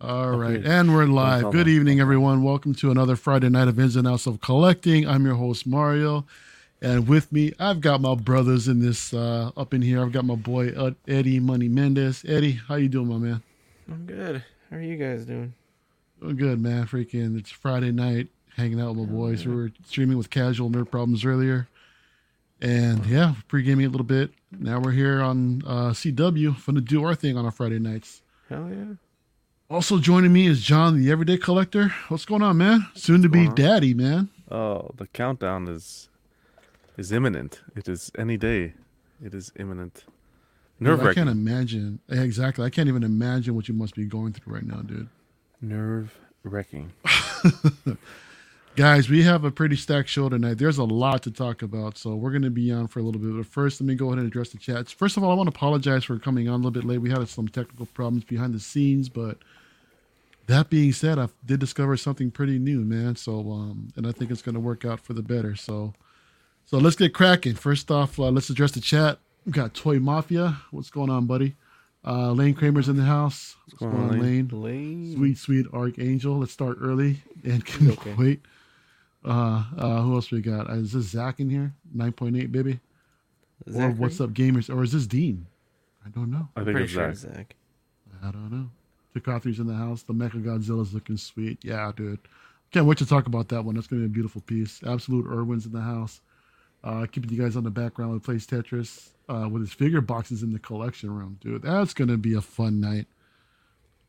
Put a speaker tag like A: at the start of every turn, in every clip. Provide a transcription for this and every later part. A: All right. And we're live. Good evening, everyone. Welcome to another Friday night of Ins and Outs of Collecting. I'm your host, Mario. And with me, I've got my brothers in this uh, up in here. I've got my boy Ed- Eddie Money Mendez. Eddie, how you doing, my man?
B: I'm good. How are you guys doing?
A: Doing good, man. Freaking, it's Friday night, hanging out with my boys. We were streaming with Casual Nerd Problems earlier, and yeah, pre-gaming a little bit. Now we're here on uh, CW, fun to do our thing on our Friday nights.
B: Hell yeah.
A: Also joining me is John, the Everyday Collector. What's going on, man? Soon to be
B: going on?
A: daddy, man.
C: Oh, the countdown is is imminent. It is any day. It is imminent.
A: Dude,
C: Nerve
A: I can't
C: wracking.
A: imagine. Yeah, Exactly, I can't even imagine what you must be going through right now, dude.
C: Nerve wracking.
A: Guys, we have a pretty stacked show tonight. There's a lot to talk about, so we're going to be on for a little bit. But first, let me go ahead and address the chats. First of all, I want to apologize for coming on a little bit late. We had some technical problems behind the scenes, but that being said, I did discover something pretty new, man. So, um, and I think it's going to work out for the better. So, so let's get cracking. First off, uh, let's address the chat. We got Toy Mafia. What's going on, buddy? Uh, Lane Kramer's in the house. What's going,
C: going on,
A: on,
C: Lane?
A: Lane?
B: Lane.
A: sweet sweet archangel let's start early and can
B: Okay.
A: wait uh uh who else we got Uh, is this zach in here 9.8 baby or what's up gamers or is this dean i don't know
C: I
B: I'm
C: think
B: pretty
C: it's
B: sure
C: that.
B: it's Zach.
A: i don't know Takathi's in the house the mecha godzilla's looking sweet yeah dude can't wait to talk about that one that's gonna be a beautiful piece absolute irwin's in the house uh keeping you guys on the background with plays tetris uh with his figure boxes in the collection room dude that's gonna be a fun night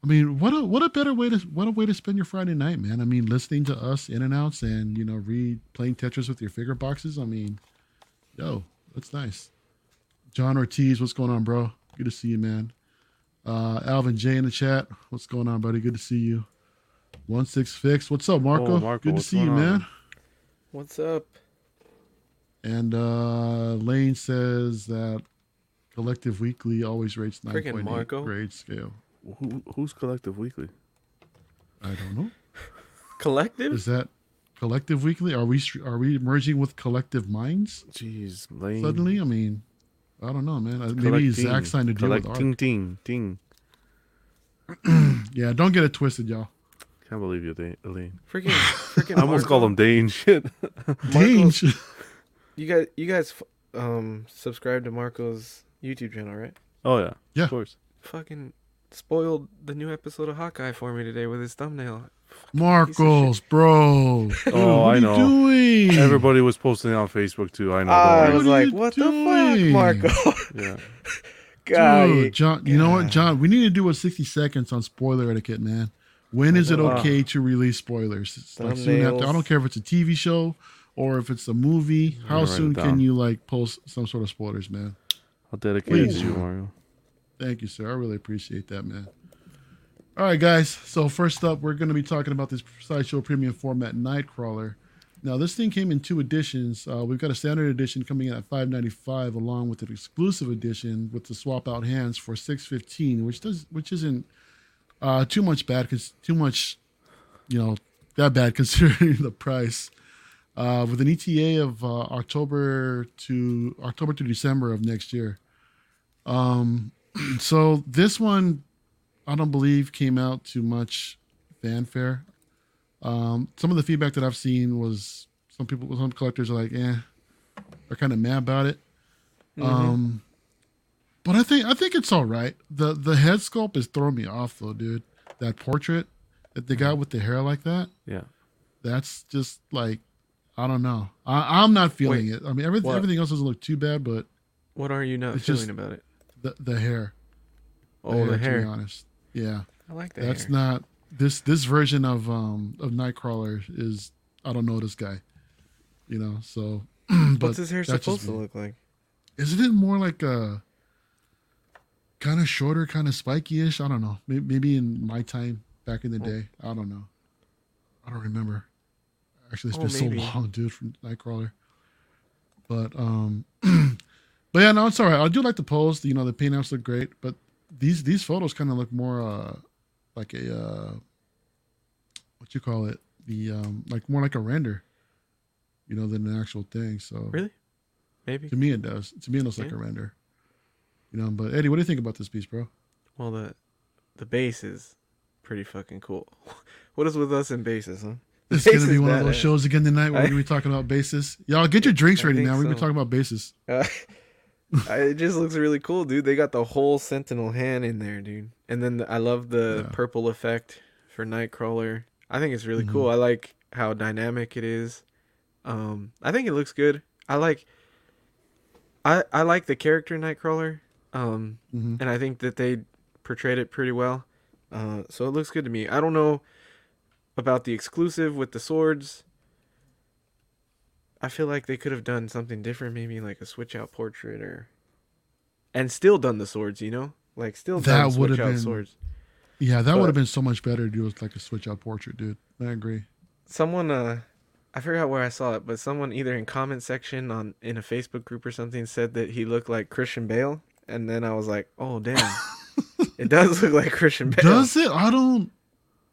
A: I mean, what a what a better way to what a way to spend your Friday night, man. I mean, listening to us in and outs, and you know, read playing Tetris with your figure boxes. I mean, yo, that's nice. John Ortiz, what's going on, bro? Good to see you, man. Uh, Alvin J in the chat, what's going on, buddy? Good to see you. One six fix, what's up, Marco?
C: Oh, Marco,
A: Good to
C: what's
A: see you,
C: going on?
A: man.
B: What's up?
A: And uh, Lane says that Collective Weekly always rates nine
B: Freaking
A: point eight
B: Marco.
A: grade scale.
C: Who, who's Collective Weekly?
A: I don't know.
B: Collective?
A: Is that collective weekly? Are we are we merging with collective minds
C: Jeez, Lane.
A: suddenly? I mean, I don't know, man. Uh, Maybe Zach signed a deal with
C: Collecting
A: Arc.
C: ting ting.
A: Yeah, don't get it twisted, y'all.
C: Can't believe you, Da- Lane.
B: Freaking, freaking.
C: I almost called him Dane. Shit.
A: Dange.
B: You guys, you guys, f- um, subscribe to Marco's YouTube channel, right?
C: Oh yeah.
A: Yeah.
C: Of course.
B: Fucking spoiled the new episode of Hawkeye for me today with his thumbnail.
A: Marcos, bro. Dude,
C: Oh,
A: what
C: I
A: are
C: know.
A: you doing?
C: Everybody was posting it on Facebook too. I know.
B: I
C: don't worry.
B: was
A: What are
B: like,
A: you
B: what
A: doing?
B: the fuck, Marco?
C: yeah.
A: Dude,
B: Guy.
A: John, you know what,
B: Yeah.
A: John? We need to do a 60 seconds on spoiler etiquette, man. When is it
C: know.
A: okay to release spoilers? It's like soon after. I
B: Thumbnails.
A: don't care if it's a TV show or if it's a movie. How
C: write it
A: soon can
C: down.
A: you like post some sort of spoilers, man?
C: I'll dedicate it to
A: Please.
C: you, Mario.
A: Thank you, sir. I really appreciate that, man. All right, guys. So first up, we're going to be talking about this sideshow premium format Nightcrawler. Now, this thing came in two editions. Uh, we've got a standard edition coming in at 5.95, along with an exclusive edition with the swap out hands for 6.15, which does which isn't uh, too much bad because too much, you know, that bad considering the price. Uh, with an ETA of uh, October to October to December of next year. So this one, I don't believe came out too much fanfare. Um, some of the feedback that I've seen was some people, some collectors are like, "Eh," are kind of mad about it.
B: Mm-hmm.
A: Um, but I think I think it's all right. the The head sculpt is throwing me off though, dude. That portrait that they got with the hair like that,
C: Yeah.
A: that's just like, I don't know. I, I'm not feeling
B: Wait,
A: it. I mean, everything
B: what?
A: everything else doesn't look too bad, but
B: What are you not
A: It's
B: feeling
A: just-
B: about it?
A: the the hair.
B: Oh, the
A: To be
B: hair.
A: honest, yeah.
B: I like that.
A: That's not this this version of um of Nightcrawler is I don't know this guy, you know. So, but
B: What's his hair
A: that's just
B: supposed to
A: me.
B: look like?
A: Isn't it more like a kind of shorter, kind of spiky-ish? I don't know. Maybe, maybe in my time back in the day, I don't know. I don't remember. Actually, it's
B: Oh,
A: been so
B: maybe.
A: long, dude, from Nightcrawler. But um, but yeah, no, it's all right. I do like the pose. You know, the paint apps look great, but these these photos kind of look more uh like a uh what you call it the um like more like a render, you know, than an actual thing. So
B: Really? Maybe.
A: to me, it does. To me, it looks like
B: Yeah.
A: a render. You know, but Eddie, what do you think about this piece, bro?
B: Well, the the base is pretty fucking cool. What is with us and basis, huh?
A: This is gonna
B: Bass
A: be
B: is
A: one of those
B: badass.
A: shows again tonight where
B: I-
A: we're gonna be talking about basis. Y'all get your drinks
B: I
A: ready
B: think
A: now. We've been
B: so.
A: talking about basis.
B: Uh, it just looks really cool, dude. They got the whole Sentinel hand in there, dude. And then the- I love the
A: Yeah.
B: purple effect for Nightcrawler. I think it's really cool. I like how dynamic it is. Um, I think it looks good. I like, I I like the character Nightcrawler. Um,
A: hmm
B: and I think that they portrayed it pretty well. Uh, so it looks good to me. I don't know about the exclusive with the swords. I feel like they could have done something different, maybe like a switch out portrait or, and still done the swords. You know, like still
A: That
B: done
A: would
B: switch
A: have
B: out
A: been-
B: swords.
A: Yeah, that would
B: But-
A: have been so much better to do with like a switch out portrait, dude. I agree.
B: Someone, uh, I forgot where I saw it, but someone either in comment section on in a Facebook group or something said that he looked like Christian Bale, and then I was like, oh damn, it does look like Christian Bale
A: Does it? I don't.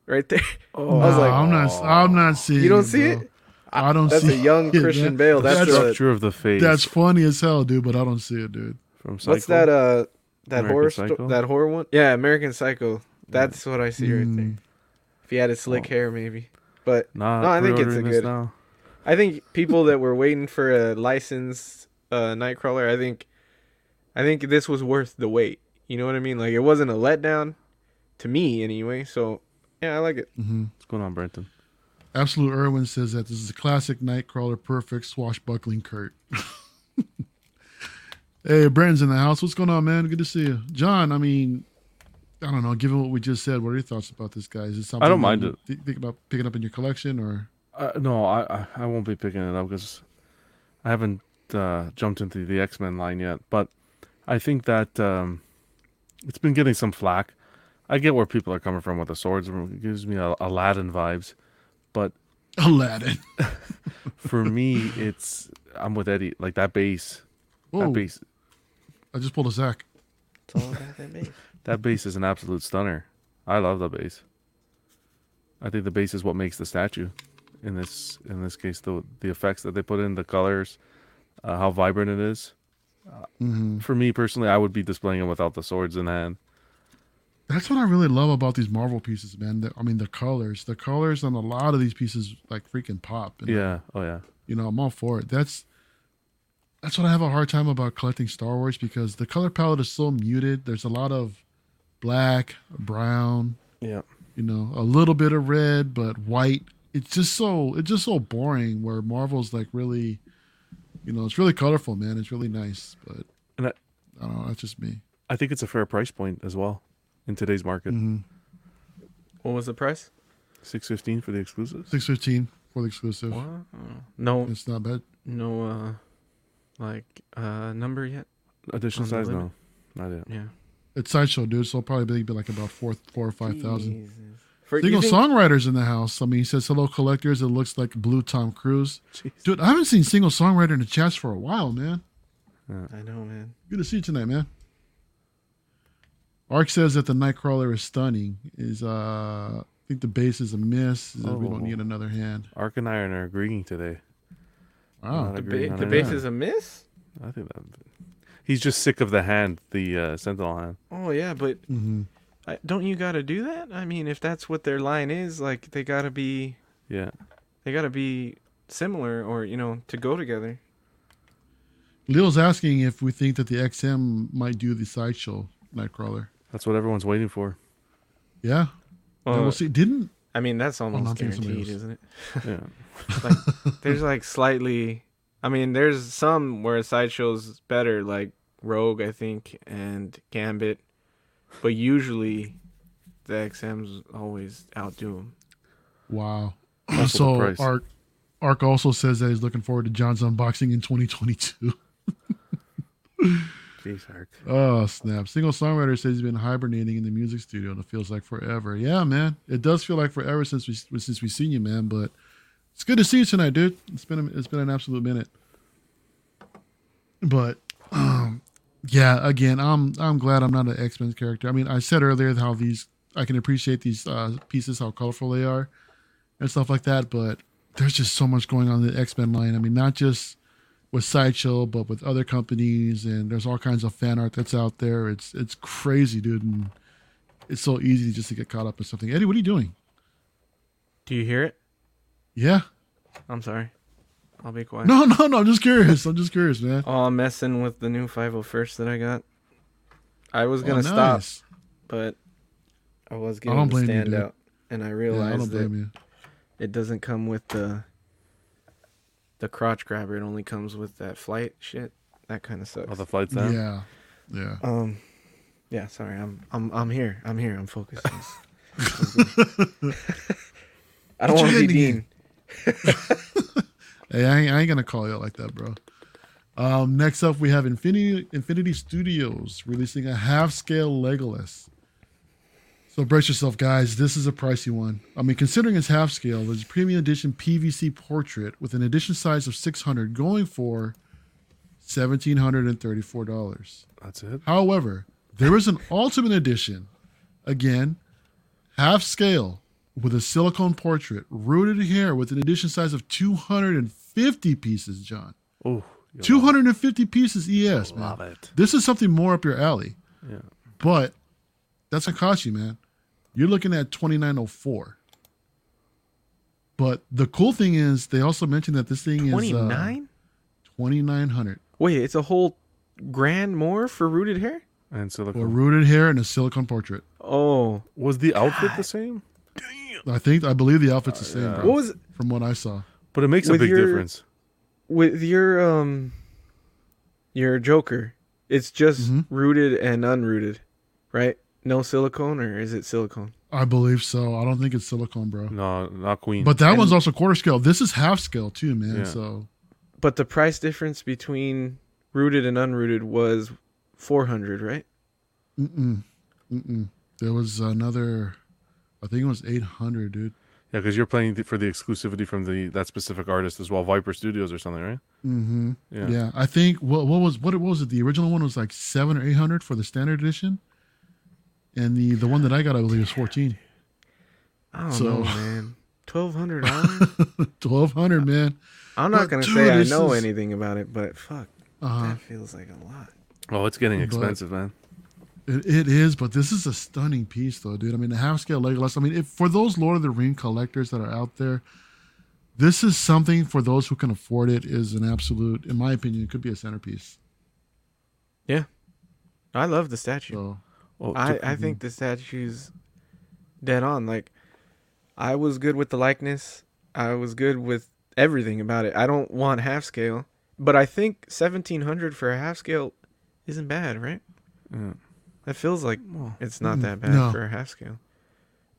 B: right there.
A: Oh,
B: I was like,
A: I'm not. I'm not seeing.
B: You don't see
A: bro.
B: it?
A: I don't
B: That's
A: see
B: a young
A: it,
B: Christian
A: man.
B: Bale. That's,
C: the
A: That's-
B: a,
C: structure of the face.
A: That's funny as hell, dude. But I don't see it, dude.
C: from Psycho.
B: what's that? Uh, that
C: American
B: horror sto-
C: Psycho?
B: that horror one. Yeah, American Psycho. That's what I see right there.
A: Mm.
B: If he had his slick
C: Oh.
B: hair, maybe. But
C: Nah,
B: No, I think it's a
C: pre-ordering this
B: good-
C: Now.
B: I think people that were waiting for a licensed uh, Nightcrawler, I think, I think this was worth the wait. You know what I mean? Like it wasn't a letdown, to me anyway. So yeah, I like it.
A: hmm
C: What's going on, Brenton?
A: Absolute Irwin says that this is a classic Nightcrawler, perfect swashbuckling Kurt. hey, Brenton's in the house. What's going on, man? Good to see you, John. I mean, I don't know. Given what we just said, what are your thoughts about this guy? Is it something
C: I don't
A: that
C: mind
A: you
C: it.
A: thi- think about picking up in your collection, or
C: Uh, no, I, I I won't be picking it up because I haven't uh, jumped into the X Men line yet. But I think that um, it's been getting some flack. I get where people are coming from with the swords. It gives me a, Aladdin vibes. But
A: Aladdin?
C: for me, it's I'm with Eddie. Like that bass,
A: Whoa!
C: that bass,
A: I just pulled a sack.
B: It's all about that bass.
C: that bass is an absolute stunner. I love the bass. I think the bass is what makes the statue. In this in this case, the the effects that they put in, the colors, uh, how vibrant it is.
A: hmm
C: for me personally, I would be displaying it without the swords in hand.
A: That's what I really love about these Marvel pieces, man. The, I mean, the colors, the colors on a lot of these pieces like freaking pop. And
C: Yeah. Oh yeah.
A: you know i'm all for it that's that's what i have a hard time about collecting star wars because the color palette is so muted there's a lot of black brown
C: Yeah.
A: you know a little bit of red but white it's just so it's just so boring where marvel's like really you know it's really colorful man it's really nice but
C: And I-
A: I don't know that's just me
C: I think it's a fair price point as well in today's market.
B: What was the price?
C: Six fifteen for the exclusives.
A: 615 for the exclusive
B: Wow. No,
A: it's not bad
B: no, uh, like uh, number yet.
C: Edition
B: On the
C: size
B: limit.
C: no, not yet.
B: Yeah.
A: it's sideshow dude so it'll probably be like about four four or five thousand
B: For,
A: Single
B: you think-
A: songwriters in the house. I mean, he says, "Hello, collectors." It looks like Blue Tom Cruise, dude. I haven't seen single songwriter in the chats for a while, man.
B: I know, man.
A: Good to see you tonight, man. Ark says that the Nightcrawler is stunning. Is uh, I think the bass is a miss. Is that we
C: Oh.
A: don't need another hand.
C: Ark and Iron are agreeing today.
A: Wow,
C: Not
B: The,
C: agreeing
B: ba-
C: on
B: the
C: it.
B: bass is a miss.
C: I think that. He's just sick of the hand, the uh, Sentinel hand.
B: Oh yeah, but
A: hmm
B: I, don't you gotta do that? I mean, if that's what their line is, like they gotta be,
C: Yeah.
B: they gotta be similar, or you know, to go together.
A: Leo's asking if we think that the XM might do the sideshow Nightcrawler.
C: That's what everyone's waiting for.
A: Yeah,
B: Well,
A: and
C: Uh,
A: we'll see. Didn't
B: I mean, that's
A: I'm
B: almost
A: thinking somebody
B: guaranteed,
A: else.
B: isn't it?
C: Yeah.
B: There's like slightly. I mean, there's some where sideshow's better, like Rogue, I think, and Gambit, but usually the XM's always outdo them.
A: wow.
C: Also the
A: so
C: price.
A: Ark, Ark also says that he's looking forward to John's unboxing in 2022.
C: Jeez, Ark.
A: Oh snap! Single songwriter says he's been hibernating in the music studio, and it feels like forever. Yeah, man, it does feel like forever since we since we seen you, man. But it's good to see you tonight, dude. It's been a, it's been an absolute minute. But um, yeah, again, I'm I'm glad I'm not an X Men character. I mean, I said earlier how these I can appreciate these uh, pieces, how colorful they are, and stuff like that. But there's just so much going on in the X Men line. I mean, not just with Sideshow, but with other companies, and there's all kinds of fan art that's out there. It's it's crazy, dude. And it's so easy just to get caught up in something. Eddie, what are you doing?
B: Do you hear it?
A: Yeah.
B: I'm sorry. I'll be quiet.
A: No, no, no. I'm just curious. I'm just curious, man.
B: Oh, I'm messing with the new 501st that I got. I was
A: Oh,
B: gonna stop,
A: nice.
B: but I was getting
A: don't
B: the
A: blame you, dude.
B: standout, and I
A: Yeah, I
B: realized
A: don't blame
B: that
A: you.
B: it doesn't come with the the crotch grabber. It only comes with that flight shit. That kind of sucks.
C: All the flights out.
A: Yeah. Yeah.
B: Um, yeah. Sorry, I'm I'm I'm here. I'm here. I'm focused. I don't
A: Put your
B: want to
A: hand
B: be
A: again.
B: Dean.
A: Hey, I ain't, I ain't gonna call you out like that, bro. Um, next up, we have Infinity Infinity Studios releasing a half-scale Legolas. So brace yourself, guys. This is a pricey one. I mean, considering it's half-scale, there's a premium edition PVC portrait with an edition size of 600, going for seventeen hundred and thirty-four dollars.
C: That's it.
A: However, there is an ultimate edition, again, half scale, with a silicone portrait, rooted hair with an edition size of 250 pieces, John.
C: Oh,
A: 250 pieces ES, man.
C: Love it.
A: This is something more up your alley,
C: Yeah.
A: but that's gonna cost you, man. You're looking at 2904. But the cool thing is, they also mentioned that this thing
B: Twenty
A: is
B: nine.
A: uh, 2900
B: Wait, it's a whole grand more for rooted hair?
C: And so
A: for rooted hair and a silicone portrait.
B: Oh,
C: was the outfit the same?
A: I think I believe the outfit's the same.
C: Uh, yeah.
A: bro.
B: what was
A: from what I saw.
C: But it makes a
B: With
C: big
B: your-
C: difference.
B: with your um your Joker? It's just
A: Mhm.
B: rooted and unrooted, right? No silicone, or is it silicone?
A: I believe so. I don't think it's silicone, bro.
C: No, not Queen.
A: But that
B: And-
A: one's also quarter scale. This is half scale too, man.
C: Yeah.
A: So
B: But the price difference between rooted and unrooted was four hundred, right?
A: mm-mm, mm-mm. there was another. I think it was eight hundred, dude.
C: yeah, because you're playing th- for the exclusivity from the that specific artist as well, Viper Studios or something, right?
A: Mm-hmm.
C: Yeah.
A: Yeah. I think what what was what it was it? The original one was like seven or eight hundred for the standard edition, and the the one that I got, I believe, is fourteen.
B: I don't
A: So-
B: know, man. Twelve hundred dollars.
A: Twelve hundred, man.
B: I'm not
A: But
B: gonna
A: dude,
B: say I
A: this
B: know
A: is-
B: anything about it, but fuck,
A: Uh,
B: that feels like a lot.
C: Oh, it's getting
A: But-
C: expensive, man.
A: It, it is, but this is a stunning piece, though, dude. I mean, the half scale Legolas. I mean, if, for those Lord of the Ring collectors that are out there, this is something for those who can afford it. Is an absolute, in my opinion, it could be a centerpiece.
B: I love the statue.
A: So
C: Oh,
B: I,
C: to-
B: I think the statue's dead on. Like, I was good with the likeness. I was good with everything about it. I don't want half scale, but I think seventeen hundred for a half scale isn't bad, right?
C: Yeah.
B: That feels like
C: Well,
B: it's not
A: Mm,
B: that bad
A: no.
B: for a half scale.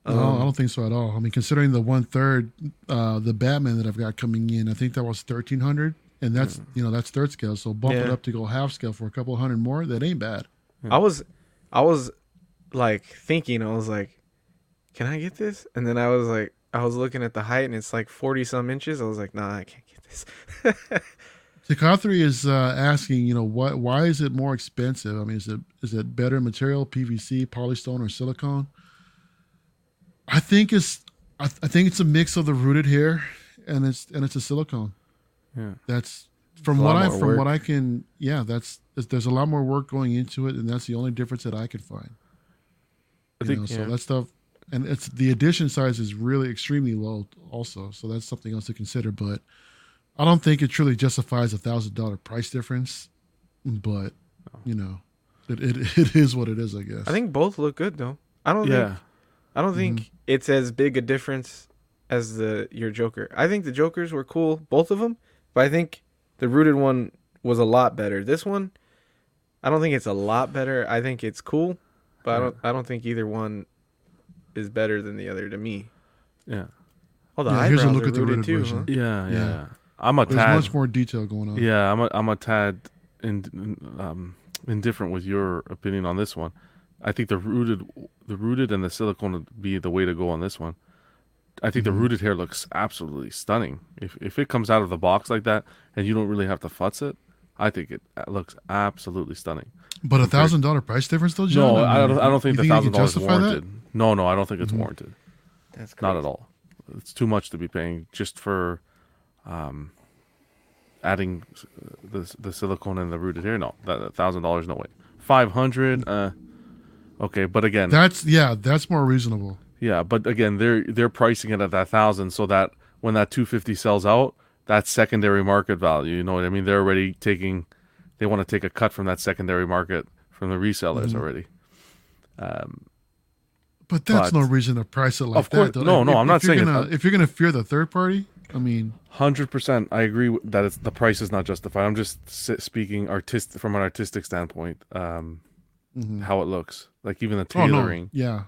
A: no, I
B: Um,
A: don't think so at all. I mean, considering the one third, uh, the Batman that I've got coming in, I think that was thirteen hundred, and that's you know that's third scale. So bump it
B: Hmm. Yeah.
A: up to go half scale for a couple hundred more. That ain't bad.
B: I was, I was, like thinking. I was like, "Can I get this?" And then I was like, I was looking at the height, and it's like forty some inches. I was like, "Nah, I can't get this."
A: Tikathri is uh, asking, you know, why why is it more expensive? I mean, is it is it better material, PVC, polystone, or silicone? I think it's I, th- I think it's a mix of the rooted hair and it's and it's a silicone.
C: Yeah.
A: that's from
C: a
A: what
C: lot
A: I
C: more
A: from
C: work.
A: what I can. Yeah, that's there's a lot more work going into it, and that's the only difference that I could find.
C: I
A: You
C: think-
A: know, so
B: yeah.
A: that stuff, and it's the addition size is really extremely low, also. So that's something else to consider. But I don't think it truly justifies a thousand dollar price difference. But you know, it, it it is what it is, I guess.
B: I think both look good though. I don't
C: yeah.
B: think I don't think
A: Mm-hmm.
B: it's as big a difference as the your Joker. I think the Jokers were cool, both of them, but I think the rooted one was a lot better. This one, I don't think it's a lot better. I think it's cool, but I don't I don't think either one is better than the other to me.
C: Yeah.
B: Oh, the
A: Yeah,
B: eyebrows
A: here's a look
B: are
A: at the
B: rooted
A: rooted
B: too.
A: version.
B: huh?
C: Yeah. Yeah.
A: Yeah.
C: I'm a
A: there's
C: tad.
A: much more detail going on.
C: Yeah, I'm a, I'm a tad in, um, indifferent with your opinion on this one. I think the rooted, the rooted and the silicone would be the way to go on this one. I think
A: Mm-hmm.
C: the rooted hair looks absolutely stunning. If if it comes out of the box like that and you don't really have to futz it, I think it uh, looks absolutely stunning.
A: But a thousand dollar price difference, though, John.
C: No, I
A: mean,
C: don't. I don't think
A: you
C: the
A: you can
C: thousand dollars is
A: justify that? Mm-hmm.
C: warranted. No, no, I don't think it's warranted.
B: That's crazy.
C: Not at all. It's too much to be paying just for um, adding s- the the silicone and the rooted hair. No, that thousand dollars, no way. Five hundred. Uh, Okay, but again,
A: That's yeah, that's more reasonable.
C: yeah, but again, they're they're pricing it at that thousand, so that when that two fifty sells out, that's secondary market value. You know what I mean? They're already taking, they want to take a cut from that secondary market from the resellers already. Um,
A: But that's
C: But-
A: no reason to price it like
C: Of course-
A: that. Though.
C: no, no, I'm not
A: you're
C: saying it-
A: gonna, if you're gonna fear the third party. I mean,
C: Hundred percent, I agree with- that it's the price is not justified. I'm just s- speaking artist from an artistic standpoint, um,
A: mhm.
C: how it looks, like even the
A: oh
C: tailoring.
A: no, yeah,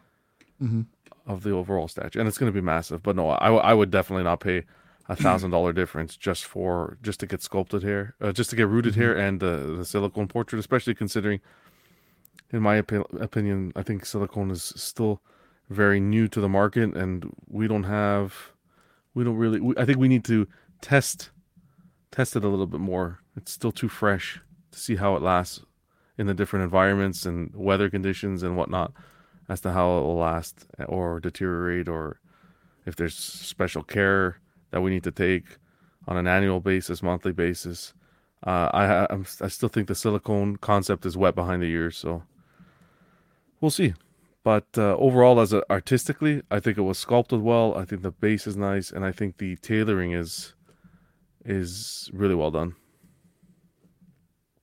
C: of the overall statue, and it's going to be massive. But no, I, I would definitely not pay a thousand dollar difference just for just to get sculpted here, uh, just to get rooted here, and the the silicone portrait, especially considering, in my opi- opinion, I think silicone is still very new to the market, and we don't have, we don't really. We, I think we need to test test it a little bit more. It's still too fresh to see how it lasts in the different environments and weather conditions and whatnot as to how it will last or deteriorate or if there's special care that we need to take on an annual basis, monthly basis. Uh, I I'm, I still think the silicone concept is wet behind the ears, so we'll see. But uh, overall, as a, artistically, I think it was sculpted well. I think the base is nice, and I think the tailoring is is really well done.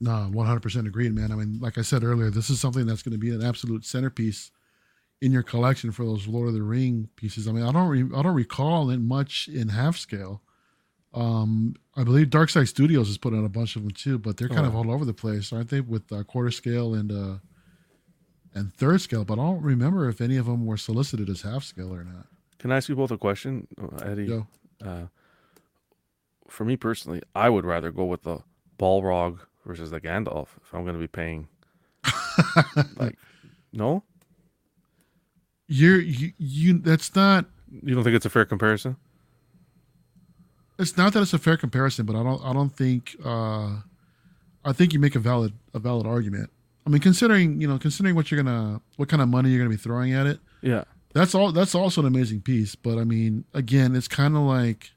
A: no, 100 uh, percent agreed, man. I mean, like I said earlier, this is something that's going to be an absolute centerpiece in your collection for those Lord of the Ring pieces. I mean, I don't re- I don't recall it much in half scale. Um, I believe Dark Side Studios has put out a bunch of them too, but they're kind of all over the place, aren't they? With uh, quarter scale and uh, and third scale, but I don't remember if any of them were solicited as half scale or not.
C: Can I ask you both a question, uh, Eddie?
A: Yo.
C: Uh, for me personally, I would rather go with the Balrog versus the Gandalf if I'm going to be paying. like, no,
A: You're you, you that's not
C: you don't think it's a fair comparison?
A: it's not that it's a fair comparison, but I don't I don't think uh I think you make a valid a valid argument. I mean considering, you know, considering what you're gonna what kind of money you're gonna be throwing at it,
C: Yeah,
A: that's all that's also an amazing piece. But I mean, again, it's kinda like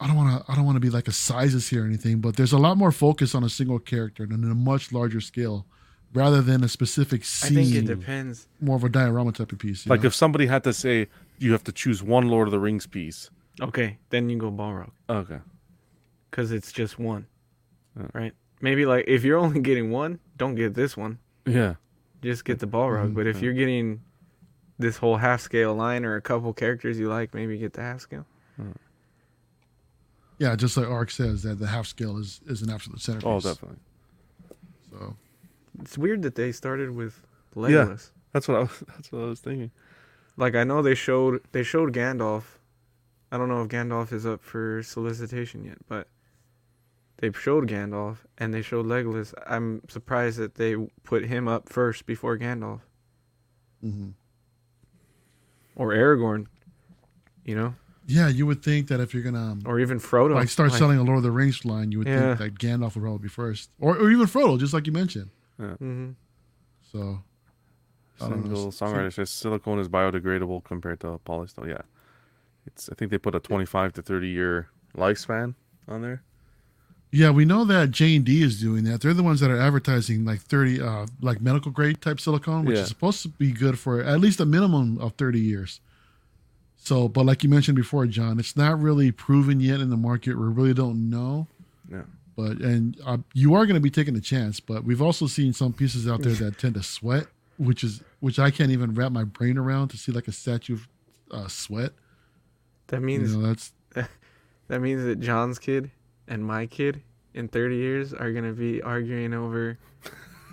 A: I don't wanna I don't wanna be like a sizes here or anything, but there's a lot more focus on a single character and on a much larger scale rather than a specific
B: I
A: scene
B: think it depends.
A: more of a diorama type of piece. you
C: like
A: know?
C: if somebody had to say you have to choose one Lord of the Rings piece.
B: Okay, then you go Balrog
C: Okay,
B: because it's just one, right? Maybe like if you're only getting one, don't get this one.
C: yeah,
B: Just get the Balrog.
A: Mm-hmm.
B: But if you're getting this whole half scale line or a couple characters you like, maybe get the half scale.
A: Yeah, just like Ark says that the half scale is, is an absolute centerpiece.
C: oh, definitely.
A: So
B: It's weird that they started with Legolas.
C: That's what I was. That's what I was thinking.
B: Like I know they showed they showed Gandalf. I don't know if Gandalf is up for solicitation yet, but they showed Gandalf and they showed Legolas. I'm surprised that they put him up first before Gandalf Mm-hmm.
A: mhm.
B: or Aragorn, you know,
A: yeah, you would think that if you're gonna um,
B: or even Frodo.
A: like start
B: Like,
A: selling a Lord of the Rings line, you would
B: Yeah.
A: think that Gandalf would probably be first, or or even Frodo, just like you mentioned.
B: mhm.
A: So I don't know.
C: Single songwriter says silicone is biodegradable compared to polystyrene. Yeah, it's. I think they put a 25 to 30 year lifespan on there.
A: yeah, we know that J and D is doing that. They're the ones that are advertising like thirty, uh, like medical grade type silicone, which
C: Yeah.
A: is supposed to be good for at least a minimum of thirty years. So, but like you mentioned before, John, it's not really proven yet in the market. We really don't know.
C: Yeah.
A: but and uh, you are going to be taking a chance. But we've also seen some pieces out there that tend to sweat, which is which I can't even wrap my brain around to see like a statue uh, sweat.
B: That
A: You
B: means
A: know, that's
B: that means that John's kid and my kid in 30 years are going to be arguing over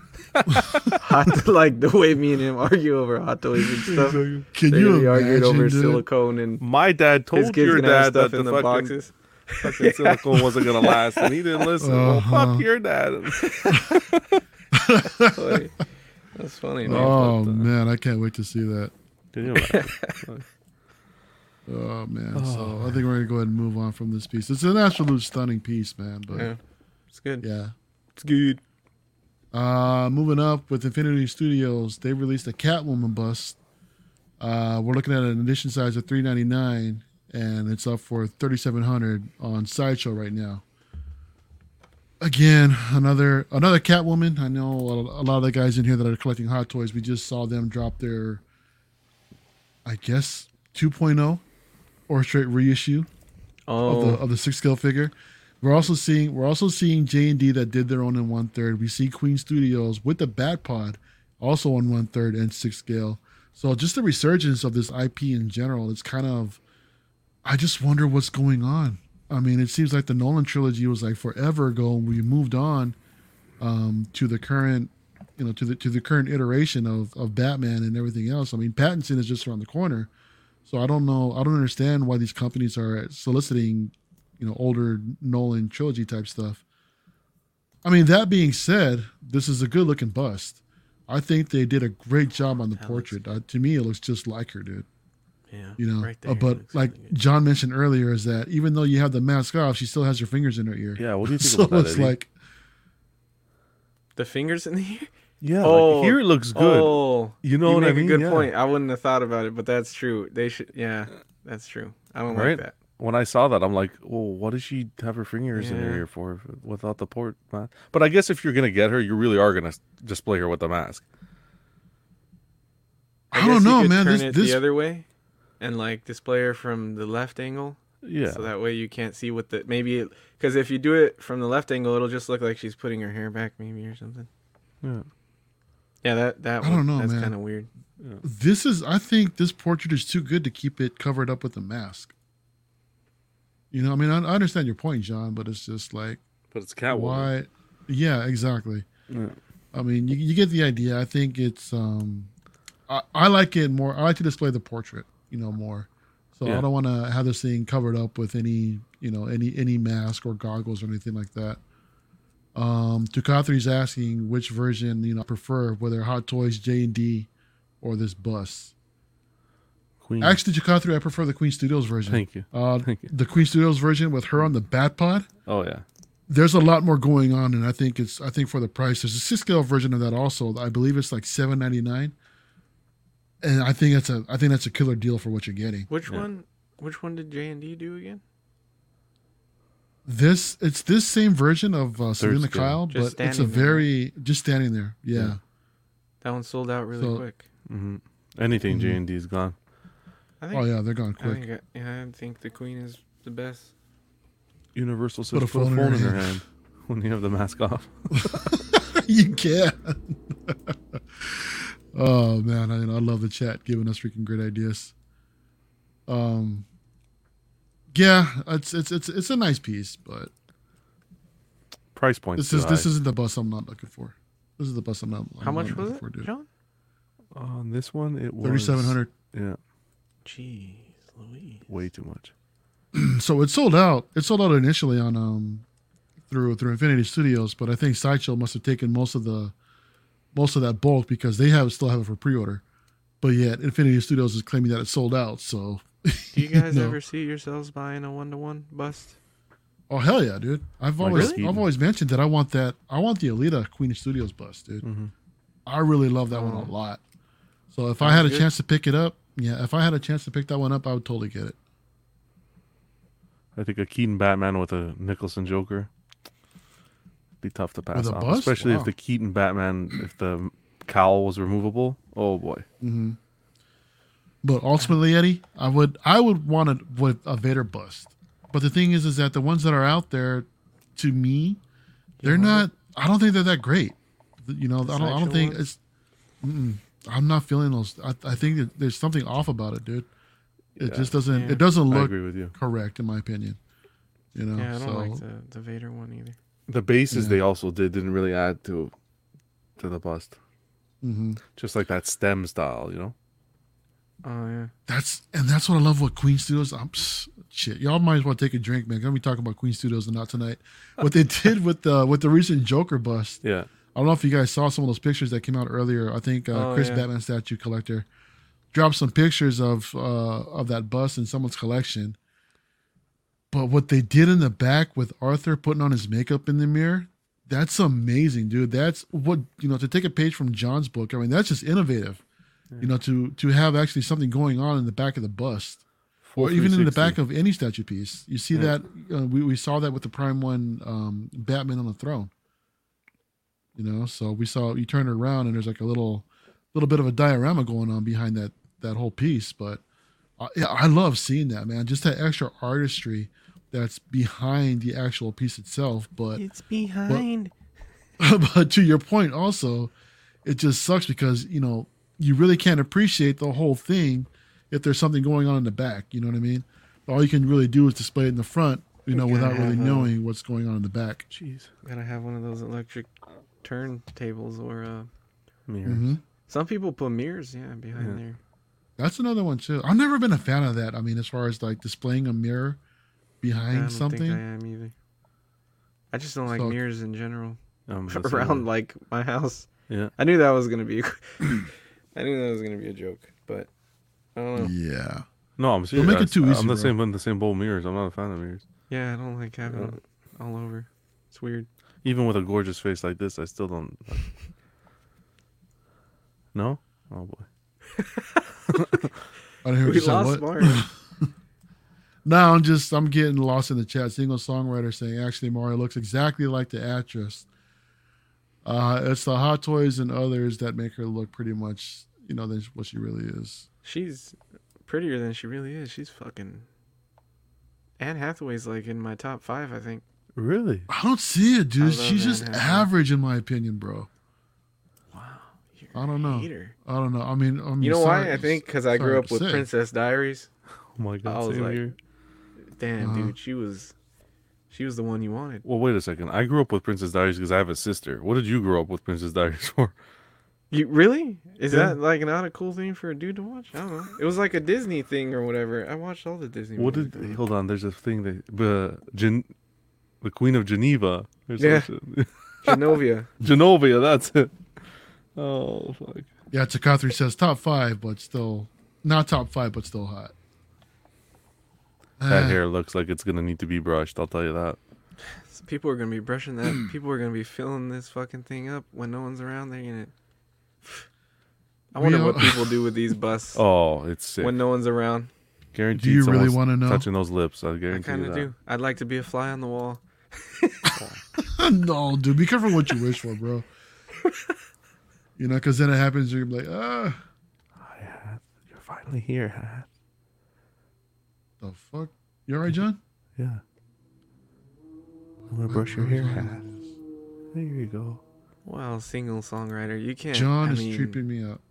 B: hot like the way me and him argue over hot toys and stuff.
A: can
B: They're
A: you
B: gonna be arguing
A: imagine
B: over
A: dude?
B: silicone and
C: My dad
B: his
C: told
B: kids
C: your
B: gonna have
C: dad
B: stuff
C: that
B: in the
C: fucking-
B: boxes.
C: fucking silicone wasn't gonna last, and he didn't listen. Well,
A: Uh-huh.
C: fuck your dad.
B: That's funny. That's funny. man.
A: Oh man, I can't wait to see that.
C: Can you imagine?
A: Oh man, so I think we're gonna go ahead and move on from this piece. It's an absolute stunning piece, man. But
B: Yeah. It's good.
A: yeah.
B: It's good.
A: Uh, moving up with Infinity Studios, they released a Catwoman bust. Uh, we're looking at an edition size of 399 and it's up for 3700 on Sideshow right now. again another another Catwoman. I know a lot of the guys in here that are collecting Hot Toys. We just saw them drop their, I guess, 2.0 or straight reissue of the
B: Oh,
A: of the six scale figure. We're also seeing we're also seeing J and D that did their own in one third. We see Queen Studios with the Bat Pod also on one third and six scale. So just the resurgence of this IP in general, it's kind of I just wonder what's going on. I mean, it seems like the Nolan trilogy was like forever ago and we moved on um, to the current you know, to the to the current iteration of, of Batman and everything else. I mean Pattinson is just around the corner. So I don't know. I don't understand why these companies are soliciting, you know, older Nolan trilogy type stuff. I mean, that being said, this is a good looking bust. I think they did a great job on the
B: That looks
A: portrait. Uh, to me, it looks just like her, dude.
B: yeah.
A: You know,
B: right
A: Uh,
B: there,
A: but
B: looks
A: like
B: really good.
A: John mentioned earlier, is that even though you have the mask off, she still has her fingers in her ear.
C: Yeah, what do you think
A: so
C: about that?
A: it's
C: Eddie?
A: like,
B: the fingers in the ear.
C: yeah,
B: Oh,
C: like, here it looks good.
B: Oh,
C: You know
B: you
C: what
B: make
C: I mean?
B: a good
C: Yeah.
B: point. I wouldn't have thought about it, but that's true. They should. Yeah, that's true. I don't
C: Right?
B: like that.
C: When I saw that, I'm like, "Oh, what does she have her fingers in her
B: Yeah.
C: ear for if- without the port?" ma- But I guess if you're gonna get her, you really are gonna s- display her with the mask.
A: I don't
B: guess you
A: know,
B: could
A: man.
B: Turn
A: This-
B: it
A: this-
B: the other way, and like display her from the left angle,
C: Yeah,
B: so that way you can't see what the maybe because if you do it from the left angle, it'll just look like she's putting her hair back, maybe or something.
C: yeah.
B: Yeah, that that
A: I
B: one,
A: don't know,
B: that's
A: man.
B: kind of weird.
A: this is. I think this portrait is too good to keep it covered up with a mask. You know, I mean, I, I understand your point, John, but it's just like.
C: But it's Catwoman.
A: why yeah exactly
C: Yeah.
A: i mean you, you get the idea i think it's um I, I like it more i like to display the portrait you know more so
C: Yeah.
A: i don't want to have this thing covered up with any you know any any mask or goggles or anything like that um Tukathri's asking which version you know prefer whether hot toys j and d or this bus
C: Queen.
A: actually Tukathri, i prefer the queen studios version
C: Hmm. thank you.
A: uh
C: Thank you.
A: the queen studios version with her on the bat pod
C: Oh yeah,
A: there's a lot more going on, and I think it's I think for the price, there's a six scale version of that also. I believe it's like seven ninety nine, and I think that's a I think that's a killer deal for what you're getting.
B: Which
C: Yeah.
B: one? Which one did J and D do again?
A: This it's this same version of uh, Selena
C: scale.
A: Kyle,
B: Just
A: but it's a
B: standing there.
A: very just standing there. Yeah,
B: That one sold out really
A: So-
B: quick.
C: hmm anything
A: Mhm.
C: J and D's gone.
B: I think.
A: oh yeah, they're gone
B: I
A: quick.
B: think. I, yeah, I think the queen is the best.
C: Universal says
A: Put a phone in her
C: in her
A: hand.
C: hand when you have the mask off.
A: you can. oh man, I, I love the chat giving us freaking great ideas. Um, yeah, it's it's it's it's a nice piece, but
C: Price point.
A: This is this isn't the bus I'm not looking for. This is the bus I'm not. I'm
B: How much
A: not
B: was
A: looking for,
B: it,
A: dude.
B: John?
C: on this one. It was
A: 3700
C: Yeah,
B: Jeez, Louise.
C: way too much.
A: so it sold out it sold out initially on um through through infinity studios but i think sideshow must have taken most of the most of that bulk because they have still have it for pre-order but yet infinity studios is claiming that it sold out so
B: Do you guys
A: No.
B: ever see yourselves buying a one to one bust?
A: oh hell yeah dude i've
C: Like
A: always
C: Really?
A: i've always mentioned that i want that i want the alita queen of studios bus dude
C: Mhm.
A: i really love that one
B: Oh.
A: a lot so if i
B: Sounds
A: had a
B: good.
A: chance to pick it up yeah if i had a chance to pick that one up i would totally get it
C: I think a Keaton Batman with a Nicholson Joker be tough to pass
A: a
C: off,
A: bust?
C: especially
A: Wow.
C: if the Keaton Batman, if the cowl was removable. Oh boy,
A: hmm But ultimately, Eddie, I would I would want a with a Vader bust. But the thing is, is that the ones that are out there, to me, they're not. I don't think they're that great. You know, I don't. I don't
B: sideshow
A: think
B: ones?
A: it's. Mm-mm, I'm not feeling those. I, I think that there's something off about it, dude. It
C: Yeah.
A: just doesn't.
B: Yeah.
A: It doesn't
C: I
A: look
C: agree with you.
A: correct, in my opinion. You know.
B: yeah, I don't
A: so
B: like the, the Vader one either.
C: The bases
A: Yeah.
C: they also did didn't really add to to the bust,
A: mhm.
C: just like that stem style, you know.
B: Oh yeah.
A: that's and that's what I love with Queen Studios. I'm pss, shit. Y'all might as well take a drink, man. Gonna be talking about Queen Studios and not tonight. What they did with the with the recent Joker bust.
C: Yeah,
A: I don't know if you guys saw some of those pictures that came out earlier. I think uh,
B: Oh,
A: Chris
B: yeah.
A: Batman statue collector dropped some pictures of uh, of that bust in someone's collection. But what they did in the back with Arthur putting on his makeup in the mirror, that's amazing, dude. That's what you know to take a page from John's book. I mean, that's just innovative. You know, to to have actually something going on in the back of the bust. or even in the
C: 360.
A: back of any statue piece. You see
C: Yeah.
A: that uh, we we saw that with the Prime One um, Batman on the throne. You know, so we saw you turn it around and there's like a little little bit of a diorama going on behind that that whole piece. But uh, yeah, I love seeing that man. Just that extra artistry that's behind the actual piece itself. But
B: It's behind.
A: but to your point also it just sucks because you know you really can't appreciate the whole thing if there's something going on in the back you know what i mean all you can really do is display it in the front you know without
B: gotta
A: really
B: have a-
A: knowing what's going on in the back
C: Jeez.
B: Gotta have one of those electric turntables or uh,
C: Mirrors.
A: hmm
B: some people put mirrors, yeah, behind
C: Yeah.
B: there.
A: that's another one too i've never been a fan of that i mean as far as like displaying a mirror
B: I
A: behind
B: don't think I
A: something
B: am either. I just don't like
A: So-
B: mirrors in general
C: Um, that's
B: around
C: another-
B: like my house.
C: Yeah.
B: I knew that was gonna be. I knew that was gonna be a joke, but I don't know.
A: yeah
C: No, I'm serious.
A: make it
C: I-
A: too easy,
C: I'm
A: bro.
C: the same in the same bowl of mirrors. I'm not a fan of mirrors.
B: Yeah, I don't like having it all over. It's weird.
C: Even with a gorgeous face like this, I still don't. No. Oh boy.
A: i don't hear what
B: We
A: you said
B: lost
A: what?
B: Mark.
A: No, I'm just I'm getting lost in the chat. Single songwriter saying actually Mario looks exactly like the actress. Uh, it's the Hot Toys and others that make her look pretty much, you know, than what she really is.
B: She's prettier than she really is. She's fucking. Anne Hathaway's like in my top five, I think.
C: Really?
A: I don't see it, dude.
B: I love
A: She's just
B: Anne Hathaway.
A: average in my opinion, bro.
B: Wow. You're
A: I don't know.
B: a hater.
A: I don't know. I mean, I mean
B: You know
A: sorry-
B: why? I think because I
A: sorry
B: grew
A: to
B: up with
A: say.
B: Princess Diaries.
C: Oh my god.
B: I was
C: same
B: like-
C: here.
B: Damn,
A: Uh-huh.
B: dude, she was, she was the one you wanted.
C: Well, wait a second. I grew up with Princess Diaries because I have a sister. What did you grow up with Princess Diaries for?
B: You really? Is
C: Yeah.
B: that like not a cool thing for a dude to watch? I don't know. It was like a Disney thing or whatever. I watched all the Disney.
C: What
B: movies
C: did?
B: growing up.
C: Hold on. There's a thing that uh, Gen, the Queen of Geneva. or some
B: Yeah.
C: shit.
B: Genovia?
C: Genovia. That's it. Oh fuck.
A: Yeah, Takathri says top five, but still not top five, but still hot.
C: That
A: Ah,
C: hair looks like it's gonna need to be brushed. I'll tell you that.
B: People are gonna be brushing that. People are gonna be filling this fucking thing up when no one's around. They're gonna. I
A: We
B: wonder
A: all-
B: what people do with these busts
C: Oh, it's sick.
B: when no one's around.
C: Guaranteed.
A: Do you really
C: someone's
A: want to know?
C: touching those lips? I
B: I
C: guarantee
B: kind
C: you
B: of
C: that.
B: do. I'd like to be a fly on the wall.
A: no, dude, be careful what you wish for, bro. you know, because then it happens, you're like, ah,
C: You're finally here.
A: the fuck. You all right, John?
C: Yeah. I'm gonna
A: brush your hair, Hat.
C: There you go.
B: Wow, single songwriter. You can't.
A: John
B: I
A: is
B: mean,
A: tripping me out.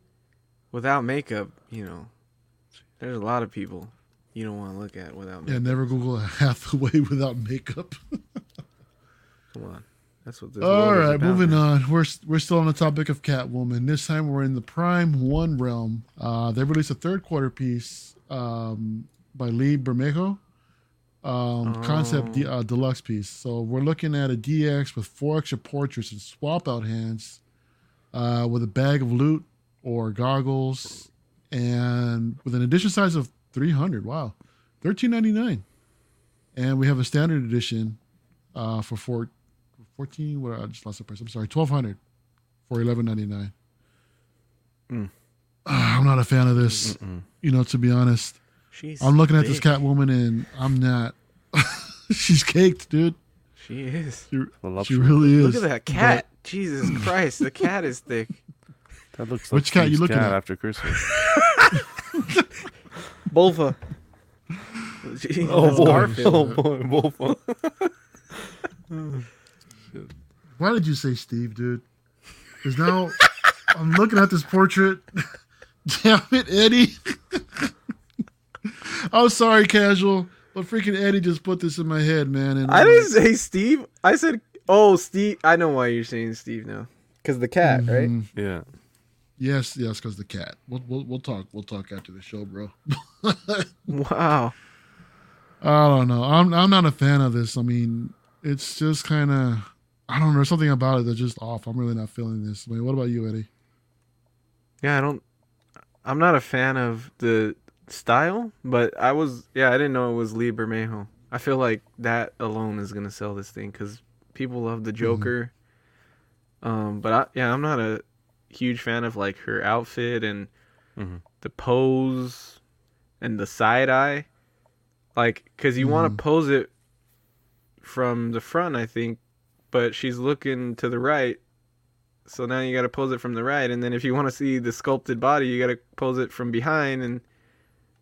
B: Without makeup, you know, there's a lot of people you don't want to look at without
A: Yeah,
B: makeup.
A: never Google a Hathaway without makeup.
B: Come on. That's what this
A: All
B: world is
A: right,
B: about,
A: moving
B: man.
A: on. We're we're still on the topic of Catwoman. This time we're in the Prime One realm. Uh, they released a third quarter piece um, by Lee Bermejo, um, concept de-
C: Oh.
A: uh, deluxe piece. So we're looking at a DX with four extra portraits and swap out hands, uh, with a bag of loot or goggles, and with an edition size of three hundred. Wow, thirteen ninety nine, and we have a standard edition uh, for four 14 what i just lost the price i'm sorry 1200 for 11.99
C: Mm.
A: Ah, i'm not a fan of this
C: Mm-mm.
A: you know to be honest
B: She's
A: i'm looking at this
B: thick.
A: catwoman and i'm not she's caked dude
B: She is.
A: she
C: Voluptuous.
A: really is
B: Look at that cat. Jesus Christ, the cat is thick.
C: That looks like
A: Which cat you
C: Steve's
A: looking at?
C: after Christmas?
B: Bolva.
C: oh, boy.
B: Garfield.
C: oh boy, Wolf.
A: But why did you say steve dude because now i'm looking at this portrait damn it eddie i'm sorry casual but freaking eddie just put this in my head man and
B: I
A: I'm
B: didn't
A: like,
B: say Steve. I said, oh, Steve. I know why you're saying Steve now. Because the cat, right?
C: yeah.
A: mm-hmm. Yes, yes, because the cat. We'll, we'll we'll talk. We'll talk after the show, bro.
B: Wow.
A: I don't know. I'm I'm not a fan of this. I mean, it's just kind of I don't know. There's something about it that's just off. I'm really not feeling this. I mean, what about you, Eddie?
B: Yeah, I don't. I'm not a fan of the style, but I was. Yeah, I didn't know it was Lee Bermejo. I feel like that alone is gonna sell this thing because people love the Joker. Um, but I, yeah, I'm not a huge fan of like her outfit and
C: Mhm.
B: the pose and the side eye. like because you want to pose it from the front i think but she's looking to the right so now you got to pose it from the right and then if you want to see the sculpted body you got to pose it from behind and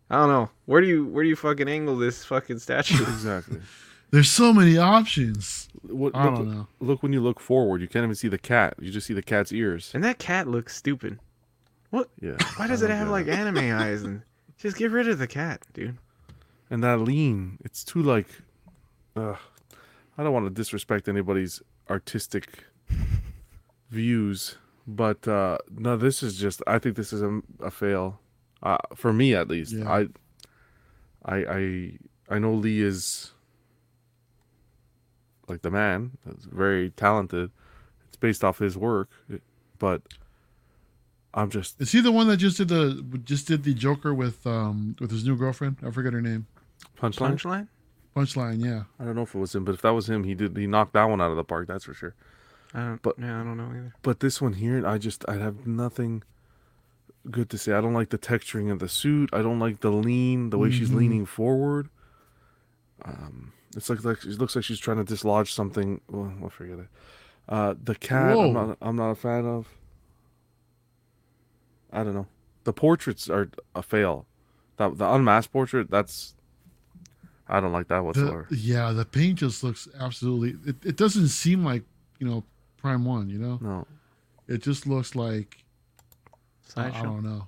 B: i don't know where do you where do you fucking angle this fucking statue
C: Exactly.
A: There's so many options.
C: What,
A: I
C: look,
A: don't know.
C: look when you look forward, you can't even see the cat. You just see the cat's ears.
B: and that cat looks stupid
C: Yeah.
B: why does
C: I
B: it
C: don't
B: have
C: get
B: like anime eyes and just get rid of the cat dude
C: and that lean it's too like ugh, i don't want to disrespect anybody's artistic views but uh no this is just i think this is a, a fail uh for me at least
A: Yeah.
C: i i i i know lee is like the man that's very talented it's based off his work but i'm just
A: Is he the one that just did the just did the Joker with um with his new girlfriend? I forget her name.
C: punchline
B: punchline
A: Punchline, yeah.
C: i don't know if it was him but if that was him he did he knocked that one out of the park that's for sure
B: i don't
C: But-
B: but no i don't know either
C: but this one here, I just I have nothing good to say. I don't like the texturing of the suit. I don't like the lean, the way she's
A: Mhm.
C: leaning forward. Um, it's like like it looks like she's trying to dislodge something. Well, we'll forget it. Uh, the cat, I'm
A: Whoa.
C: not, I'm not a fan of. I don't know. The portraits are a fail. That the unmasked portrait, that's I don't like that
A: The,
C: whatsoever.
A: yeah, the paint just looks absolutely. It, it doesn't seem like you know Prime One. You know,
C: no,
A: it just looks like I, I
B: sideshow
A: don't know.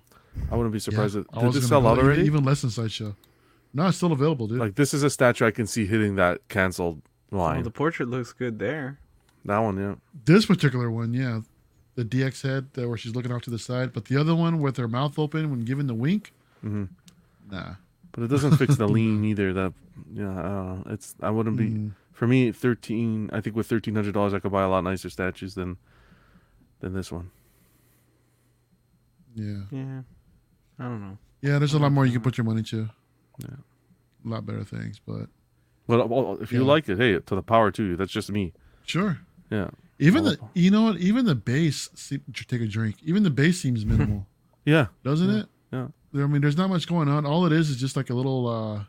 C: I wouldn't be surprised.
A: Yeah,
C: if
A: I
C: did
A: was
C: this
A: gonna
C: sell
A: call
C: out
A: it even-
C: already?
A: Even less than sideshow. No, it's still available, dude.
C: Like this is a statue I can see hitting that canceled line.
B: well the portrait looks good there
C: That one, yeah.
A: this particular one, yeah, the DX head uh, where she's looking off to the side, but the other one with her mouth open when giving the wink.
C: Mhm.
A: Nah,
C: But it doesn't fix the lean either. That yeah, I don't know. It's I wouldn't be
A: Mm.
C: for me thirteen. I think with thirteen hundred dollars, I could buy a lot nicer statues than than this one.
A: yeah,
B: yeah i don't know
A: yeah. There's a lot more you can put your money to.
C: Yeah.
A: a lot better things, but
C: Well, uh, well, if you
A: Yeah.
C: like it, hey, to the power to you. That's just me.
A: sure.
C: Yeah,
A: Even
C: All
A: the you know what? Even the base se- take a drink. Even the base seems minimal,
C: yeah.
A: doesn't it?
C: yeah.
A: I mean, there's not much going on. All it is is just like a little. uh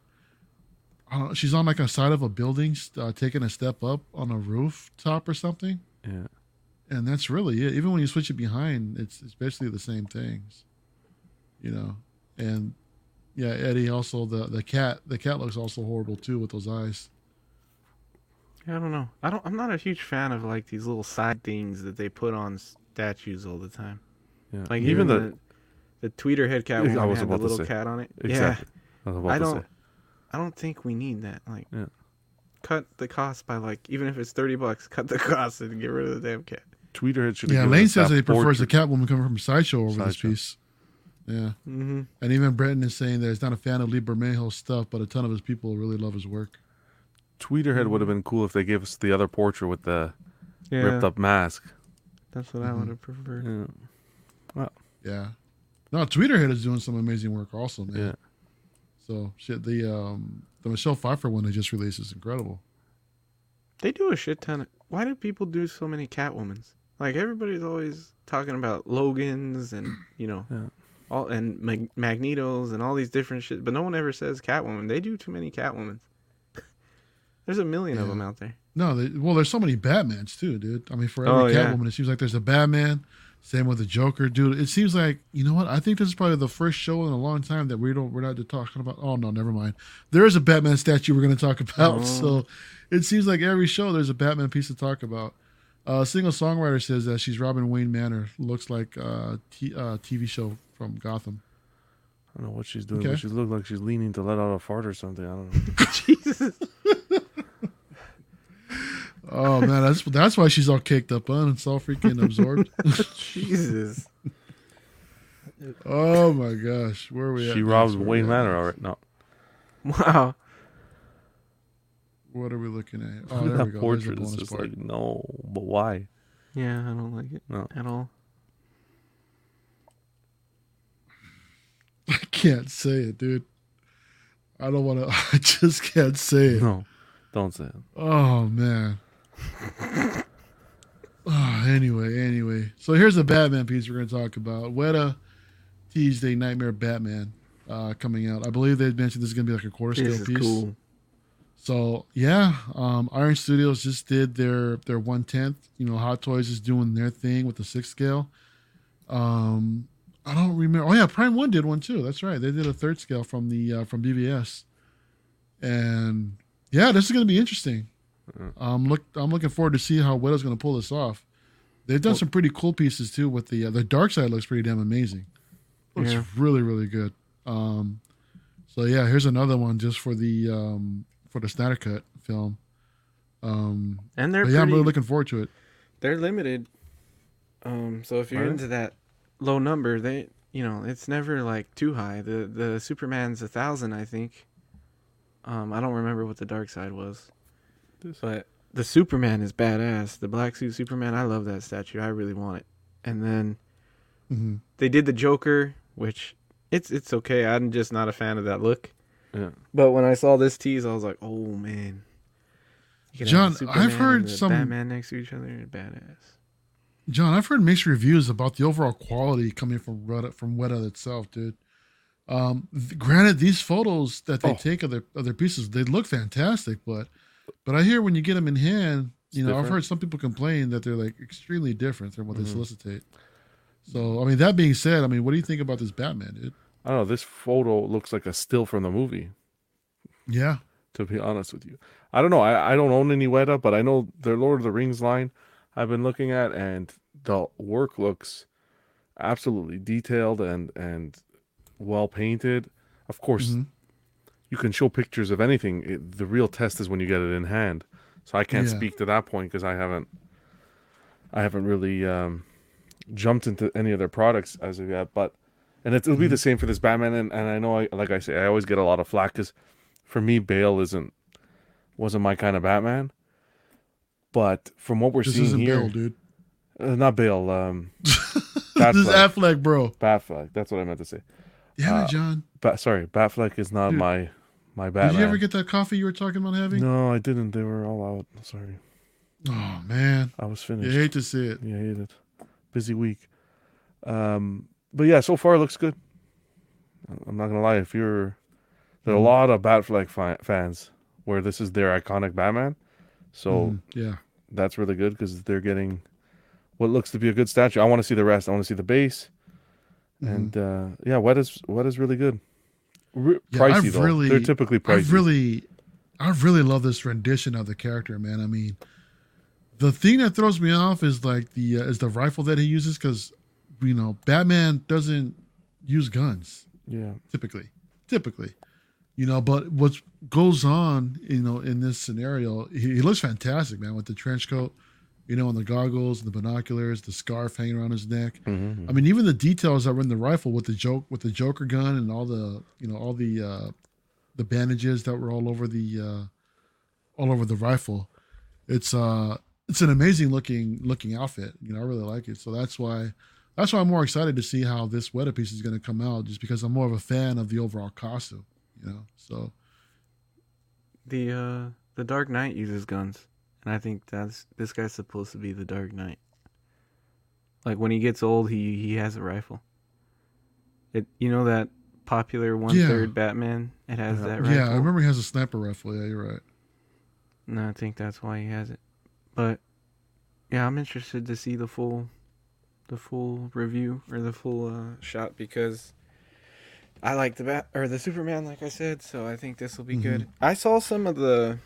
A: I don't know, She's on like a side of a building, st- uh, taking a step up on a rooftop or something.
C: Yeah.
A: and that's really it. Even when you switch it behind, it's it's basically the same things, you know. And yeah, Eddie also the the cat the cat looks also horrible too with those eyes.
B: Yeah, I don't know. I don't. I'm not a huge fan of like these little side things that they put on statues all the time.
C: Yeah.
B: Like
C: even the,
B: the, tweeter head cat.
C: Yeah,
B: Woman
C: I was
B: had
C: about
B: the
C: to
B: little
C: say.
B: cat on it.
C: exactly. I, was about
B: I
C: to
B: don't-
C: say.
B: Yeah, I don't think we need that. Like,
C: Yeah.
B: cut the cost by like even if it's thirty bucks, cut the cost and get rid of the damn cat.
C: Tweeter had should.
A: yeah, Lane says that he prefers the Catwoman coming from Sideshow over this
C: Sideshow.
A: piece. Yeah,
B: Mm-hmm.
A: and even Breton is saying that he's not a fan of Lee Bermejo's stuff, but a ton of his people really love his work.
C: Tweeter head would have been cool if they gave us the other portrait with the
B: Yeah,
C: ripped up mask.
B: that's what I
A: Mhm.
B: would have preferred.
C: Yeah.
A: Yeah, no, Tweeterhead is doing some amazing work also, man.
C: Yeah.
A: So shit, the um the Michelle Pfeiffer one they just released is incredible.
B: They do a shit ton. Of, why do people do so many Catwomans? Like everybody's always talking about Logans and you know,
C: Yeah.
B: all and Mag- Magnetos and all these different shit, but no one ever says Catwoman. They do too many Catwomans. There's a million of
A: Yeah.
B: them out there.
A: No, they, well, there's so many Batmans too, dude. I mean, for
B: Oh,
A: every
B: yeah.
A: Catwoman, it seems like there's a Batman. Same with the Joker, dude. It seems like you know what? I think this is probably the first show in a long time that we don't we're not talking about. Oh no, never mind. There is a Batman statue we're going to talk about.
B: Oh.
A: So it seems like every show there's a Batman piece to talk about. Uh, a single songwriter says that she's Robin Wayne Manor. Looks like a t- uh, TV show from Gotham.
C: I don't know what she's doing.
A: Okay.
C: But she looked like she's leaning to let out a fart or something. I don't know.
B: Jesus.
A: Oh man, that's that's why she's all caked up on. It's all freaking absorbed.
B: Jesus.
A: oh my gosh, where are we at?
C: she
A: next?
C: robs
A: Where are we
C: Wayne
A: at
C: Manor.
A: next?
C: All right, no.
B: Wow.
A: What are we looking at? Oh,
C: Look at
A: there we go. There's
C: that
A: the
C: portrait. It's
A: bonus
C: just
A: part.
C: like, no, but why?
B: Yeah, I don't like it
C: No.
B: at all.
A: I can't say it, dude. I don't want to. I just can't say it.
C: No. Don't say it.
A: Oh man. oh, anyway, anyway. So here's the Batman piece we're going to talk about. Weta teased a Nightmare Batman. uh, coming out. I believe they mentioned this is going to be like a quarter
B: This
A: scale
B: is
A: piece.
B: cool.
A: So yeah, um, Iron Studios just did their their one tenth. You know, Hot Toys is doing their thing with the six scale. Um, I don't remember. Oh yeah, Prime One did one too. That's right. They did a third scale from the uh, from BBS, and yeah, this is going to be interesting. Um, look, I'm looking forward to see how Widow's going to pull this off. They've done some pretty cool pieces too. With the uh, the Dark Side looks pretty damn amazing. Looks
B: Oh, Yeah.
A: really really good. Um, so yeah, here's another one just for the um, for the Snyder Cut film. Um,
B: And they're
A: but yeah, I'm
B: pretty-
A: really looking forward to it.
B: they're limited. Um, so if you're
C: Are they?
B: into that low number, they you know it's never like too high. The the Superman's a thousand, I think. Um, I don't remember what the dark side was,
C: This-
B: but the Superman is badass. The black suit Superman, I love that statue. I really want it. And then
A: Mhm.
B: they did the Joker, which it's it's okay. I'm just not a fan of that look.
C: Yeah.
B: But when I saw this tease, I was like, oh man. You could have
A: John,
B: the
A: I've
B: Superman and
A: heard
B: the
A: some-
B: Batman next to each other, badass.
A: John, I've heard mixed reviews about the overall quality coming from Reddit, from Weta itself, dude. Um, th- granted, these photos that they
C: Oh.
A: take of their, of their pieces, they look fantastic, but but I hear when you get them in hand, you know, I've
C: different.
A: heard some people complain that they're like extremely different than what they
C: Mhm.
A: solicitate. So, I mean, that being said, I mean, what do you think about this Batman, dude?
C: I don't know. This photo looks like a still from the movie.
A: Yeah,
C: to be honest with you. I don't know. I, I don't own any Weta, but I know their Lord of the Rings line I've been looking at and the work looks absolutely detailed and and well painted. Of course,
A: Mhm.
C: you can show pictures of anything. It, the real test is when you get it in hand. So I can't
A: Yeah.
C: speak to that point because I haven't I haven't really um, jumped into any of their products as of yet. But and it, it'll
A: Mm-hmm.
C: be the same for this Batman. And, and I know, I, like I say, I always get a lot of flack because for me, Bale isn't wasn't my kind of Batman. But from what we're
A: this
C: seeing
A: isn't
C: here,
A: Bale, dude.
C: Uh, not Bale, um,
A: this is
C: Batfleck,
A: Affleck, bro.
C: Batfleck. That's what I meant to say.
A: Damn
C: Uh,
A: it, John.
C: Bat, sorry, Batfleck is not
A: Dude.
C: my my
A: Hmm. Did
C: Batman.
A: you ever get that coffee you were talking about having?
C: No, I didn't. They were all out. Sorry,
A: Oh man,
C: I was
A: you
C: finished.
A: hate to see it.
C: Yeah, I hate it. Busy week. Um, but yeah, so far it looks good. I'm not gonna lie. If you're, there are a
A: Mhm.
C: lot of Batfleck fi- fans where this is their iconic Batman, so
A: Mhm. yeah,
C: that's really good because they're getting what looks to be a good statue. I want to see the rest. I want to see the base,
A: Mm-hmm.
C: and uh, yeah, wet is wet is really good. Re-
A: Yeah,
C: pricey
A: I've
C: though.
A: really-
C: they're typically pricey.
A: I really, I really love this rendition of the character, man. I mean, the thing that throws me off is like the uh, is the rifle that he uses because you know Batman doesn't use guns
C: yeah,
A: typically, typically, you know. But what goes on, you know, in this scenario, he, he looks fantastic, man, with the trench coat, you know, and the goggles, the binoculars, the scarf hanging around his neck.
C: Mhm.
A: I mean, even the details that were in the rifle with the joke with the Joker gun and all the you know all the uh, the bandages that were all over the uh, all over the rifle. It's uh it's an amazing looking looking outfit. You know, I really like it. So that's why that's why I'm more excited to see how this Weta piece is going to come out, just because I'm more of a fan of the overall costume. You know, so
B: The uh the Dark Knight uses guns, and I think that's this guy's supposed to be the Dark Knight. Like when he gets old, he he has a rifle. It you know that popular one third Batman. It has
C: Yeah.
B: that rifle.
A: yeah, I remember he has a sniper rifle. Yeah, you're right.
B: No, I think that's why he has it. But yeah, I'm interested to see the full the full review or the full uh, shot because I like the bat or the Superman like I said, so I think this will be good. I saw some of the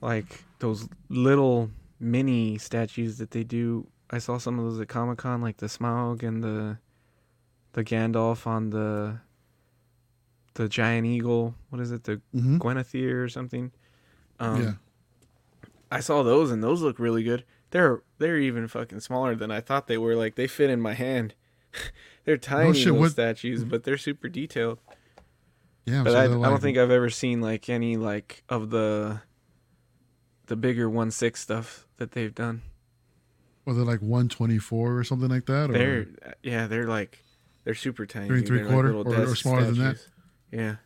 B: like those little mini statues that they do. I saw some of those at Comic-Con like the Smaug and the the Gandalf on the the giant eagle. What is it? The
A: hmm
B: Guinevere or something. Um,
A: yeah,
B: I saw those and those look really good. They're they're even fucking smaller than I thought they were. Like they fit in my hand. they're tiny
A: Oh, shit,
B: little
A: what-
B: statues, but they're super detailed.
A: yeah.
B: But
A: so
B: I, I
A: they're
B: don't
A: like-
B: think I've ever seen like any like of the the bigger one six stuff that they've done.
A: were they like 124 or something like that? Or
B: They're yeah, they're like they're super tiny.
A: Three and
B: They're, like,
A: three-quarter
B: little
A: or- or
B: desk
A: smaller than that?
B: statues. Yeah.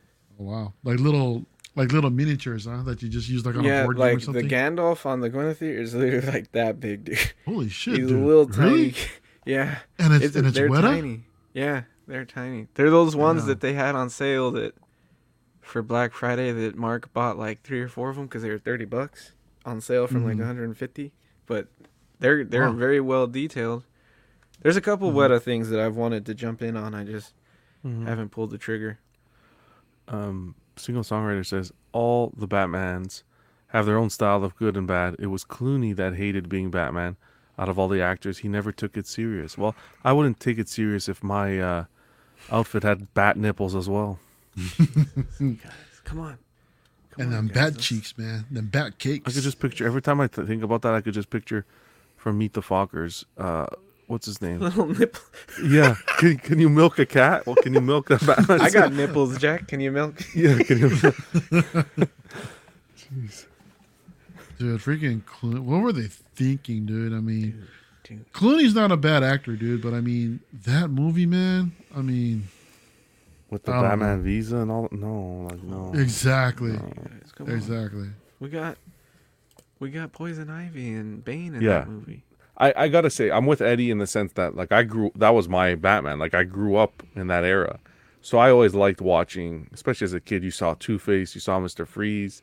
A: Oh, wow, like little like little miniatures, huh? That you just use like on a
B: Yeah,
A: board game or
B: like the
A: something.
B: Gandalf on the Guinevere is literally like that big, dude.
A: Holy shit,
B: He's a
A: dude.
B: little tiny.
A: really?
B: Yeah.
A: And it's,
B: It's,
A: and it's
B: they're
A: Weta.
B: tiny. Yeah, They're tiny. They're those ones
A: know.
B: that they had on sale that for Black Friday that Mark bought like three or four of them because they were thirty bucks on sale from like
A: Mhm.
B: 150. But they're they're
A: Wow. Mm-hmm.
B: very well detailed. There's a couple Weta things that I've wanted to jump in on. I just haven't pulled the trigger.
C: um, single songwriter says all the Batmans have their own style of good and bad. It was Clooney that hated being Batman. Out of all the actors, he never took it serious. Well, I wouldn't take it serious if my uh, outfit had bat nipples as well.
B: Come on. Come
A: and
B: on,
A: them
B: guys.
A: bat cheeks, man. Them bat cakes.
C: I could just picture every time I th- think about that, I could just picture from Meet the Fockers. Uh, what's his name?
B: Little nipple.
C: yeah, can, can you milk a cat? Well, can you milk a Batman?
B: I got nipples, Jack. Can you milk?
C: yeah. Can you? Jeez.
A: dude, freaking Clo- what were they thinking, dude? I mean,
B: dude.
A: Clooney's not a bad actor, dude, but I mean, that movie, man. I mean,
C: With the
A: I don't
C: Batman visa and all? No, like no.
A: exactly,
B: Guys, come on.
A: exactly.
B: We got we got Poison Ivy and Bane in
C: Yeah.
B: that movie.
C: I, I gotta say, I'm with Eddie in the sense that like I grew that was my Batman. Like I grew up in that era. So I always liked watching, especially as a kid, you saw Two Face, you saw Mr. Freeze,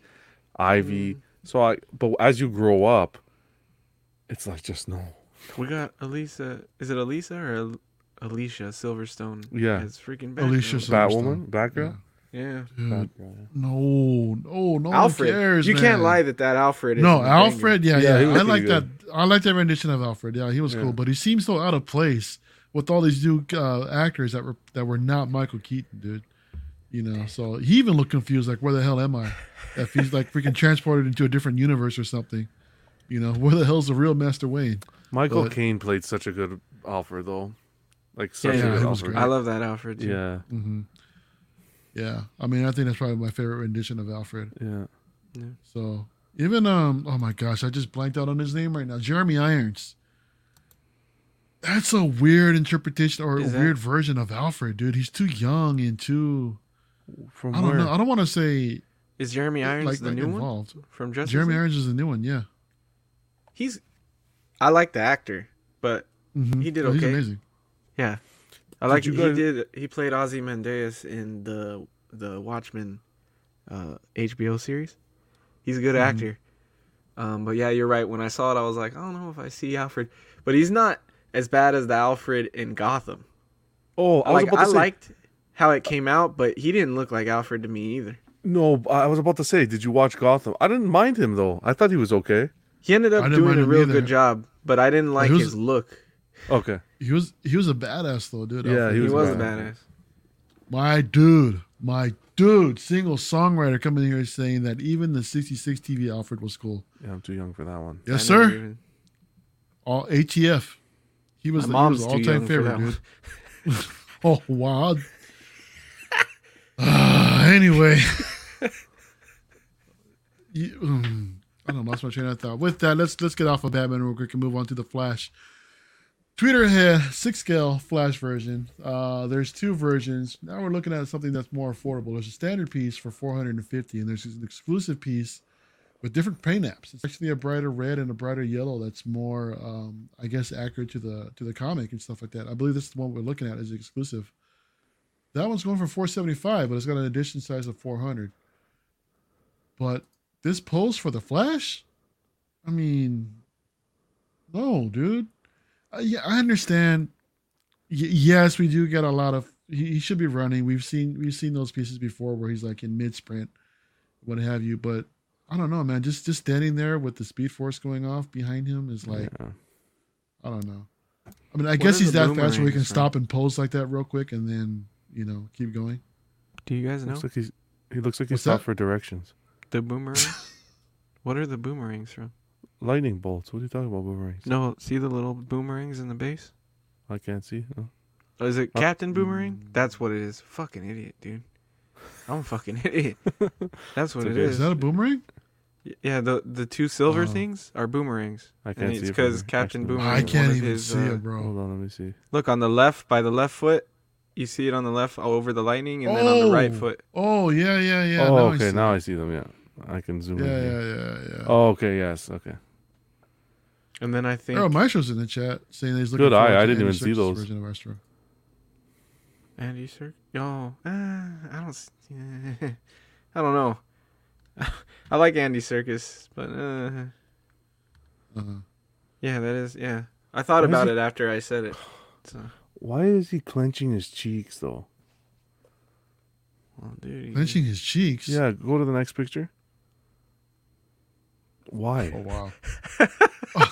C: Ivy. So I but as you grow up, it's like just no.
B: We got Elisa. Is it Elisa or Al- Alicia Silverstone?
C: Yeah.
B: it's freaking bad.
A: Alicia
B: girl.
A: Silverstone.
C: Batwoman? Batgirl?
B: Yeah,
A: Dude,
C: Batgirl,
A: no, no, no. one
B: Alfred.
A: cares,
B: you can't
A: man.
B: lie that that Alfred. Is
A: No, Alfred. Yeah,
C: Yeah,
A: yeah.
C: he was
A: I like
C: pretty
A: that.
C: good.
A: I like that rendition of Alfred. Yeah, he was
C: Yeah.
A: cool, but he seemed so out of place with all these new uh, actors that were that were not Michael Keaton, dude. You know, so he even looked confused, like, "Where the hell am I?" If he's like freaking transported into a different universe or something, you know, where the hell's the real Master Wayne?
C: Michael
A: But-
C: Caine played such a good Alfred though. Like such
B: Yeah,
C: a good
A: he was
C: Alfred.
A: great.
B: I love that Alfred. too.
C: yeah,
A: hmm Yeah, I mean, I think that's probably my favorite rendition of Alfred.
C: yeah.
A: So even um oh my gosh, I just blanked out on his name right now. Jeremy Irons. That's a weird interpretation or a
B: Is that-
A: weird version of Alfred, dude. He's too young and too
C: From
A: I don't
C: where?
A: know. I don't want to say
B: Is Jeremy Irons
A: like,
B: the
A: like
B: new one
A: involved.
B: from Justice?
A: Jeremy
B: League?
A: Irons is the new one, yeah.
B: He's. I like the actor, but
A: Mhm.
B: He did
A: He's
B: okay.
A: amazing.
B: yeah, I like
C: you
B: he
C: guys-
B: did. He played Ozzy Mendeus in the the Watchmen uh, HBO series. He's a good
A: Hmm.
B: actor. Um, but yeah, you're right. When I saw it, I was like, I don't know if I see Alfred, but he's not as bad as the Alfred in Gotham.
C: Oh, I was
B: like
C: about
B: I
C: to say.
B: liked how it came out, but he didn't look like Alfred to me either.
C: No, I was about to say. Did you watch Gotham? I didn't mind him though. I thought he was okay.
B: He ended
A: I
B: up
A: didn't
B: doing
A: mind
B: a
A: him
B: real
A: either.
B: good job, but I didn't like
A: he was-
B: his look.
C: Okay.
A: He was he was a badass though, dude.
C: Yeah,
A: Alfred.
B: He
C: was
B: was,
C: a
B: a
C: badass.
B: badass.
A: My dude, my dude, single songwriter coming here saying that even the 66 TV Alfred was cool.
C: Yeah, I'm too young for that one.
A: Yes,
B: I never
A: sir.
B: even-
A: All ATF. He was the,
B: My
A: he
B: mom's
A: was
B: too
A: the
B: young
A: all-time
B: for
A: favorite,
B: that
A: dude.
B: one.
A: Oh wow. Ah, anyway, You- mm, I don't know, lost my train of thought. With that, let's let's get off of Batman real quick and move on to the Flash. Twitter had six scale Flash version. Uh, there's two versions. Now we're looking at something that's more affordable. There's a standard piece for 450, and there's an exclusive piece with different paint apps. It's actually a brighter red and a brighter yellow that's more, um, I guess, accurate to the to the comic and stuff like that. I believe this is the one we're looking at as exclusive. That one's going for 475, but it's got an edition size of 400. But this pose for the Flash, I mean, no, dude. I, yeah, I understand. Y- yes, we do get a lot of. He, he should be running. We've seen we've seen those pieces before where he's like in mid sprint, what have you. But I don't know, man. Just just standing there with the Speed Force going off behind him is like,
C: Yeah.
A: I don't know. I mean, I
B: What
A: guess
B: are
A: he's
B: the
A: that fast where he can
B: boomerangs from?
A: stop and pose like that real quick and then you know keep going.
B: Do you guys know
C: Looks like he's, he looks like he's
A: What's
C: stopped
A: that?
C: for directions.
B: the boomerangs? what are the boomerangs from?
C: Lightning bolts. What are you talking about, boomerangs?
B: No, see the little boomerangs in the base?
C: I can't see. No.
B: Oh, is it
C: Uh,
B: Captain Boomerang? That's what it is. Fucking idiot, dude. I'm a fucking idiot. That's what
C: It's okay.
B: it is.
A: Is that a boomerang?
B: Y- Yeah, the the two silver
A: Oh.
B: things are boomerangs.
C: I can't
B: And
C: see.
B: it's
C: it from
B: because
C: here.
B: Captain
C: Actually,
B: Boomerang.
A: I
B: One
A: can't
B: of
A: even
B: his,
A: see
B: uh,
A: it, bro.
C: Hold on, let me see.
B: Look on the left by the left foot, you see it on the left over the lightning, and then on the right
A: Oh.
B: foot.
A: Oh yeah, yeah, yeah.
C: oh,
A: now I
C: okay.
A: see.
C: now I see them. Yeah, I can zoom
A: Yeah,
C: in. here.
A: yeah, yeah, yeah.
C: Oh, okay. Yes. Okay.
B: And then I think
A: Errol Maestro's in the chat saying that he's looking.
C: Good eye.
A: forward
C: I
A: to
C: didn't
A: Andy
C: even see
A: Serkis'
C: those.
A: Version of Maestro.
B: Andy Serk. Yo, uh, I don't. s- I don't know. I like Andy Circus, but uh, Mm-hmm.
A: Uh,
B: yeah, that is yeah. I thought
C: Why is
B: about
C: he-
B: it after I said it. So,
C: Why is he clenching his cheeks though?
B: well, dude, he-
A: clenching his cheeks.
C: Yeah, go to the next picture. Why?
A: Oh wow.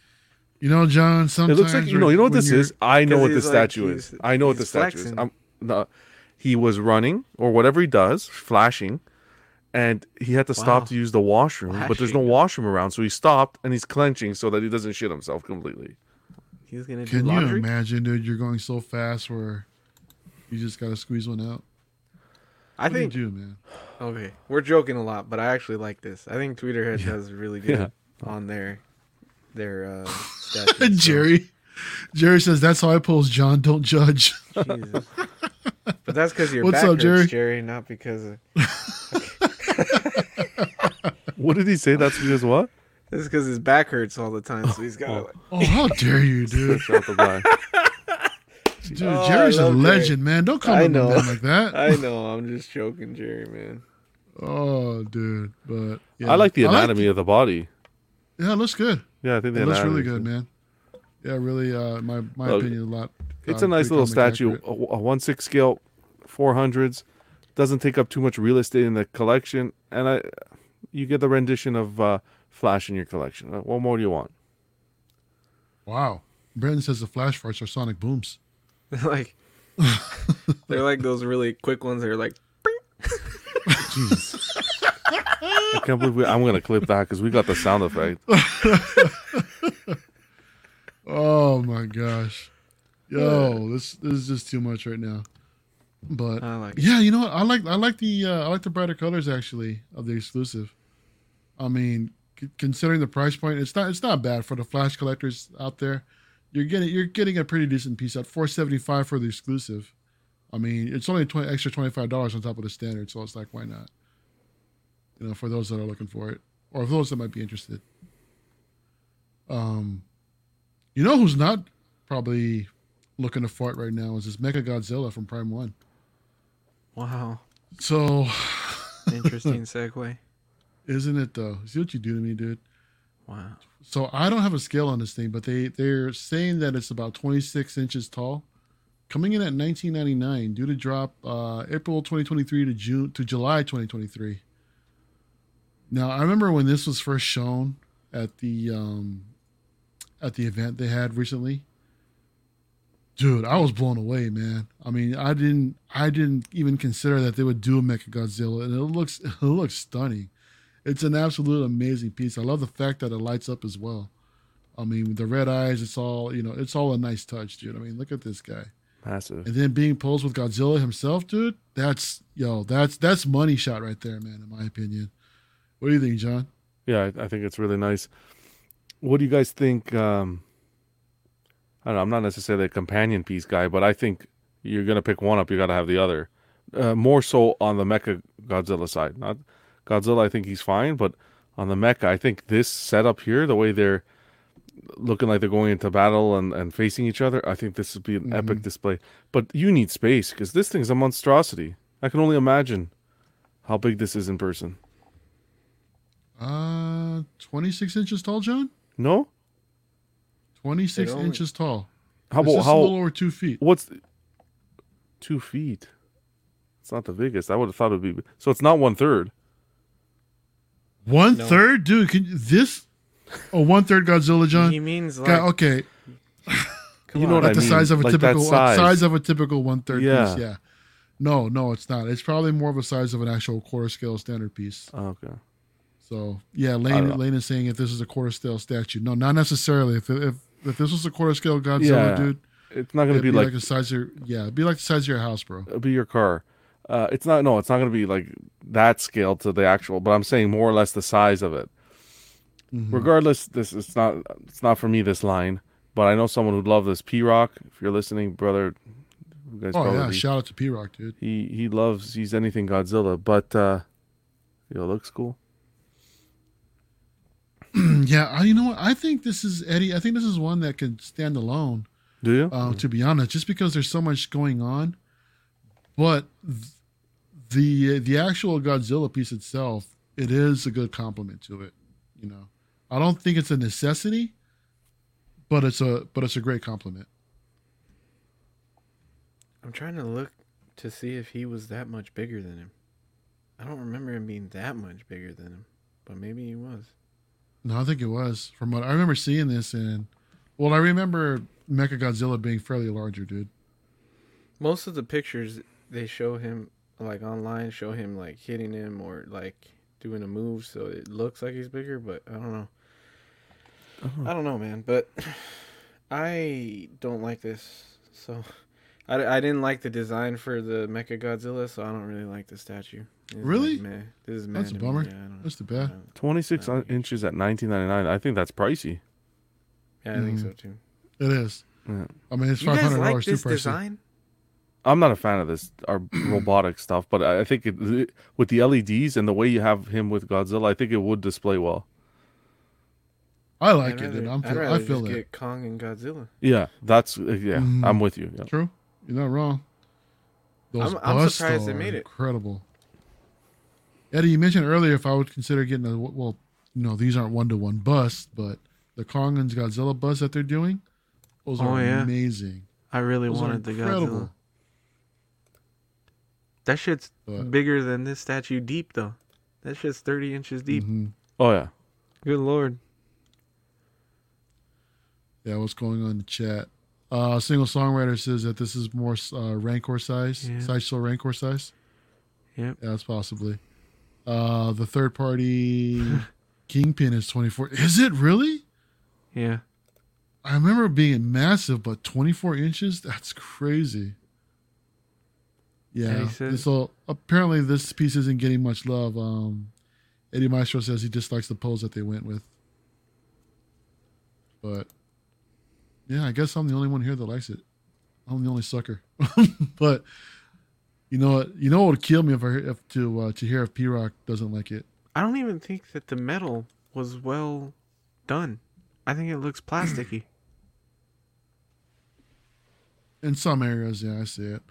A: you know, John.
C: It
A: Sometimes
C: looks like you
A: when-
C: know. You know what
A: when
C: this
A: you're-
C: is. I know
B: 'Cause
C: what the
B: he's like-
C: statue is.
B: he's-
C: I know what the
B: he's
C: statue is.
B: flexing.
C: I'm, no, he was running or whatever he does, flashing, and he had to stop
B: Wow.
C: to use the washroom. But there's no
B: Flashing.
C: washroom around, so he stopped and he's clenching so that he doesn't shit himself completely.
B: he's gonna do
A: Can you
B: laundry.
A: imagine, dude? You're going so fast where you just gotta squeeze one out.
B: I
A: What do you
B: think
A: do, man.
B: okay, we're joking a lot, but I actually like this. I think Tweeterhead
C: Yeah.
B: does really good
C: Yeah.
B: on their their uh, statues, so-
A: Jerry. Jerry says that's how I pose. John, don't judge.
B: Jesus. But that's because your
A: What's
B: back
A: up,
B: hurts,
A: Jerry?
B: Jerry? not because of,
C: What did he say? That's because what?
B: this because his back hurts all the time, so he's got to
C: Oh.
B: like,
A: Oh, how dare you, dude?
C: Shout the guy.
A: Dude,
B: Oh, I
A: Jerry's a
B: love Jerry.
A: legend, man. Don't call
B: I
A: him
B: know.
A: like that.
B: I know, I'm just joking, Jerry, man.
A: Oh, dude. But yeah.
C: I like the anatomy of the body.
A: yeah, it looks good.
C: Yeah, I think the
A: It looks
C: anatomy
A: really
C: is
A: good, man. Yeah, really. Uh, my my
C: Look,
A: opinion a lot.
C: It's
A: uh,
C: a nice
A: pretty
C: little
A: comic
C: statue,
A: accurate.
C: a, a one six scale, four hundreds. Doesn't take up too much real estate in the collection, and I, you get the rendition of uh, Flash in your collection. Uh, What more do you want?
A: Wow. Brandon says the flash farts are sonic booms.
B: like they're like those really quick ones that are like
C: Jeez. I can't believe we, I'm gonna clip that because we got the sound effect.
A: Oh my gosh. Yo, this this is just too much right now. But
B: I uh, like it.
A: yeah, you know what? I like I like the uh, I like the brighter colors actually of the exclusive. I mean, c- considering the price point, it's not it's not bad for the flash collectors out there. You're getting you're getting a pretty decent piece at 475 for the exclusive. I mean, it's only 20, extra $25 on top of the standard, so it's like why not? You know, for those that are looking for it or for those that might be interested. Um you know who's not probably looking to fart right now is this Mecha Godzilla from Prime 1.
B: Wow.
A: So,
B: Interesting segue.
A: isn't it though? See what you do to me, dude.
B: Wow.
A: So I don't have a scale on this thing, but they they're saying that it's about 26 inches tall, coming in at 19.99, due to drop uh, April 2023 to June to July 2023. Now I remember when this was first shown at the um, at the event they had recently. Dude, I was blown away, man. I mean, I didn't I didn't even consider that they would do a Mechagodzilla, and it looks it looks stunning. It's an absolute amazing piece. I love the fact that it lights up as well. I mean, the red eyes, it's all, you know, it's all a nice touch, dude. I mean, look at this guy.
C: Massive.
A: And then being posed with Godzilla himself, dude, that's yo, that's that's money shot right there, man, in my opinion. What do you think, John?
C: Yeah, I, I think it's really nice. What do you guys think? Um, I don't know. I'm not necessarily a companion piece guy, but I think you're gonna pick one up. You gotta have the other. Uh, more so on the Mecha Godzilla side. Not Godzilla. I think he's fine, but on the Mecha, I think this setup here, the way they're looking like they're going into battle and, and facing each other, I think this would be an
A: Mm-hmm.
C: epic display. But you need space because this thing's a monstrosity. I can only imagine how big this is in person.
A: Uh 26 inches tall, John?
C: No,
A: 26
B: It only-
A: inches tall.
C: how
A: It's
C: about
A: just a
C: how
A: little over two feet.
C: What's two feet? It's not the biggest. I would have thought it'd be. So it's not one third.
A: One third,
B: No.
A: dude. Can you- this oh one third Godzilla, John?
B: He means like
A: Guy, okay,
B: come
C: you know
B: on.
C: what I
A: the
C: mean,
A: size of a
C: like that
A: typical size.
C: size.
A: of a typical one third
C: Yeah.
A: piece. Yeah. No, no, it's not. It's probably more of a size of an actual quarter scale standard piece.
C: Oh, okay.
A: So yeah,
C: I
A: Lane
C: don't know.
A: Lane is saying if this is a quarter scale statue. No, not necessarily. If if if this was a quarter scale Godzilla,
C: Yeah,
A: dude,
C: It's not gonna
A: it'd
C: be, like,
A: the size of your, yeah, it'd be like the size of your house, bro.
C: it'll be your car. Uh, it's not. No, it's not gonna be like that scale to the actual. But I'm saying more or less the size of it.
A: Mhm.
C: Regardless, this it's not. It's not for me. This line. But I know someone who'd love this. P Rock, if you're listening, brother. You guys
A: Oh
C: probably
A: yeah, shout out to P Rock, dude.
C: he he loves he's anything Godzilla. But uh, you know, looks cool.
A: yeah, I, you know what? I think this is Eddie. I think this is one that could stand alone.
C: Do you?
A: uh,
B: Mm.
A: to be honest, just because there's so much going on. But th- the the actual Godzilla piece itself, it is a good complement to it. You know, I don't think it's a necessity, but it's a but it's a great compliment.
B: I'm trying to look to see if he was that much bigger than him. I don't remember him being that much bigger than him, but maybe he was.
A: No, I think it was from what I remember seeing this and well, I remember Mecha Godzilla being fairly larger, dude.
B: Most of the pictures they show him like online show him like hitting him or like doing a move so it looks like he's bigger, but I don't know.
C: Oh.
B: I don't know, man, but I don't like this. So I, I didn't like the design for the Mecha Godzilla, so I don't really like the statue. It's like,
A: Really?
B: meh. This is meh
A: That's a
B: to me.
A: bummer.
B: Yeah, I don't know.
A: That's too bad.
B: Uh,
C: 26
B: Okay.
C: inches at 19.99. I think that's pricey.
B: Yeah, I think
A: Mhm.
B: so too.
A: It is.
C: Yeah.
A: I mean, it's
B: You
A: five
B: guys
A: hundred
B: like
A: dollars too
B: this
A: pricey.
B: design?
C: I'm not a fan of this our robotic stuff, but I I think it, with the LEDs and the way you have him with Godzilla, I think it would display well.
A: I like
B: I'd
A: it, and
B: rather-
A: I'm
B: I'd
A: feel, I
B: rather
A: feel
B: just
A: it.
B: get Kong and Godzilla.
C: Yeah, that's uh, yeah.
A: Mhm.
C: I'm with you. Yeah.
A: True, you're not wrong. Those
B: I'm- I'm
A: busts,
B: surprised
A: though,
B: they
A: are
B: made it.
A: Incredible. Eddie, you mentioned earlier if I would consider getting a well, no, these aren't one to one busts, but the Kong and Godzilla busts that they're doing, those
B: Oh,
A: are
B: yeah.
A: amazing.
B: I really
A: Those are
B: wanted the Godzilla.
A: incredible.
B: That shit's
A: But-
B: bigger than this statue deep though. That shit's thirty inches deep.
A: Mhm.
C: Oh yeah.
B: Good lord.
A: Yeah, what's going on in the chat? Uh, single songwriter says that this is more uh, Rancor size,
B: Yeah.
A: sideshow Rancor size.
B: Yep.
A: Yeah, that's possibly. Uh, the third party Kingpin is 24. Is it really?
B: Yeah.
A: I remember it being massive, but 24 inches? That's crazy.
B: Yeah,
A: Yeah.
B: he said-
A: so apparently this piece isn't getting much love. Um, Eddie Maestro says he dislikes the pose that they went with. But yeah, I guess I'm the only one here that likes it. I'm the only sucker. but you know what? You know what would kill me if I hear- if to uh, to hear if P Rock doesn't like it.
B: I don't even think that the metal was well done. I think it looks plasticky.
A: In some areas, yeah, I see it.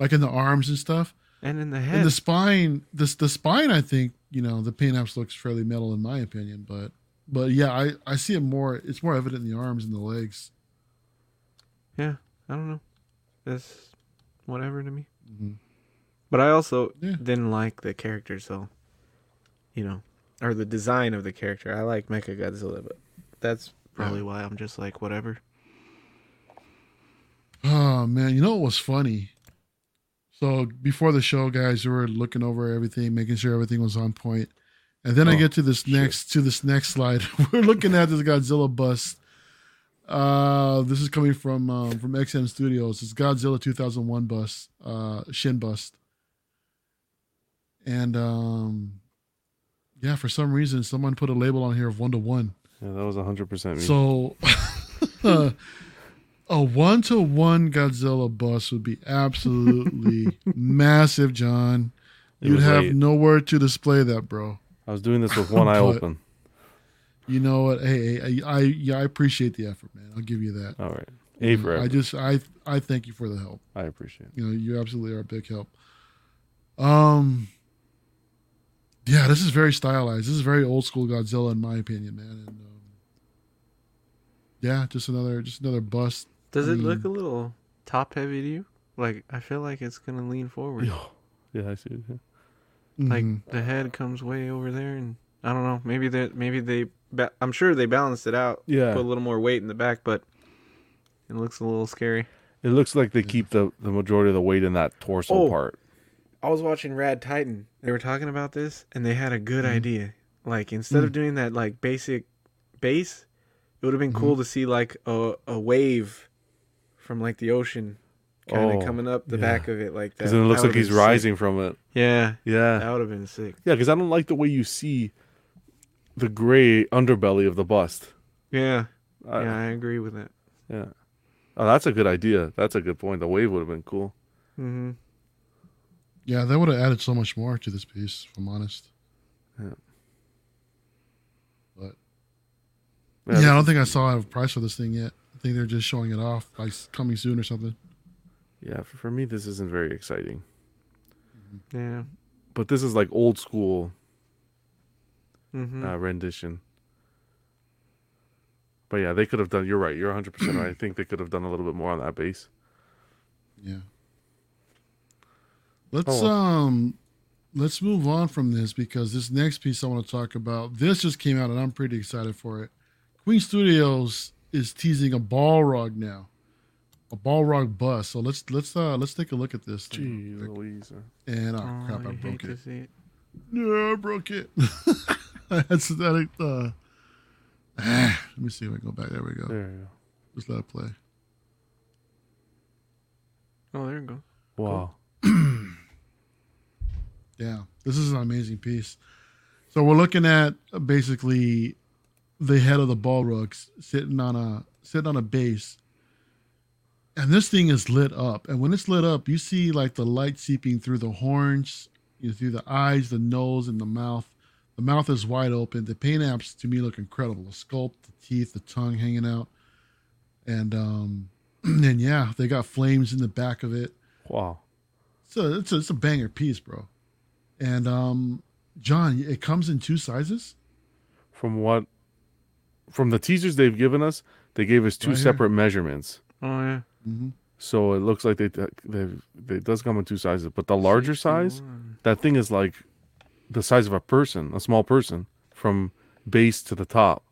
A: Like in the arms and stuff.
B: and in the
A: And
B: head
A: the spine, this the spine, I think you know the pain-ups looks fairly metal in my opinion, but but yeah, I I see it more. It's more evident in the arms and the legs.
B: Yeah. I don't know. That's whatever to me.
C: Mm-hmm.
A: Mhm.
B: But I also
A: Yeah.
B: didn't like the character, so you know, or the design of the character. I like Mecha Godzilla, but that's probably why I'm just like whatever.
A: Oh man, you know what was funny? So before the show, guys, we were looking over everything, making sure everything was on point, and then I
C: Oh,
A: get to this next to this next slide. we're looking at this Godzilla bust. Uh, this is coming from um, from XM Studios. It's Godzilla 2001 bust, uh, shin bust, and um, yeah, for some reason, someone put a label on here of one to one.
C: Yeah, that was 100% me.
A: So, uh, a one to one Godzilla bus would be absolutely massive, John.
C: It
A: You'd
C: was
A: have
C: late.
A: nowhere to display that, bro.
C: I was doing this with one eye
A: But-
C: open.
A: You know what? Hey, hey, I, I, yeah, I appreciate the effort, man. I'll give you that.
C: All right. A for
A: I
C: effort.
A: just, I, I thank you for the help.
C: I appreciate it.
A: You know, you absolutely are a big help. Um, yeah, this is very stylized. This is very old school Godzilla, in my opinion, man. And um, yeah, just another, just another bust
B: Does
A: I
B: it
C: Mm.
B: look a
A: mean-
B: little top heavy to you? Like I feel like it's gonna lean forward.
C: Yeah, Mm-hmm. I see it. yeah.
B: Like
A: Mhm.
B: the head comes way over there, and I don't know. Maybe that maybe they. Ba- I'm sure they balanced it out.
C: Yeah.
B: Put a little more weight in the back, but it looks a little scary.
C: It looks like they keep the, the majority of the weight in that torso
B: Oh.
C: part.
B: I was watching Rad Titan. They were talking about this, and they had a good
C: Mm-hmm.
B: idea. Like instead
C: Mm.
B: of doing that like basic base, it would have been
C: Mm-hmm.
B: cool to see like a a wave from like the ocean, kind of
C: Oh,
B: coming up the
C: yeah.
B: back of it like that.
C: Because then it looks
B: That
C: like
B: would've
C: he's
B: been sick.
C: rising from it.
B: Yeah,
C: Yeah.
B: that would have been sick.
C: Yeah, because I don't like the way you see the gray underbelly of the bust.
B: Yeah,
C: I,
B: yeah,
C: yeah.
B: I agree with that.
C: Oh, that's a good idea. That's a good point. The wave would have been cool.
B: Mm-hmm.
A: Yeah, that would have added so much more to this piece, if I'm honest.
C: Yeah,
A: Yeah, I don't think I saw a price for this thing yet. I think they're just showing it off by s- coming soon or something.
C: Yeah, for, for me this isn't very exciting.
B: Yeah.
C: But this is like old school
B: Mm-hmm.
A: Hmm.
C: uh, rendition. But yeah, they could have done. You're right. You're 100 percent right. I think they could have done a little bit more on that bass.
A: Yeah. Let's
C: Oh, well.
A: um let's move on from this because this next piece I want to talk about. This just came out and I'm pretty excited for it. Queen Studios is teasing a Balrog now. A Balrog bus. So let's let's uh let's take a look at this thing.
C: Gee, Louise.
A: And oh,
B: oh,
A: crap, I
B: I hate
A: broke
B: to
A: it.
B: see it.
A: No, I broke it. That's that uh ah, let me see if I can go back. There we go.
C: There you
A: Just let it play.
B: Oh, there you go.
C: go. Wow.
A: Yeah, this is an amazing piece. So we're looking at uh, basically the head of the Balrog s- sitting on a sitting on a base, and this thing is lit up. And when it's lit up, you see like the light seeping through the horns, you know, through the eyes, the nose, and the mouth. The mouth is wide open. The paint apps to me look incredible. The sculpt, the teeth, the tongue hanging out, and um, and yeah, they got flames in the back of it.
C: Wow.
A: So it's a, it's a banger piece, bro. And um, John, it comes in two sizes.
C: From what? From the teasers they've given us, they gave us two
A: Right here.
C: separate measurements.
B: Oh yeah.
A: Mm-hmm.
C: So it looks like they they it does come in two sizes, but the larger size,
B: 61.
C: that thing is like the size of a person, a small person, from base to the top.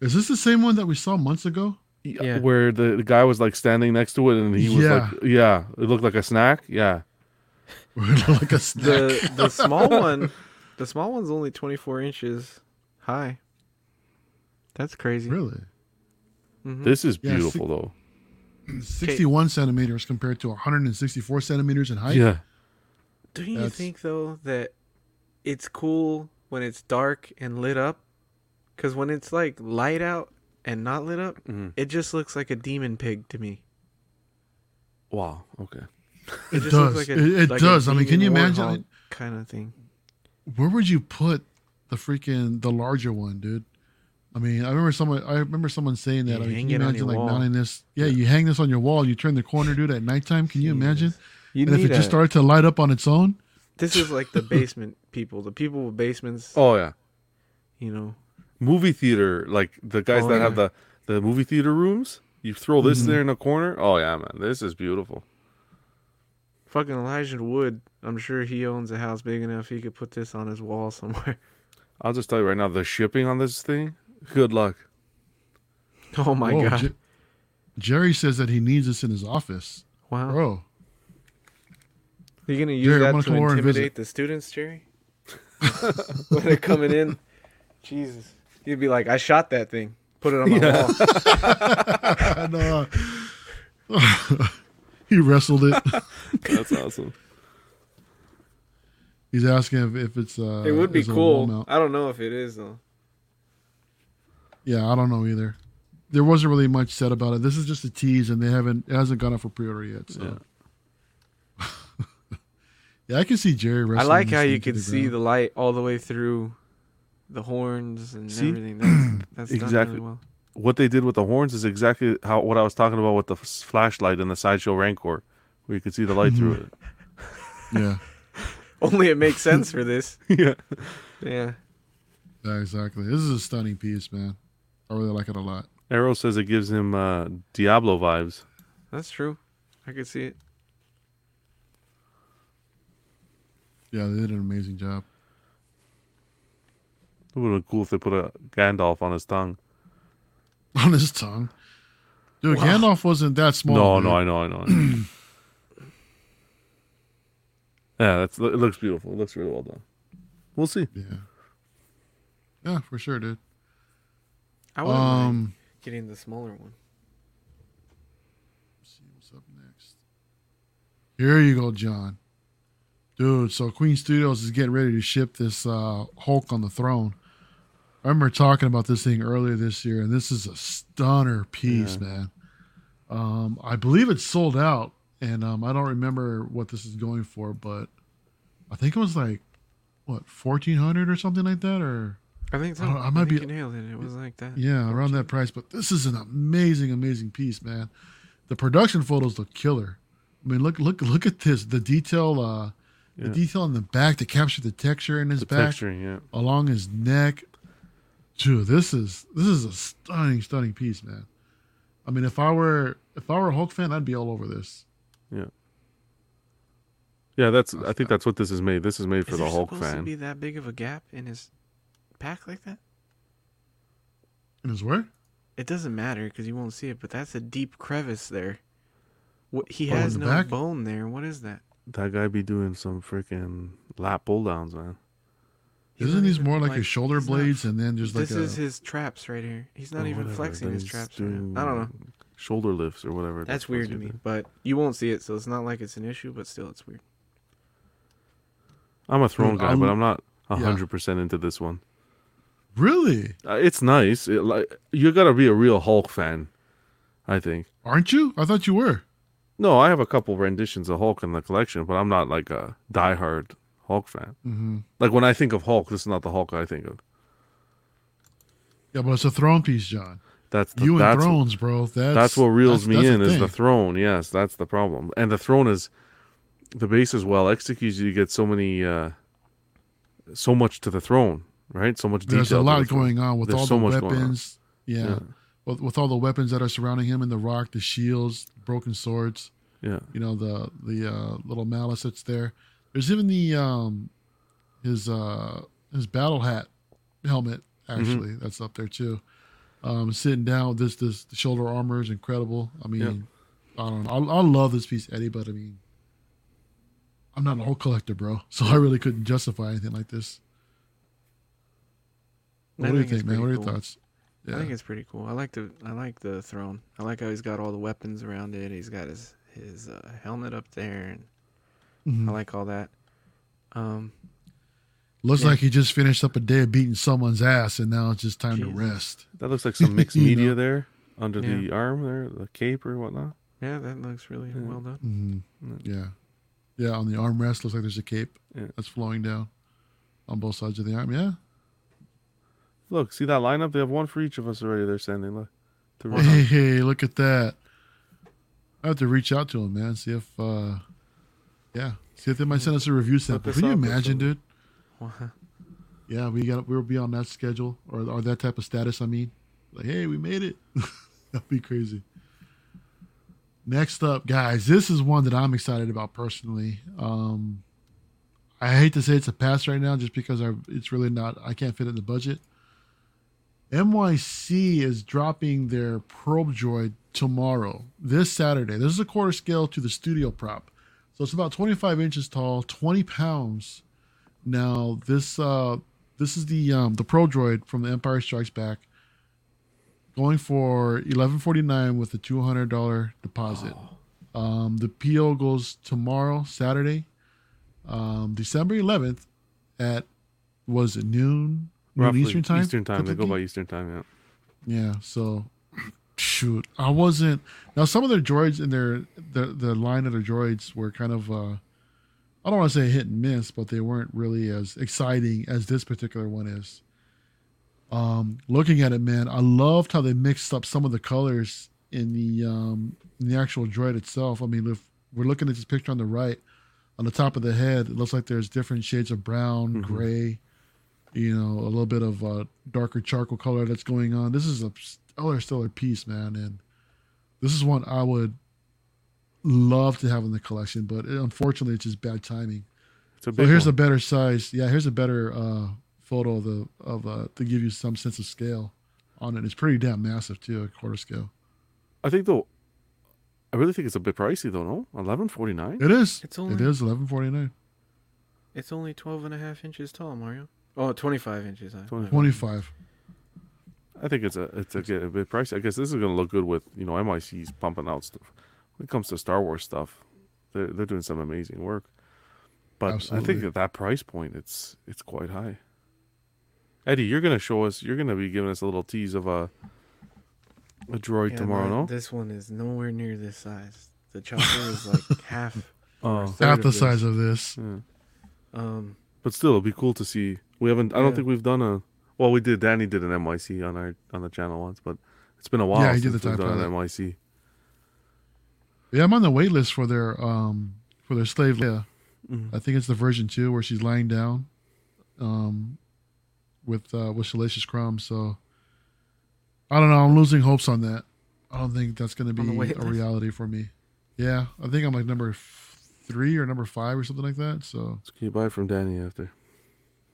A: Is this the same one that we saw months ago?
B: Yeah.
C: Where the, the guy was like standing next to it and he was
A: Yeah.
C: like, yeah, it looked like a snack. Yeah.
A: like a snack.
B: The the small one, the small one's only 24 inches high. That's crazy.
A: really,
B: Mhm.
C: This is
A: Yeah,
C: beautiful though.
A: sixty-one centimeters compared to one hundred and sixty-four centimeters in height.
C: yeah.
B: Don't you
A: That's-
B: think though that it's cool when it's dark and lit up? Because when it's like light out and not lit up,
A: Mm-hmm.
C: Mhm.
B: it just looks like a demon pig to me.
C: Wow. Okay.
A: it,
B: just
A: does.
B: looks like a-
A: it it
B: like a
A: does. I mean, can you
B: demon
A: imagine?
B: warthog
A: like,
B: Kind of thing.
A: where would you put the freaking the larger one, dude? I mean, I remember someone. I remember someone saying that.
B: You
A: I mean,
B: hang
A: can you
B: it on
A: imagine
B: your
A: like
B: wall.
A: mounting this? Yeah, you hang this on your wall. You turn the corner, dude, at nighttime. Can you imagine?
B: You
A: and if
B: need
A: it just
B: a-
A: started to light up on its own,
B: This is like the basement people, the people with basements.
C: Oh yeah.
B: You know,
C: Movie theater, like the guys
B: Oh,
C: that
B: yeah. Mm-hmm.
C: have the the movie theater rooms. You throw this
A: Mhm.
C: there in the corner. Oh yeah, man. This is beautiful.
B: fucking Elijah Wood. I'm sure he owns a house big enough he could put this on his wall somewhere.
C: I'll just tell you right now, the shipping on this thing. Good luck.
B: Oh my
A: Whoa,
B: god!
A: Je- Jerry says that he needs this in his office.
B: wow.
A: Bro,
B: You're gonna use
A: Jerry, I'm
B: that
A: gonna
B: to
A: come over and visit.
B: intimidate the students, Jerry? when they're coming in, Jesus, you'd be like, "I shot that thing. Put it on my wall."
A: and, uh, he wrestled it.
C: That's awesome.
A: He's asking if, if it's. Uh,
B: It would be
A: is a wall
B: cool.
A: mount.
B: I don't know if it is though.
A: Yeah, I don't know either. There wasn't really much said about it. This is just a tease, and they haven't it hasn't gone up for pre-order yet. So. Yeah. I can see Jerry wrestling.
B: I like
A: this
B: how
A: thing
B: you
A: to
B: could see
A: ground.
B: the light all the way through the horns and
C: See?
B: everything. That's, that's done
C: Exactly.
B: really well.
C: What they did with the horns is exactly how what I was talking about with the f- flashlight in the sideshow Rancor, where you could see the light through it.
A: Yeah,
B: Only it makes sense for this.
C: yeah.
B: Yeah.
A: yeah, exactly. This is a stunning piece, man. I really like it a lot.
C: Arrow says it gives him uh, Diablo vibes.
B: That's true. I could see it.
A: Yeah, they did an amazing job.
C: It would have been cool if they put a Gandalf on his tongue.
A: on his tongue. Dude,
B: Wow.
A: Gandalf wasn't that small.
C: no,
A: dude.
C: no, I know, I know. I know. yeah, that's it looks beautiful. It looks really well done. We'll see.
A: Yeah. Yeah, for sure, dude.
B: I wouldn't mind
A: Um,
B: getting the smaller one.
A: let's see what's up next. Here you go, John. Dude, so Queen Studios is getting ready to ship this uh, Hulk on the Throne. I remember talking about this thing earlier this year, and this is a stunner piece,
C: Yeah.
A: man. Um, I believe it's sold out, and um, I don't remember what this is going for, but I think it was like what fourteen hundred or something like that, or
B: I think so.
A: I don't- I
B: I
A: might
B: think
A: be-
B: you nailed it. It was like that.
A: Yeah, around that price. But this is an amazing, amazing piece, man. The production photos look killer. I mean, look, look, look at this. The detail, uh, the
C: Yeah.
A: detail on the back to capture the texture in his
C: The
A: back
C: texturing, yeah.
A: along his neck. Dude, this is this is a stunning, stunning piece, man. I mean, if I were if I were a Hulk fan, I'd be all over this.
C: Yeah, that's. I think that's what this is made. This is made for
B: Is
C: the
B: there
C: Hulk
B: supposed to
C: fan.
B: be that big of a gap in his pack like that?
A: And his where?
B: It doesn't matter because you won't see it, but that's a deep crevice there. What, he
A: Oh, in
B: has
A: the
B: no
A: back?
B: bone there. What is that?
C: That guy be doing some freaking lap pull downs, man.
B: He's
A: Isn't
B: not
A: these
B: even,
A: more like,
B: like,
A: his shoulder
B: he's not-
A: blades and then just like
B: This
A: a,
B: is his traps right here. He's not
C: Or
B: even
C: whatever.
B: flexing
C: Then
B: his
C: he's
B: traps. Right now. I don't know.
C: doing Shoulder lifts or whatever.
B: That's weird to
C: supposed
B: me,
C: do.
B: but you won't see it, so it's not like it's an issue. But still, it's weird.
C: I'm a throne
A: Dude,
C: guy,
A: I'm-
C: but I'm not a
A: Mm-hmm. Yeah.
C: hundred percent into this one.
A: really?
C: Uh, it's nice. It, like you gotta be a real Hulk fan, I think.
A: Aren't you? I thought you were.
C: No, I have a couple renditions of Hulk in the collection, but I'm not like a diehard Hulk fan.
A: hmm
C: Like when I think of Hulk, this is not the Hulk I think of.
A: Yeah, but it's a throne piece, John.
C: That's the,
A: You and
C: that's
A: thrones, bro. That's
C: that's what reels
A: that's-
C: me
A: that's
C: in is
A: thing.
C: the throne. Yes, that's the problem. And the throne is the base is well executed. You get so many, uh, so much to the throne, right? So much detail.
A: There's a
C: to
A: lot
C: the throne.
A: going on with
C: There's
A: all
C: so
A: the
C: much going on.
A: weapons. Yeah.
C: Yeah.
A: With, with all the weapons that are surrounding him and the rock, the shields, broken swords,
C: Yeah,
A: you know, the the uh, little malice that's there. There's even the um his uh his battle hat helmet
C: Mm-hmm.
A: actually that's up there too. Um sitting down this this the shoulder armor is incredible. I mean, I don't know. I, I love this piece Eddie, but I mean I'm not a whole collector, bro. So I really couldn't justify anything like this. What
B: I
A: do you
B: think it's
A: think, man?
B: pretty
A: What are your
B: cool.
A: thoughts? Yeah.
B: I think it's pretty cool. I like the I like the throne. I like how he's got all the weapons around it. He's got his his uh, helmet up there, and
A: Mhm.
B: I like all that. Um,
A: Looks
B: yeah.
A: like he just finished up a day of beating someone's ass and now it's just time to
B: Jesus.
A: rest.
C: that looks like some mixed
A: You
C: media
A: know.
C: there under
B: Yeah.
C: the arm there, the cape or whatnot.
B: yeah, that looks really
C: Yeah.
B: well done.
A: hmm
C: Mm.
A: Yeah. Yeah, on the armrest looks like there's a cape
C: Yeah.
A: that's flowing down on both sides of the arm. Yeah.
C: Look, see that lineup? They have one for each of us already. They're sending look. To run
A: Hey, hey, look at that. I have to reach out to him, man. See if uh yeah. See if they might send us a review sample.
C: us
A: Can you
C: up or
A: imagine,
C: something.
A: dude? Yeah, we got we'll be on that schedule or or that type of status, I mean. Like, hey, we made it. That'd be crazy. Next up, guys, this is one that I'm excited about personally. Um I hate to say it's a pass right now just because I it's really not I can't fit it in the budget. MYC is dropping their probe droid tomorrow, this Saturday. This is a quarter scale to the studio prop. So it's about 25 inches tall, 20 pounds. Now this uh this is the um the Pro Droid from the Empire Strikes Back going for 1149 with a $200 deposit. Um the PO goes tomorrow, Saturday, um December 11th at was it noon? noon
C: roughly
A: Eastern time.
C: Eastern time. They go
A: Something?
C: by Eastern time. Yeah.
A: Yeah, so shoot, I wasn't. Now some of their droids in their the the line of their droids were kind of uh I don't want to say hit and miss, but they weren't really as exciting as this particular one is. Um looking at it, man, I loved how they mixed up some of the colors in the um in the actual droid itself. I mean, if we're looking at this picture on the right, on the top of the head, it looks like there's different shades of brown,
C: Mhm.
A: gray, you know, a little bit of uh, darker charcoal color that's going on. This is a stellar, stellar piece, man, and this is one I would love to have in the collection. But it, unfortunately, it's just bad timing.
C: It's a
A: So
C: big.
A: here's
C: one.
A: a better size. Yeah, here's a better uh, photo of the of uh, to give you some sense of scale on it. It's pretty damn massive too, a quarter scale.
C: I think though. I really think it's a bit pricey though. No, eleven forty nine.
A: It is.
B: It's only-
A: It is 1149.
B: It's only 12 and a half inches tall, Mario. Oh, 25 inches. I-
C: 25.
A: 25.
C: I think it's a it's a, get- a bit pricey. I guess this is gonna look good with you know MIC's pumping out stuff. When it comes to Star Wars stuff, they're they're doing some amazing work. But I think
A: Absolutely.
C: at that price point, it's it's quite high. Eddie, you're gonna show us. You're gonna be giving us a little tease of a a droid
B: Yeah,
C: tomorrow,
B: my-
C: no?
B: This one is nowhere near this size. The chopper is like half.
C: Oh.
B: third
A: Half
B: of
A: the
B: this.
A: size of this.
C: Yeah.
B: Um,
C: But still, it'd be cool to see. We haven't. I don't
B: Yeah.
C: think we've done a Well, we did. Danny did an NYC on our on the channel once, but it's been a while.
A: Yeah, he did
C: since
A: the
C: we've
A: Time
C: done an
A: Pilot.
C: NYC.
A: Yeah, I'm on the wait list for their um for their slave Leia.
B: Mm-hmm.
A: I think it's the version two where she's lying down, um, with uh, with Salacious Crumb. So I don't know. I'm losing hopes on that. I don't think that's going to
B: On the
A: be
B: wait
A: a
B: list.
A: reality for me. Yeah, I think I'm like number f- three or number five or something like that. So
C: So can you buy it from Danny after?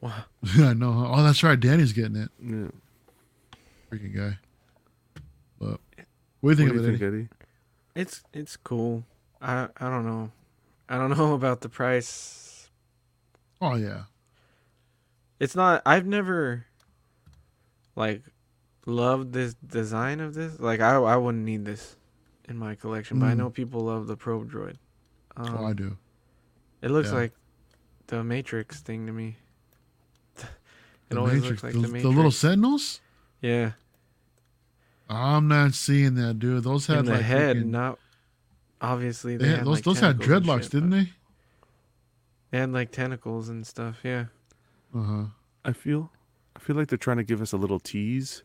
B: Wow.
A: I know. huh? Oh, that's right. Danny's getting it.
C: Yeah.
A: Freaking guy. But what do you think
C: what do
A: of
C: you
A: it?
C: think, Eddie?
B: It's it's cool. I I don't know. I don't know about the price.
A: Eddie? oh yeah.
B: It's not I've never like loved this design of this. Like I I wouldn't need this in my collection, but I
A: Mm.
B: know people love the probe droid. Um,
A: oh, I do.
B: It looks
A: Yeah.
B: like the Matrix thing to me. It
A: The
B: always
A: Matrix.
B: looks like
A: the,
B: the,
A: the
B: Matrix.
A: little Sentinels.
B: yeah,
A: I'm not seeing that, dude. Those had
B: in the
A: like
B: head,
A: freaking-
B: not obviously.
A: they had- those those had dreadlocks, didn't they?
B: They had like tentacles and stuff. Yeah,
A: Uh huh.
C: I feel, I feel like they're trying to give us a little tease,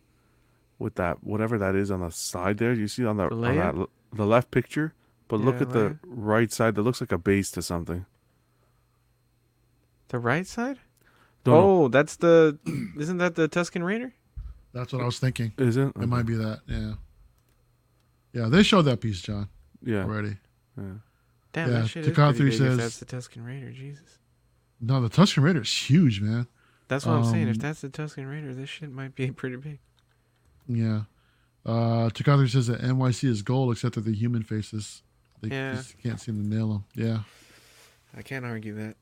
C: with that whatever that is on the side there. You see on the
B: The
C: on
B: layer?
C: that, l- the left picture, but look
B: Yeah,
C: at the
B: layer.
C: right side. That looks like a base to something.
B: the right side.
C: Don't know.
B: oh, that's the. Isn't that the Tuscan Raider?
A: That's what I was thinking.
B: Oh.
C: Is it?
A: It
B: Uh-huh.
A: might be that. Yeah. Yeah, they showed that piece, John,
C: Yeah.
A: already.
C: yeah.
B: Damn,
A: Yeah,
B: that shit is
A: Takatsu
B: pretty big.
A: says-
B: If that's the Tuscan Raider, Jesus.
A: No, the Tuscan Raider is huge, man.
B: That's what I'm saying. If
A: Um,
B: that's the Tuscan Raider, this shit might be pretty big.
A: Yeah. Uh, Takatsu says that NYC is gold, except that the human faces. They
B: Yeah.
A: just can't seem to nail them. Yeah.
B: I can't argue that.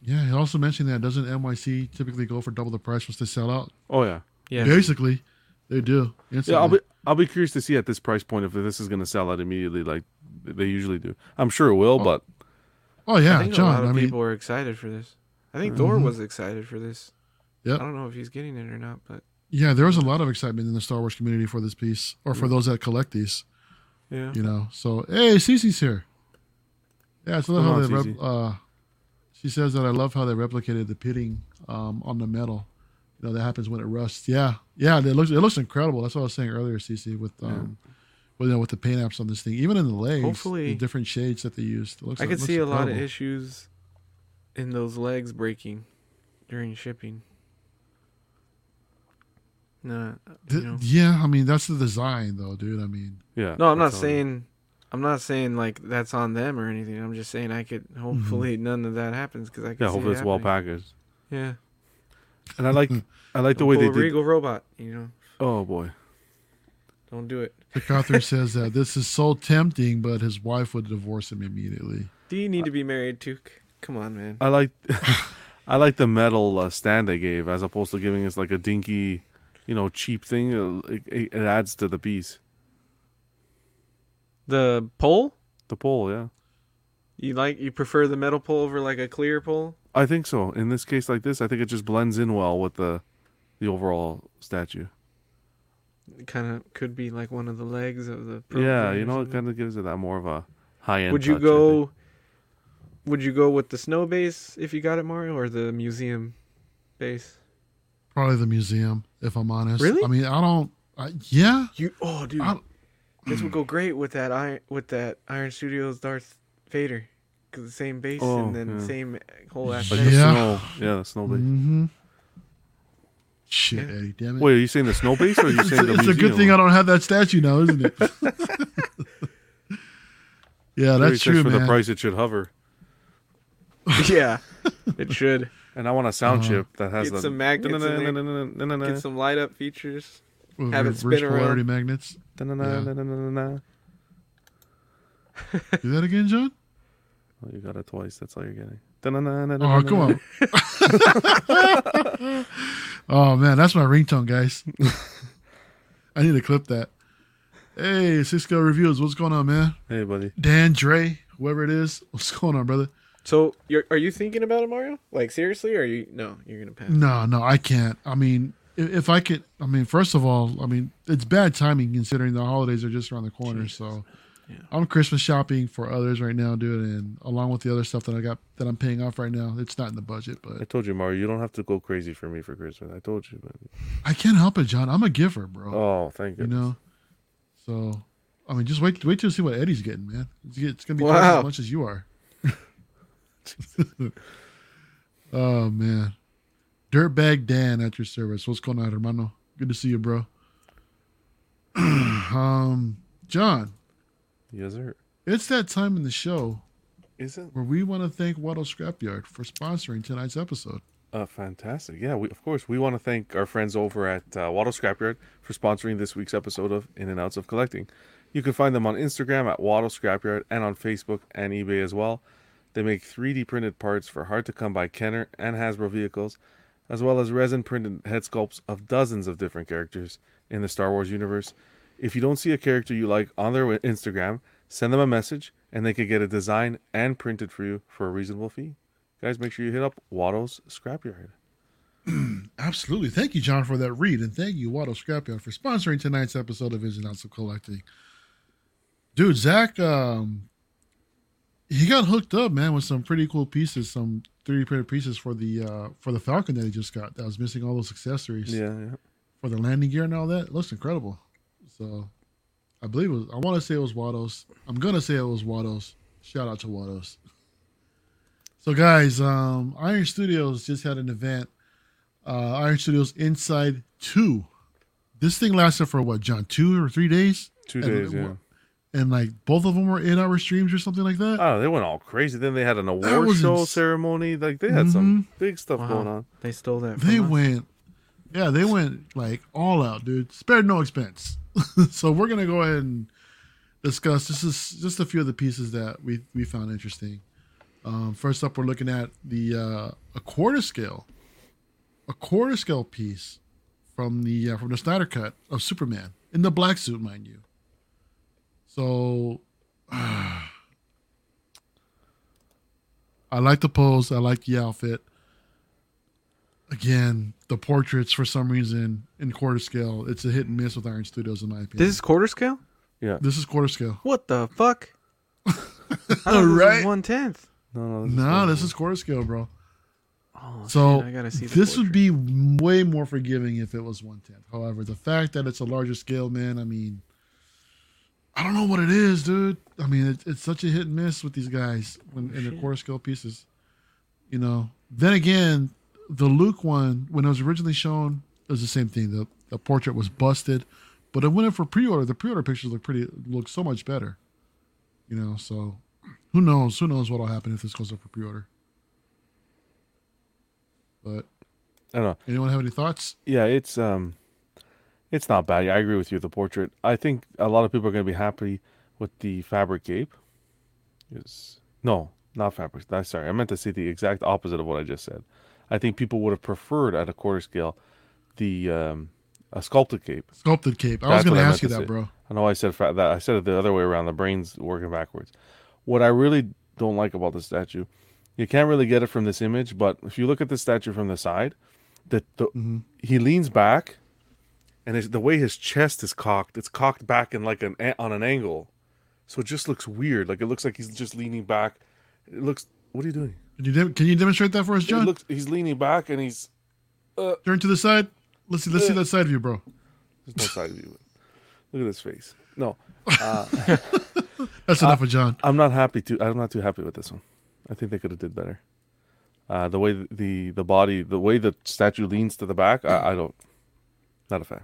A: Yeah. He also mentioned that doesn't NYC typically go for double the price once they sell out?
C: Oh yeah.
B: Yeah,
A: Basically, they do.
C: Yeah, I'll
A: instantly.
C: be I'll be curious to see at this price point if this is going to sell out immediately like they usually do. I'm sure it will, but
A: oh
B: I
A: yeah,
B: think a
A: John.
B: lot of
A: I mean, Mm-hmm.
B: people are excited for this. I think Thor was excited for this.
A: Yep.
B: I don't know if he's getting it or not, but
A: yeah, there was a lot of excitement in the Star Wars community for this piece, or for those that collect these.
B: yeah.
A: you know. So hey, Cece's here. Yeah, so love
C: Come
A: how
C: on,
A: they rep-
C: Cece.
A: uh, she says that I love how they replicated the pitting um, on the metal. You know that happens when it rusts. Yeah, yeah, it looks it looks incredible. That's what I was saying earlier, Cece, with um, with, you know, with the paint apps on this thing, even in the legs,
B: Hopefully-
A: the different shades that they used. It looks,
B: I
A: it
B: could
A: looks
B: see a lot of
A: incredible.
B: issues in those legs breaking during shipping. Nah, you
A: Th-
B: know.
A: yeah, I mean that's the design though, dude. I mean,
C: yeah.
B: No, I'm not
C: that's all it is.
B: saying I'm not saying like that's on them or anything. I'm just saying I could hopefully none of that happens because I could
C: Mm-hmm. Yeah,
B: see
C: hopefully
B: it
C: it's well
B: happening.
C: packaged.
B: Yeah,
C: And I like I like the
B: Don't
C: way they
B: pull a
C: did.
B: Regal robot. You know,
C: Oh boy.
B: don't do it.
A: the author says that this is so tempting, but his wife would divorce him immediately.
B: Do you need to be married, Tuke? Come on, man.
C: I like I like the metal uh, stand they gave as opposed to giving us like a dinky, you know, cheap thing. It, it, it adds to the piece.
B: The pole?
C: The pole, yeah.
B: You like you prefer the metal pole over like a clear pole?
C: I think so. In this case like this, I think it just blends in well with the the overall statue.
B: Kind of could be like one of the legs of the.
C: yeah,
B: program or
C: you know, it
B: something.
C: kind of gives it that more of a high end.
B: Would you go? Would you go with the snow base if you got it, Mario, or the museum base?
A: Probably the museum, if I'm honest.
B: Really?
A: I mean, I don't. I, yeah,
B: You oh, dude,
A: I-
B: this would go great with that iron with that Iron Studios Darth Vader, 'Cause the same base
C: Oh,
B: and then
C: yeah.
B: same whole
C: Like
B: aspect.
C: the
A: Yeah.
C: snow. Yeah, the snow base.
A: Mm-hmm. Shit,
B: Yeah.
A: Eddie, damn it.
C: Wait, are you saying the snow base or are you
A: it's
C: saying
A: a,
C: the
A: it's a good
C: museum
A: thing I
C: one?
A: don't have that statue now, isn't it? yeah,
C: Jerry
A: that's
C: says
A: true,
C: for
A: man.
C: the price it should hover.
B: yeah, it should
C: And I want a sound
A: Uh-huh.
C: chip that has
B: Get
C: the
B: some magnets in there.
C: Na-na-na-na-na-na-na-na-na.
B: get some light up features.
A: With
B: have it
A: reverse
B: spin around.
A: polarity magnets.
C: Na-na-na-na-na-na-na.
A: Do that again, John?
C: Oh, you got it twice. That's all you're getting.
A: Oh, come on. oh man, that's my ringtone, guys. I need to clip that. Hey, Cisco reviews, what's going on, man?
C: Hey, buddy.
A: Dan Dre, whoever it is, what's going on, brother?
B: So, you're, are you thinking about it, Mario? Like seriously, or are you no? You're gonna pass.
A: No, no, I can't. I mean, i- if I could, I mean, first of all, I mean, it's bad timing considering the holidays are just around the corner. So I'm Christmas shopping for others right now, dude, and along with the other stuff that I got that I'm paying off right now, it's not in the budget,
C: I
A: but
C: told you, Mario, you don't have to go crazy for me for Christmas. I told you. Man.
A: I can't help it, John. I'm a giver, bro.
C: Oh, thank
A: you
C: you.
A: know, so I mean, just wait, wait till you see what Eddie's getting, man. It's, it's gonna be
B: Wow.
A: twice as much as you are. oh man, dirtbag Dan at your service. What's going on, hermano? Good to see you, bro. um, John,
C: Yes, sir.
A: it's that time in the show
C: Is it?
A: where we want to thank Waddle Scrapyard for sponsoring tonight's episode.
C: Uh, fantastic. Yeah, we, of course, we want to thank our friends over at uh, Waddle Scrapyard for sponsoring this week's episode of In and Outs of Collecting. You can find them on Instagram at Waddle Scrapyard and on Facebook and eBay as well. They make 3D printed parts for hard to come by Kenner and Hasbro vehicles, as well as resin printed head sculpts of dozens of different characters in the Star Wars universe. If you don't see a character you like on their Instagram, send them a message and they could get a design and printed for you for a reasonable fee. Guys, make sure you hit up Waddle's Scrapyard.
A: Absolutely. Thank you, John, for that read. And thank you, Waddle Scrapyard, for sponsoring tonight's episode of Vision Outs of Collecting. Dude, Zach, um, he got hooked up, man, with some pretty cool pieces, some 3D printed pieces for the uh, for the Falcon that he just got that was missing all those accessories
C: Yeah, yeah.
A: for the landing gear and all that. It looks incredible. So I believe it was, I want to say it was Waddles. I'm going to say it was Waddles. Shout out to Waddles. So guys, um, Iron Studios just had an event. Uh, Iron Studios Inside 2. This thing lasted for what, John? Two or three days?
C: Two
A: And
C: days,
A: it
C: yeah.
A: wa- And like both of them were eight hour streams or something like that.
C: Oh, they went all crazy. Then they had an award
A: was
C: show
A: ins-
C: ceremony. Like they had some big stuff
B: Wow.
C: going on.
B: They stole that.
A: they
B: from us.
A: went yeah they went like all out dude spared no expense so we're gonna go ahead and discuss this is just a few of the pieces that we we found interesting um, first up we're looking at the uh, a quarter scale a quarter scale piece from the uh, from the Snyder cut of Superman in the black suit mind you so I like the pose I like the outfit again, the portraits for some reason in quarter scale, it's a hit and miss with Iron Studios in my opinion.
B: This is quarter scale.
A: this is quarter scale.
B: What the fuck? All
A: Right?
B: One tenth.
C: No, no, this is
A: No,
C: going
A: this
C: on.
A: is quarter scale, bro.
B: Oh,
A: So
B: shit, I gotta see the
A: this would
B: portrait.
A: be way more forgiving if it was one tenth. However, the fact that it's a larger scale, man, I mean, I don't know what it is, dude. I mean, it, it's such a hit and miss with these guys when in the quarter scale pieces. You know. Then again, the Luke one when it was originally shown it was the same thing. The the portrait was busted, but it went in for pre-order. The pre-order pictures look pretty look so much better. You know, so who knows? Who knows what'll happen if this goes up for pre-order? But
C: I don't know.
A: Anyone have any thoughts?
C: Yeah, it's um, it's not bad. Yeah, I agree with you. The portrait. I think a lot of people are going to be happy with the fabric cape. Is no, not fabric. I sorry, I meant to say the exact opposite of what I just said. I think people would have preferred at a quarter scale the um, a sculpted cape.
A: Sculpted cape. I was
C: That's
A: going
C: what
A: to
C: I
A: ask
C: meant
A: you
C: to
A: that,
C: say.
A: bro.
C: I know I said fa- that. I said it the other way around. The brain's working backwards. What I really don't like about the statue, you can't really get it from this image. But if you look at the statue from the side, the, the he leans back, and his, the way his chest is cocked, it's cocked back in like an a- on an angle, so it just looks weird. Like it looks like he's just leaning back. It looks. What are you doing?
A: Can you dem- can you demonstrate that for us,
C: It
A: John?
C: looks. He's leaning back, and he's
A: Turn to the side. Let's see. Let's see
C: Uh.
A: that side view, bro.
C: there's no side view. Look at his face. No,
A: That's
C: Uh,
A: enough of John.
C: I'm not happy to. I'm not too happy with this one. I think they could have did better. Uh, the way th- the the body, the way the statue leans to the back, I, I don't. Not a fan.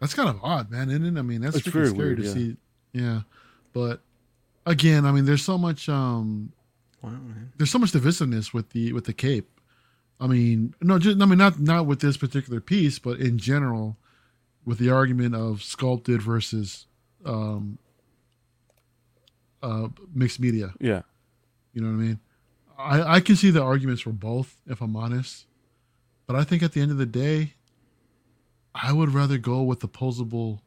A: That's kind of odd, man, isn't it? I mean, that's
C: It's
A: freaking
C: very
A: scary
C: weird,
A: to
C: yeah.
A: see. Yeah, but again, I mean, there's so much um,
B: Wow, man.
A: there's so much divisiveness with the with the cape. I mean, no, just I mean not not with this particular piece, but in general, with the argument of sculpted versus um, uh, mixed media.
C: Yeah,
A: You know what I mean? I, I can see the arguments for both, if I'm honest. But I think at the end of the day, I would rather go with the posable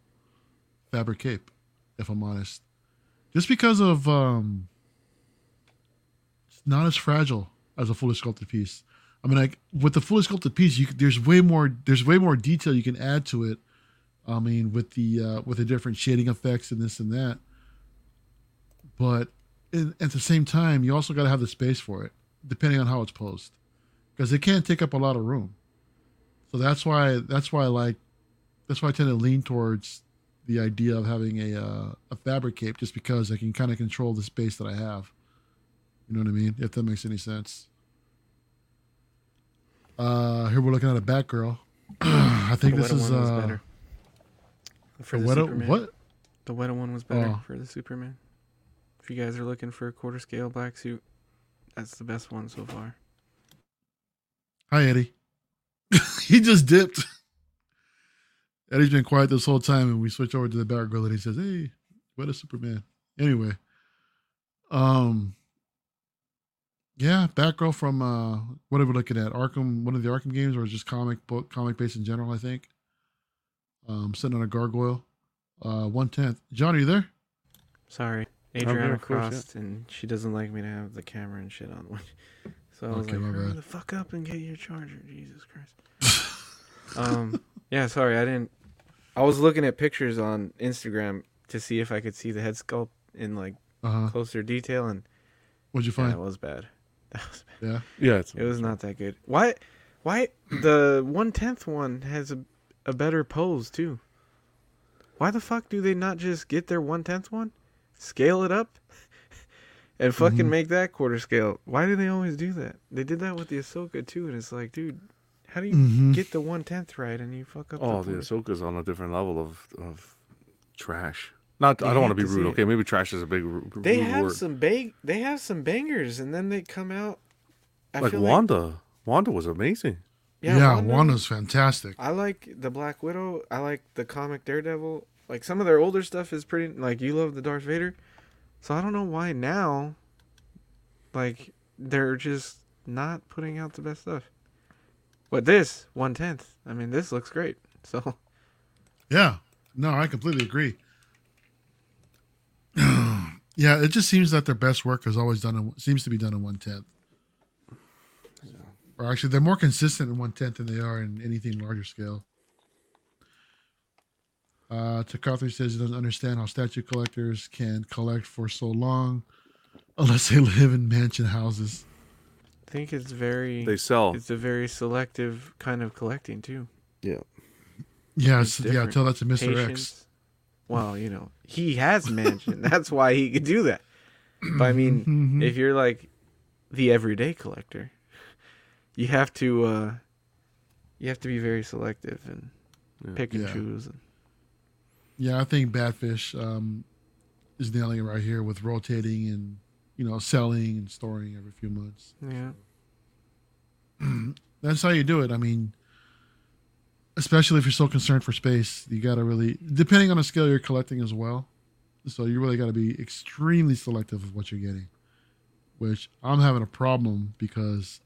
A: fabric cape, if I'm honest. Just because of um it's not as fragile as a fully sculpted piece. I mean like with the fully sculpted piece, you c- there's way more there's way more detail you can add to it. I mean with the uh with the different shading effects and this and that. But in, at the same time, you also got to have the space for it, depending on how it's posed, because it can't take up a lot of room. So that's why that's why I like that's why I tend to lean towards the idea of having a uh, a fabric cape, just because I can kind of control the space that I have. You know what I mean? If that makes any sense. Uh, here we're looking at a Batgirl. I think
B: The
A: this
B: Weta
A: is
B: one was
A: uh,
B: better. For the
A: what,
B: Superman.
A: what?
B: The Weta one was better
A: Oh.
B: for the Superman. If you guys are looking for a quarter scale black suit, that's the best one so far.
A: Hi, Eddie. he just dipped. Eddie's been quiet this whole time, and we switch over to the Batgirl, and he says, "Hey, what a Superman." Anyway, um, yeah, Batgirl from uh, what are we looking at? Arkham, one of the Arkham games, or just comic book, comic based in general, I think. Um, sitting on a gargoyle, uh, one tenth. John, are you there?
B: Sorry. Adriana
C: of course, yeah.
B: crossed, and she doesn't like me to have the camera and shit on. So I was
A: Okay,
B: like,
A: my
B: hurry
A: bad.
B: the fuck up and get your charger. Jesus Christ. um, yeah, sorry. I didn't. I was looking at pictures on Instagram to see if I could see the head sculpt in like
A: Uh huh.
B: closer detail, and
A: What'd you
B: yeah,
A: find?
B: that was bad. That was bad.
A: Yeah.
C: Yeah, it's,
B: It was not that good. Why? Why the one tenth one has a a better pose too? Why the fuck do they not just get their one tenth one, scale it up, and fucking
A: Mhm.
B: make that quarter scale? Why do they always do that? They did that with the Ahsoka too, and it's like, dude, how do you
A: Mhm.
B: get the one tenth right and you fuck up?
C: oh,
B: the
C: the
B: quarter?
C: Ahsoka's on a different level of of trash. Not,
B: You
C: I don't want
B: hate
C: to be
B: to see
C: rude.
B: it.
C: Okay, maybe trash is a big ru- rude
B: they have
C: word.
B: some bang, they have some bangers, and then they come out. I
C: like
B: feel
C: Wanda. Wanda was amazing.
A: Yeah, Wanda's fantastic.
B: I like the Black Widow. I like the comic Daredevil. Like some of their older stuff is pretty. Like you love the Darth Vader, so I don't know why now. Like they're just not putting out the best stuff. But this one tenth. I mean, this looks great. So
A: Yeah. No, I completely agree. yeah, it just seems that their best work is always done in, seems to be done in one tenth. Or actually, they're more consistent in one tenth than they are in anything larger scale. Uh, Takathri says he doesn't understand how statue collectors can collect for so long, unless they live in mansion houses.
B: I think it's very.
C: They sell.
B: It's a very selective kind of collecting too.
A: Yeah,
B: It's
A: it's, yeah.
B: different.
A: Tell that to Mister X.
B: Patience. Well, you know, he has mansion. That's why he could do that. But I mean.
A: Mhm.
B: if you're like the everyday collector you have to uh you have to be very selective and
C: Yeah.
B: pick and
A: Yeah.
B: choose and
A: Yeah, I think Badfish um, is nailing it right here with rotating and you know selling and storing every few months.
B: yeah
A: That's how you do it. I mean, especially if you're so concerned for space, you got to really depending on the scale you're collecting as well. So you really got to be extremely selective of what you're getting, which I'm having a problem because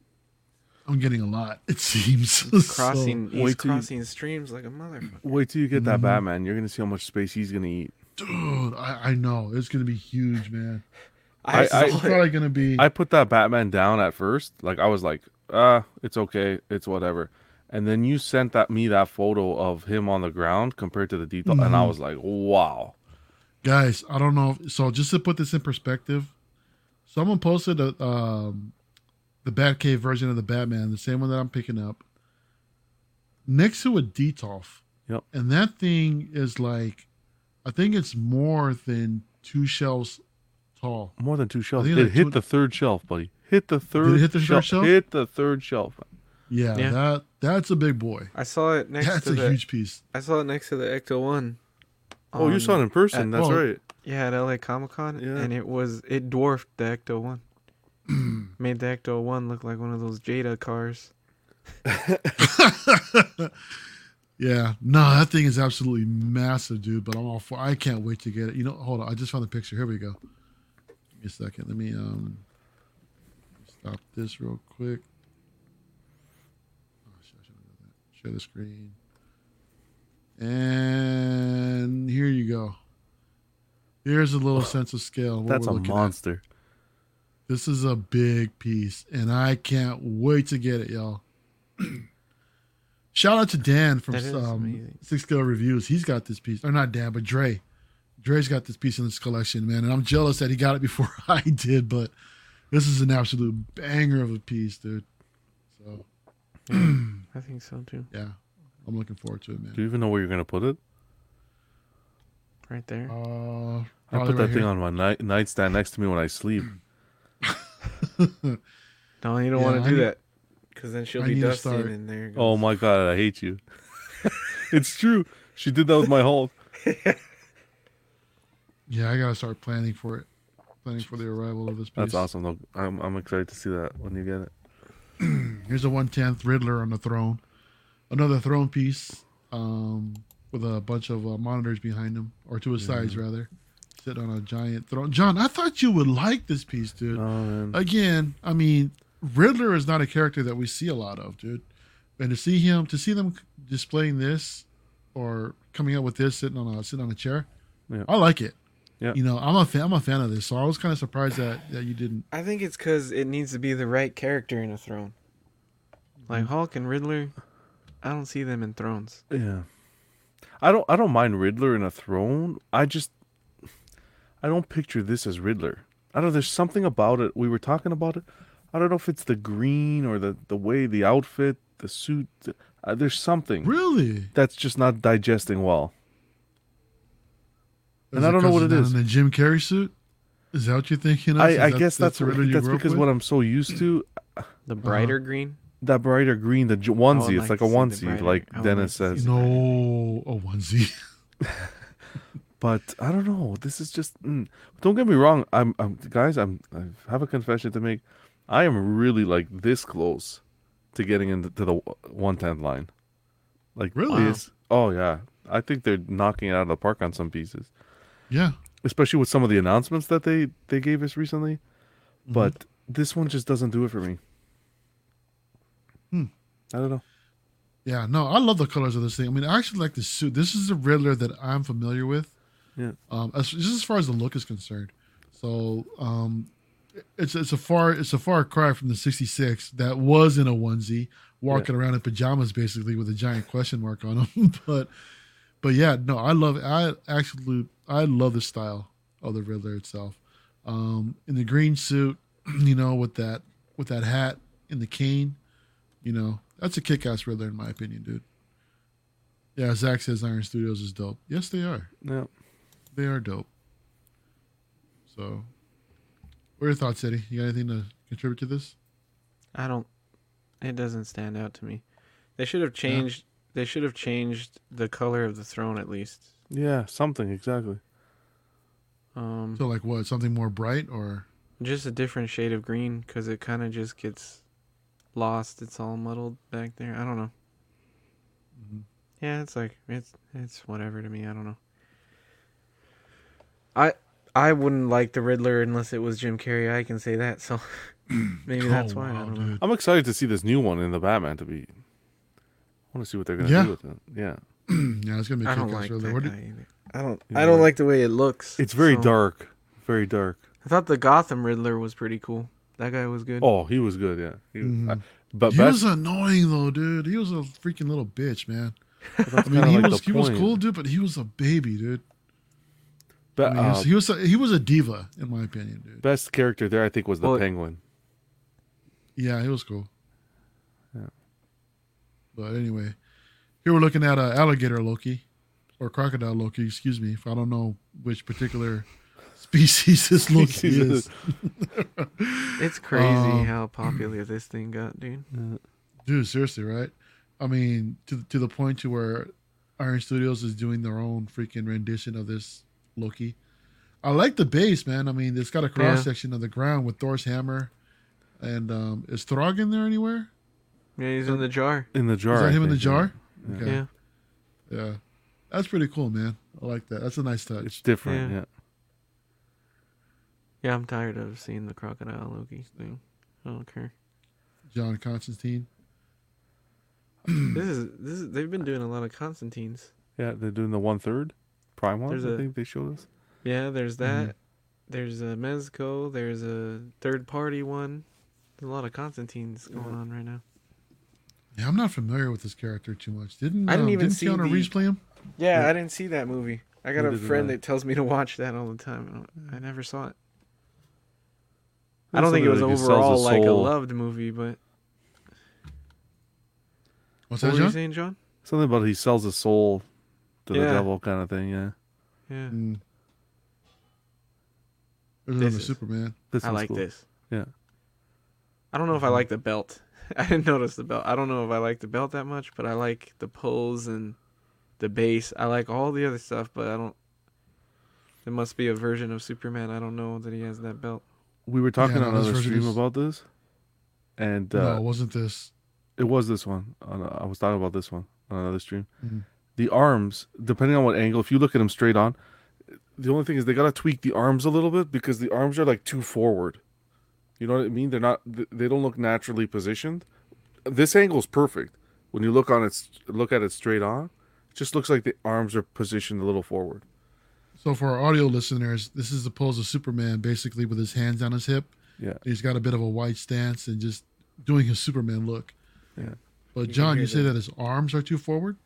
A: I'm getting a lot. It seems So-
B: crossing
C: wait
B: he's
C: till you-
B: crossing streams like a motherfucker
C: Wait till you get that
A: Mhm.
C: Batman. You're gonna see how much space he's gonna eat.
A: dude, I, I know it's gonna be huge, man.
B: i,
C: I-
B: saw
C: I-
A: It's
B: it.
A: probably gonna be.
C: I put that Batman down at first. Like I was like, uh, it's okay, it's whatever. And then you sent that me that photo of him on the ground compared to the detail, and I
A: Mhm.
C: was like, wow.
A: guys i don't know if, so just to put this in perspective someone posted a, um, the batcave version of the batman the same one that i'm picking up next to a detolf
C: Yep.
A: and that thing is like i think it's more than two shelves tall
C: More than two shelves.
A: think
C: It
A: like
C: hit
A: two-
C: the third shelf, buddy. Hit the third.
A: hit the third
C: shel-
A: shelf?
C: Hit the third shelf.
A: yeah,
B: Yeah.
A: that that's a big boy
B: I saw it next
A: that's
B: to
A: a
B: the
A: huge piece
B: i saw it next to the ecto one
C: Oh, you saw it in person.
A: uh,
C: That's
A: well-
C: right.
B: yeah at la comic-con
C: Yeah.
B: and it was it dwarfed the ecto one made the ecto one look like one of those jada cars
A: yeah, no, that thing is absolutely massive, dude. But I'm all for. I can't wait to get it. You know, hold on. I just found the picture. Here we go. Give me a second. Let me um stop this real quick. Oh, shit, I shouldn't have done that. Share the screen. And here you go. Here's a little sense of scale. what
C: That's
A: we're
C: a
A: looking at.
C: monster.
A: This is a big piece, and I can't wait to get it, y'all. Shout out to Dan from
B: That is
A: um,
B: amazing.
A: Six Scale Reviews. He's got this piece, or not Dan, but Dre. Dre's got this piece in his collection, man, and I'm jealous that he got it before I did. But this is an absolute banger of a piece, dude. So
B: I think so too.
A: yeah, I'm looking forward to it,
C: Do
A: man.
C: you even know where you're gonna put it?
B: Right there.
A: Uh,
C: I
A: probably
C: put that
A: right
C: thing
A: here.
C: on my night, nightstand next to me when I sleep.
B: No, you don't
A: Yeah,
B: want
A: I
B: to do
A: need-
B: that because then she'll
A: I
B: be
A: need to
B: dusting
A: start-
B: and there. Goes.
C: Oh my god, I hate you. it's true. She did that with my Hulk.
A: Yeah, I gotta start planning for it, planning for the arrival of this piece.
C: That's awesome though. I'm I'm excited to see that when you get it.
A: Here's a one tenth Riddler on the throne, another throne piece um, with a bunch of uh, monitors behind him, or to his sides rather, sitting on a giant throne. John, I thought you would like this piece, dude.
C: Oh
A: Uh,
C: man.
A: Again, I mean, Riddler is not a character that we see a lot of, dude. And to see him, to see them displaying this, or coming out with this sitting on a sitting on a chair,
C: Yeah.
A: I like it.
C: Yeah.
A: You know, I'm a fan. I'm a fan of this, so I was kind of surprised that that you didn't.
B: I think it's because it needs to be the right character in a throne. Like Hulk and Riddler, I don't see them in thrones.
C: Yeah. I don't I don't mind Riddler in a throne. I just I don't picture this as Riddler. I don't know, there's something about it. We were talking about it. I don't know if it's the green or the the way the outfit, the suit, the- uh, there's something
A: Really?
C: that's just not digesting well. And
A: Is
C: I
A: it
C: don't know
A: 'cause
C: what
A: he's
C: it
A: not
C: is.
A: In the Jim Carrey suit? Is that what you're thinking? Of? Is
C: I, I
A: that-
C: guess that's
A: the
C: what-
A: riddle you
C: that's
A: grew up
C: because
A: with?
C: what I'm so used to
B: The brighter green.
C: that brighter green, the j-
A: Oh,
C: onesie.
B: like
C: it's like a
B: to
C: onesie,
B: see the brighter-
C: like
B: I would
C: Dennis
B: like to
C: says.
B: see-
A: No, a onesie.
C: But I don't know. This is just. Mm. Don't get me wrong. I'm, I'm guys. I'm. I have a confession to make. I am really like this close to getting into to the one tenth line. Like
A: Really?
C: this- Oh yeah. I think they're knocking it out of the park on some pieces,
A: Yeah,
C: especially with some of the announcements that they they gave us recently.
A: Mm-hmm.
C: But this one just doesn't do it for me.
A: Hmm.
C: I don't know.
A: yeah. No, I love the colors of this thing. I mean, I actually like the suit. This is the Riddler that I'm familiar with.
C: Yeah.
A: Um, as, just as far as the look is concerned. So, um, it's it's a far it's a far cry from the '66 that was in a onesie, walking around in pajamas basically with a giant question mark on him. but, but yeah, no, I love I actually I love the style of the Riddler itself. Um, in the green suit, you know, with that with that hat and the cane, you know, that's a kick-ass Riddler in my opinion, dude. Yeah, Zach says Iron Studios is dope. Yes, they are.
C: Yeah.
A: They are dope. So, what are your thoughts, Eddie? You got anything to contribute to this?
B: I don't. It doesn't stand out to me. They should have changed. They should have changed the color of the throne at least.
C: Yeah. Something exactly.
B: Um,
A: So, like, what? Something more bright, or
B: just a different shade of green because it kind of just gets lost. It's all muddled back there. I don't know. Yeah, it's like it's it's whatever to me. I don't know. I I wouldn't like the Riddler unless it was Jim Carrey. I can say that. So maybe that's
A: Oh,
B: why. I
A: wow,
B: don't know.
A: dude.
C: I'm excited to see this new one in the Batman. To be, I want to see what they're gonna
A: Yeah.
C: do with it. Yeah,
A: yeah, it's gonna be
B: I
A: a
B: don't
A: kick-ass
B: like
A: Riddler.
B: that
A: What do-
B: guy either. I don't.
C: Yeah.
B: I don't like the way it looks.
C: it's very
B: so-
C: dark, very dark.
B: I thought the Gotham Riddler was pretty cool. That guy was good.
C: Oh, he was good. Yeah, he was, I- but
A: Mm-hmm. he
C: best,
A: was annoying though, dude. He was a freaking little bitch, man.
C: that's
A: I mean,
C: kinda
A: he
C: like
A: was
C: the
A: he was
C: point.
A: cool, dude, but he was a baby, dude.
C: Be-
A: I mean, he,
C: uh,
A: was, he was a, he was a diva in my opinion, dude.
C: best character there, I think, was the
B: Well-
C: Penguin.
A: Yeah, he was cool.
C: Yeah.
A: But anyway, here we're looking at uh, alligator Loki, or crocodile Loki. Excuse me, if I don't know which particular species this Loki
C: Species
A: is.
C: is-
B: It's crazy
A: Um,
B: how popular this thing got, dude.
A: dude seriously right i mean to, to the point to where iron studios is doing their own freaking rendition of this loki i like the base man i mean it's got a cross section of the ground with thor's hammer and um is throg in there anywhere
B: Yeah, he's in the jar.
C: In the jar.
A: is that
C: I
A: him in the
C: think, yeah.
A: jar
B: Yeah.
A: okay yeah. that's pretty cool man i like that that's a nice
C: It's
A: touch
C: different.
B: Yeah.
C: Yeah.
B: Yeah, I'm tired of seeing the crocodile Loki thing. I don't care.
A: john constantine
B: this is this is they've been doing a lot of Constantines.
C: yeah, they're doing the one third prime one.
B: There's
C: I
B: a-
C: think they showed us.
B: Yeah, there's that. There's a Mezco, there's a third party one. There's a lot of Constantines going on right now.
A: yeah i'm not familiar with this character too much didn't
B: I didn't
A: um,
B: even
A: didn't
B: see
A: keanu
B: the-
A: reeves play him
B: Yeah, I didn't see that movie. I Mm. got
C: Neither
B: a
C: did
B: friend
C: I.
B: that tells me to watch that all the time. I, don't, I never saw it. I
C: That's
B: don't think it was
C: something that, like, sells
B: overall
C: the
B: like a
C: soul-
B: loved movie, but
A: What's
B: what
A: that,
B: were you
A: John?
B: saying, John?
C: Something about he sells his soul to the
B: Yeah.
C: devil kind of thing. Yeah,
B: Yeah,
A: Mm. There's
B: This
A: another
B: is-
A: Superman.
C: This
B: I
C: one's
B: like
C: cool.
B: this.
C: Yeah. Mm-hmm.
B: I don't know if I like the belt. I didn't notice the belt. I don't know if I like the belt that much, but I like the poles and the bass. I like all the other stuff, but I don't. There must be a version of Superman. I don't know that he has that belt.
C: We were talking
A: no,
C: on
A: this
C: another
A: version
C: stream
A: is-
C: about this, and
A: no,
C: uh,
A: it wasn't this.
C: it was this one. On, I was talking about this one on another stream.
A: Mhm.
C: The arms, depending on what angle, if you look at them straight on, the only thing is they gotta tweak the arms a little bit because the arms are like too forward. You know what I mean? They're not. th- They don't look naturally positioned. This angle's perfect. When you look on it, look at it straight on, it just looks like the arms are positioned a little forward.
A: So for our audio listeners, this is the pose of Superman, basically with his hands on his hip.
C: Yeah.
A: he's got a bit of a wide stance and just doing his Superman look.
C: Yeah.
A: But
B: can
A: John,
B: hear
A: you say
B: that.
A: that his arms are too forward.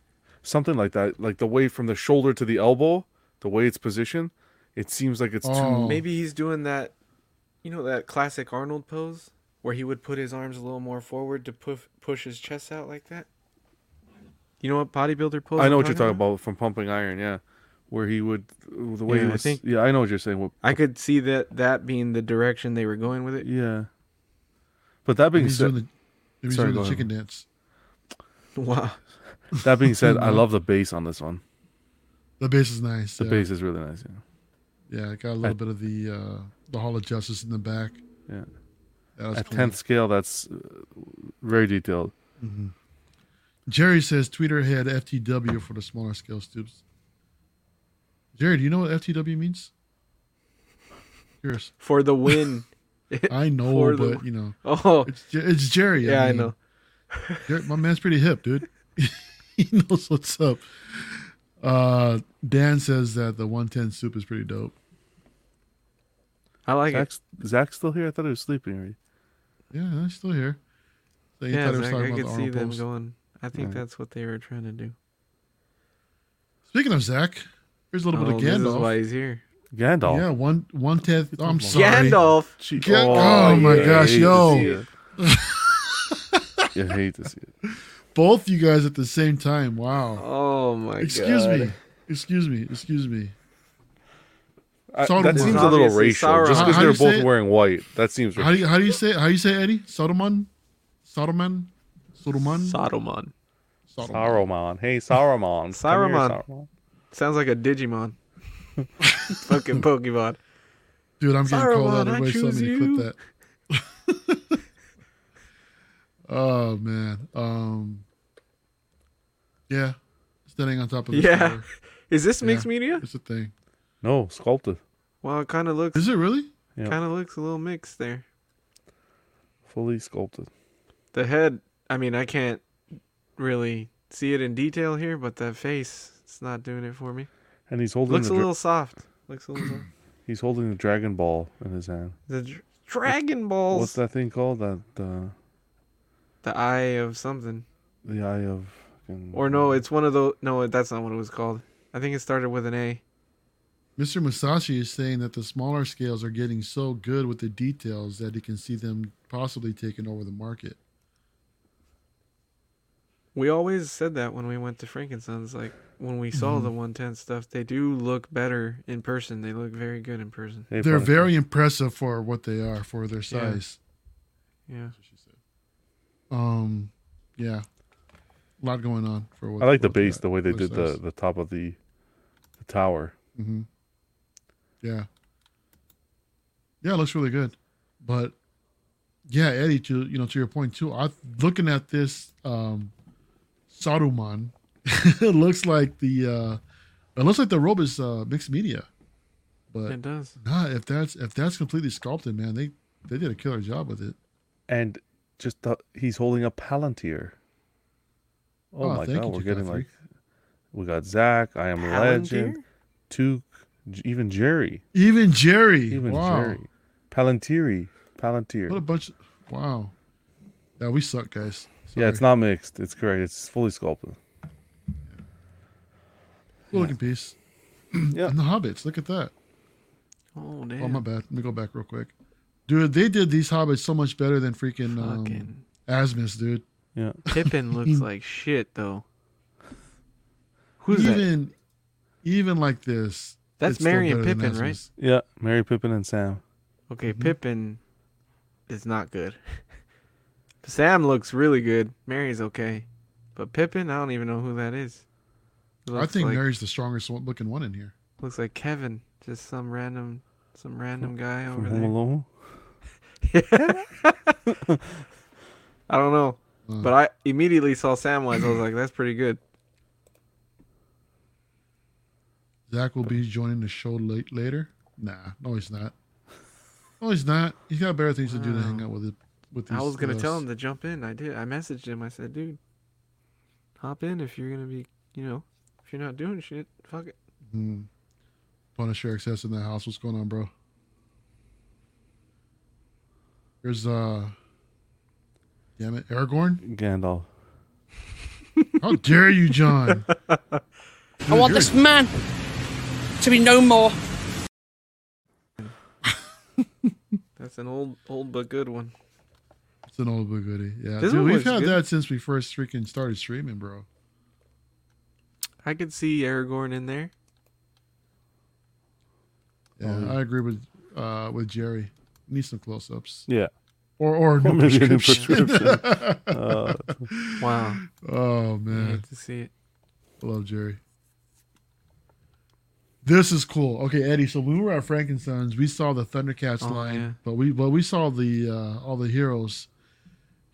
C: something like that. Like the way from the shoulder to the elbow, the way it's positioned, it seems like it's
A: Oh.
C: too.
B: Maybe he's doing that, you know, that classic Arnold pose where he would put his arms a little more forward to push push his chest out like that. You know what bodybuilder pose?
C: I
B: I'm
C: know what you're talking about from pumping iron. Yeah, where he would the way
B: Yeah,
C: he
B: I
C: was.
B: think-
C: yeah, I know what you're saying. What,
B: I could see that that being the direction they were going with it.
C: yeah, but that being
A: Maybe he's
C: said,
A: doing the, maybe he's
C: Sorry,
A: doing
C: go
A: the
C: ahead.
A: chicken dance.
B: Wow.
C: that being said, I love the bass on this one.
A: The bass is nice.
C: The
A: yeah.
C: bass is really nice. Yeah.
A: Yeah, it got a little
C: I-
A: bit of the uh, the Hall of Justice in the back.
C: Yeah.
A: That was
C: At
A: cool.
C: tenth scale, that's uh, very detailed.
A: Jerry says Twitter had FTW for the smaller scale stoops. Jerry, do you know what FTW means? Curious.
B: For the win.
A: I know,
B: For the-
A: but you know,
B: oh,
A: it's Jer- it's Jerry.
B: yeah, I
A: mean,
B: know.
A: Jer- my man's pretty hip, dude. he knows what's up. Uh, Dan says that the 110 soup is pretty dope.
B: I like it.
C: Zach's, Zach's still here. I thought he was sleeping already.
A: Yeah, I'm still here. So you
B: Yeah,
A: thought he was
B: Zach,
A: talking
B: I
A: about
B: could
A: the
B: see
A: Arnold
B: them
A: post.
B: going. I think
C: Yeah.
B: that's what they were trying to do.
A: Speaking of Zach, here's a little
B: oh,
A: bit of
B: This is why
A: Gandalf.
B: he's here.
C: Gandalf.
A: Yeah, one one tenth. Oh, I'm sorry.
B: Gandalf.
C: Gee-
A: Ga- oh my
C: yeah, I
A: gosh,
C: hate to
A: yo.
C: see it. I hate to see it.
A: Both you guys at the same time. Wow.
B: Oh my
A: Excuse
B: god.
A: me. Excuse me. Excuse me.
C: I,
A: Sodomite.
C: that seems a little
B: Obviously
C: racial.
B: Sauron.
C: Just
A: How-
C: because
A: how do
C: they're
A: you say
C: both
A: it?
C: wearing white, that seems
A: How
C: racial.
A: do you how do you say how do you say Eddie? Sodoman? Sodoman? Sodoman?
B: Sodomon.
A: Sodoman.
C: Saruman. Hey, Saruman. Come here,
B: Saruman. Sounds like a Digimon. Fucking Pokemon.
A: Dude, I'm getting called
B: Saruman,
A: out.
B: I
A: Everybody's telling me
B: choose
A: to clip that. oh man. Um Yeah. Standing on top of the
B: Yeah.
A: tower.
B: Is this
A: Yeah.
B: mixed media?
A: It's a thing.
C: No, sculpted.
B: Well, it kind of looks
A: Is it really?
C: Yeah.
B: kind of looks a little mixed there.
C: Fully sculpted.
B: The head, I mean, I can't really see it in detail here, but that face, it's not doing it for me.
C: And he's holding
B: Looks
C: the
B: a
C: dra-
B: little soft. Looks a little soft.
C: he's holding the Dragon Ball in his hand.
B: The dr- Dragon
C: What's
B: Balls.
C: that thing called? That uh,
B: The eye of something.
C: the eye of fucking-
B: Or no, it's one of those. No, that's not what it was called. I think it started with an A.
A: Mr. Musashi is saying that the smaller scales are getting so good with the details that he can see them possibly taking over the market.
B: We always said that when we went to Frankenstein's. Like, when we saw
A: Mm-hmm.
B: the 110 stuff, they do look better in person. They look very good in person.
C: Hey,
A: They're
C: Punisher.
A: very impressive for what they are for their
B: Yeah.
A: size.
B: Yeah.
A: Um, yeah, a lot going on for what
C: I like the
A: what they
C: base,
A: are-
C: the way they
A: what
C: did
A: their
C: the,
A: size.
C: the top of the the tower.
A: Mhm. Yeah, yeah, it looks really good. But yeah, Eddie, to you know, to your point too. I looking at this um, Saruman. it looks like the uh, it looks like the robe is uh, mixed media, but
B: It does.
A: nah, if that's if that's completely sculpted, man, they they did a killer job with it.
C: And just the, he's holding a palantir. Oh,
A: Oh,
C: my
A: thank
C: god,
A: you,
C: we're getting
A: Takatsu.
C: like we got Zach, I am legend, Tuke, J- even Jerry.
A: Even Jerry,
C: Even
A: wow,
C: Jerry. Palantiri. Palantir.
A: what a bunch! Wow, yeah, we suck, guys.
C: yeah, it's
A: Sorry.
C: not mixed. It's correct. It's fully sculpted.
A: Cool looking piece.
C: Yeah.
A: And the Hobbits. Look at that.
B: Oh damn.
A: Oh my bad. Let me go back real quick. Dude, they did these Hobbits so much better than freaking um,
B: Fucking
A: Asmus, dude.
C: Yeah.
B: Pippin looks like shit though. Who's that?
A: even even like this.
B: That's
A: it's still
B: Mary and
A: better than
B: Pippin, right?
A: Asmus.
C: Yeah. Mary Pippin and Sam.
B: Okay,
A: Mm-hmm.
B: Pippin is not good. Sam looks really good. Mary's okay, but Pippin, I don't even know who that is.
A: I think
B: like,
A: Mary's the strongest one, looking one in here.
B: looks like Kevin, just some random, some random guy
C: From
B: over
C: Home
B: there.
C: Alone.
B: I don't know,
A: Uh.
B: but I immediately saw Samwise. I was like, that's pretty good.
A: Zach will be joining the show late later. Nah, no, he's not. No, he's not. He's got better things to do than hang out with it. With these,
B: I was gonna
A: uh,
B: tell him to jump in. I did. I messaged him. I said, dude, hop in if you're gonna be, you know, if you're not doing shit, fuck it.
A: Mm. Punisher access in the house. What's going on, bro? There's uh, damn it, Aragorn.
C: Gandalf.
A: How dare you, John?
D: I want this man to be no more.
B: That's an old, old but good one.
A: It's an old but goodie. Yeah,
B: This
A: dude,
B: one
A: we've
B: was
A: had
B: good.
A: that since we first freaking started streaming, bro.
B: I could see Aragorn in there.
A: Yeah,
C: Oh, yeah.
A: I agree with uh with Jerry. Need some close ups
C: Yeah.
A: or or
C: Or
A: no
C: maybe a new
A: prescription.
C: Uh,
B: Wow,
A: oh
B: I
A: man,
B: hate to see it.
A: I love Jerry. This is cool. Okay, Eddie. So when we were at Frankenstein's, we saw the Thundercats
B: Oh,
A: line,
B: yeah.
A: but we but we saw the uh all the heroes.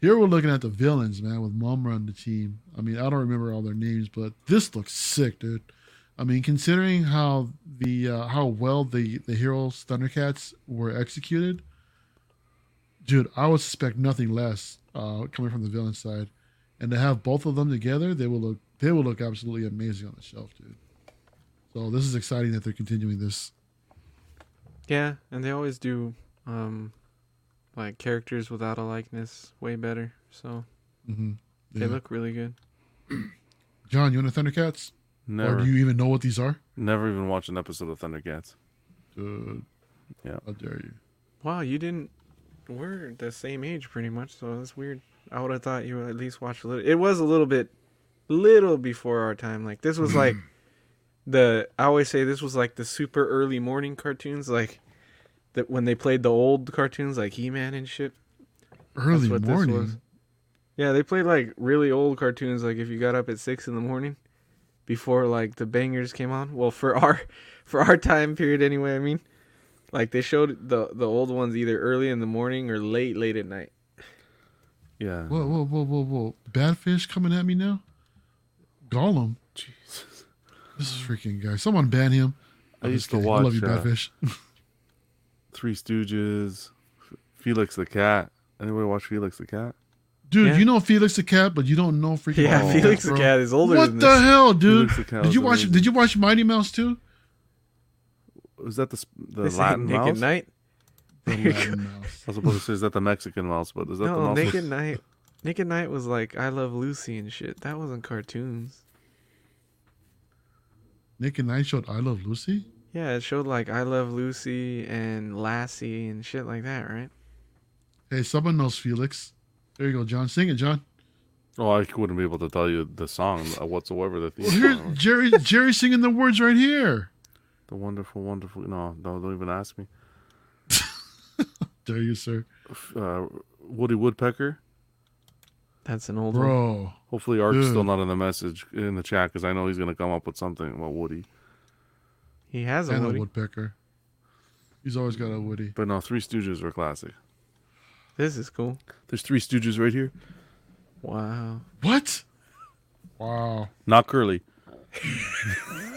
A: Here we're looking at the villains, man, with Mumra on the team. I mean, I don't remember all their names, but this looks sick, dude. I mean, considering how the uh, how well the the heroes Thundercats were executed, dude, I would suspect nothing less uh, coming from the villain side, and to have both of them together, they will look they will look absolutely amazing on the shelf, dude. So this is exciting that they're continuing this.
B: Yeah, and they always do, um, like characters without a likeness way better. So
A: hmm
B: they look really good.
A: John, you want the Thundercats? Or do
C: never,
A: you even know what these are?
C: never even watched an episode of Thundercats.
A: Dude,
C: Yeah.
A: how dare you?
B: Wow, you didn't. We're the same age pretty much, so that's weird. I would have thought you would at least watch a little. It was a little bit, little before our time. Like this was like the. I always say this was like the super early morning cartoons, like that when they played the old cartoons, like He Man and shit.
A: Early
B: what this
A: morning.
B: was. Yeah, they played like really old cartoons. Like if you got up at six in the morning, before like the bangers came on. Well, for our for our time period anyway. I mean, like they showed the the old ones either early in the morning or late late at night.
C: Yeah.
A: Whoa, whoa, whoa, whoa, whoa! Bad fish coming at me now. Gollum,
C: Jesus.
A: this is freaking guy. Someone ban him.
C: I
A: I'm
C: used
A: just
C: to
A: kidding.
C: watch
A: I love you,
C: uh,
A: Bad Fish.
C: Three Stooges, F- Felix the Cat. Anybody watch Felix the Cat?
A: Dude,
B: Yeah.
A: you know Felix the Cat, but you don't know freaking.
B: Yeah,
C: Oh.
B: Felix the
A: bro.
B: cat is older
A: What
B: than
A: the
B: this.
A: hell, dude?
C: Felix the Cat
A: Did
C: was
A: you watch?
C: amazing.
A: Did you watch Mighty Mouse too?
C: Is that the s- the
B: This ain't
C: Latin
B: Naked
C: mouse?
B: Night.
A: The
B: you
A: Latin Mouse.
C: I was supposed to say is that the Mexican mouse, but is that the
B: No,
C: mouse?
B: Naked Night. Naked Night was like I Love Lucy and shit. That wasn't cartoons.
A: Nick and I showed I Love Lucy.
B: Yeah, it showed like I Love Lucy and Lassie and shit like that, right?
A: Hey, someone knows Felix. There you go, John. Sing it, John.
C: Oh, I wouldn't be able to tell you the song uh, whatsoever. The theme
A: Well, here's
C: song.
A: Jerry. Jerry singing the words right here.
C: The wonderful, wonderful. No, no, don't even ask me.
A: Dare you, sir,
C: F- Uh, Woody Woodpecker.
B: That's an old one.
A: bro?
C: Hopefully, Ark's still
A: Dude.
C: not in the message in the chat because I know he's gonna come up with something about Woody.
B: He has a
A: And
B: Woody.
A: a woodpecker. He's always got a woody.
C: But no, Three Stooges were classic.
B: This is cool.
C: There's Three Stooges right here.
B: Wow.
A: What? Wow.
C: Not Curly.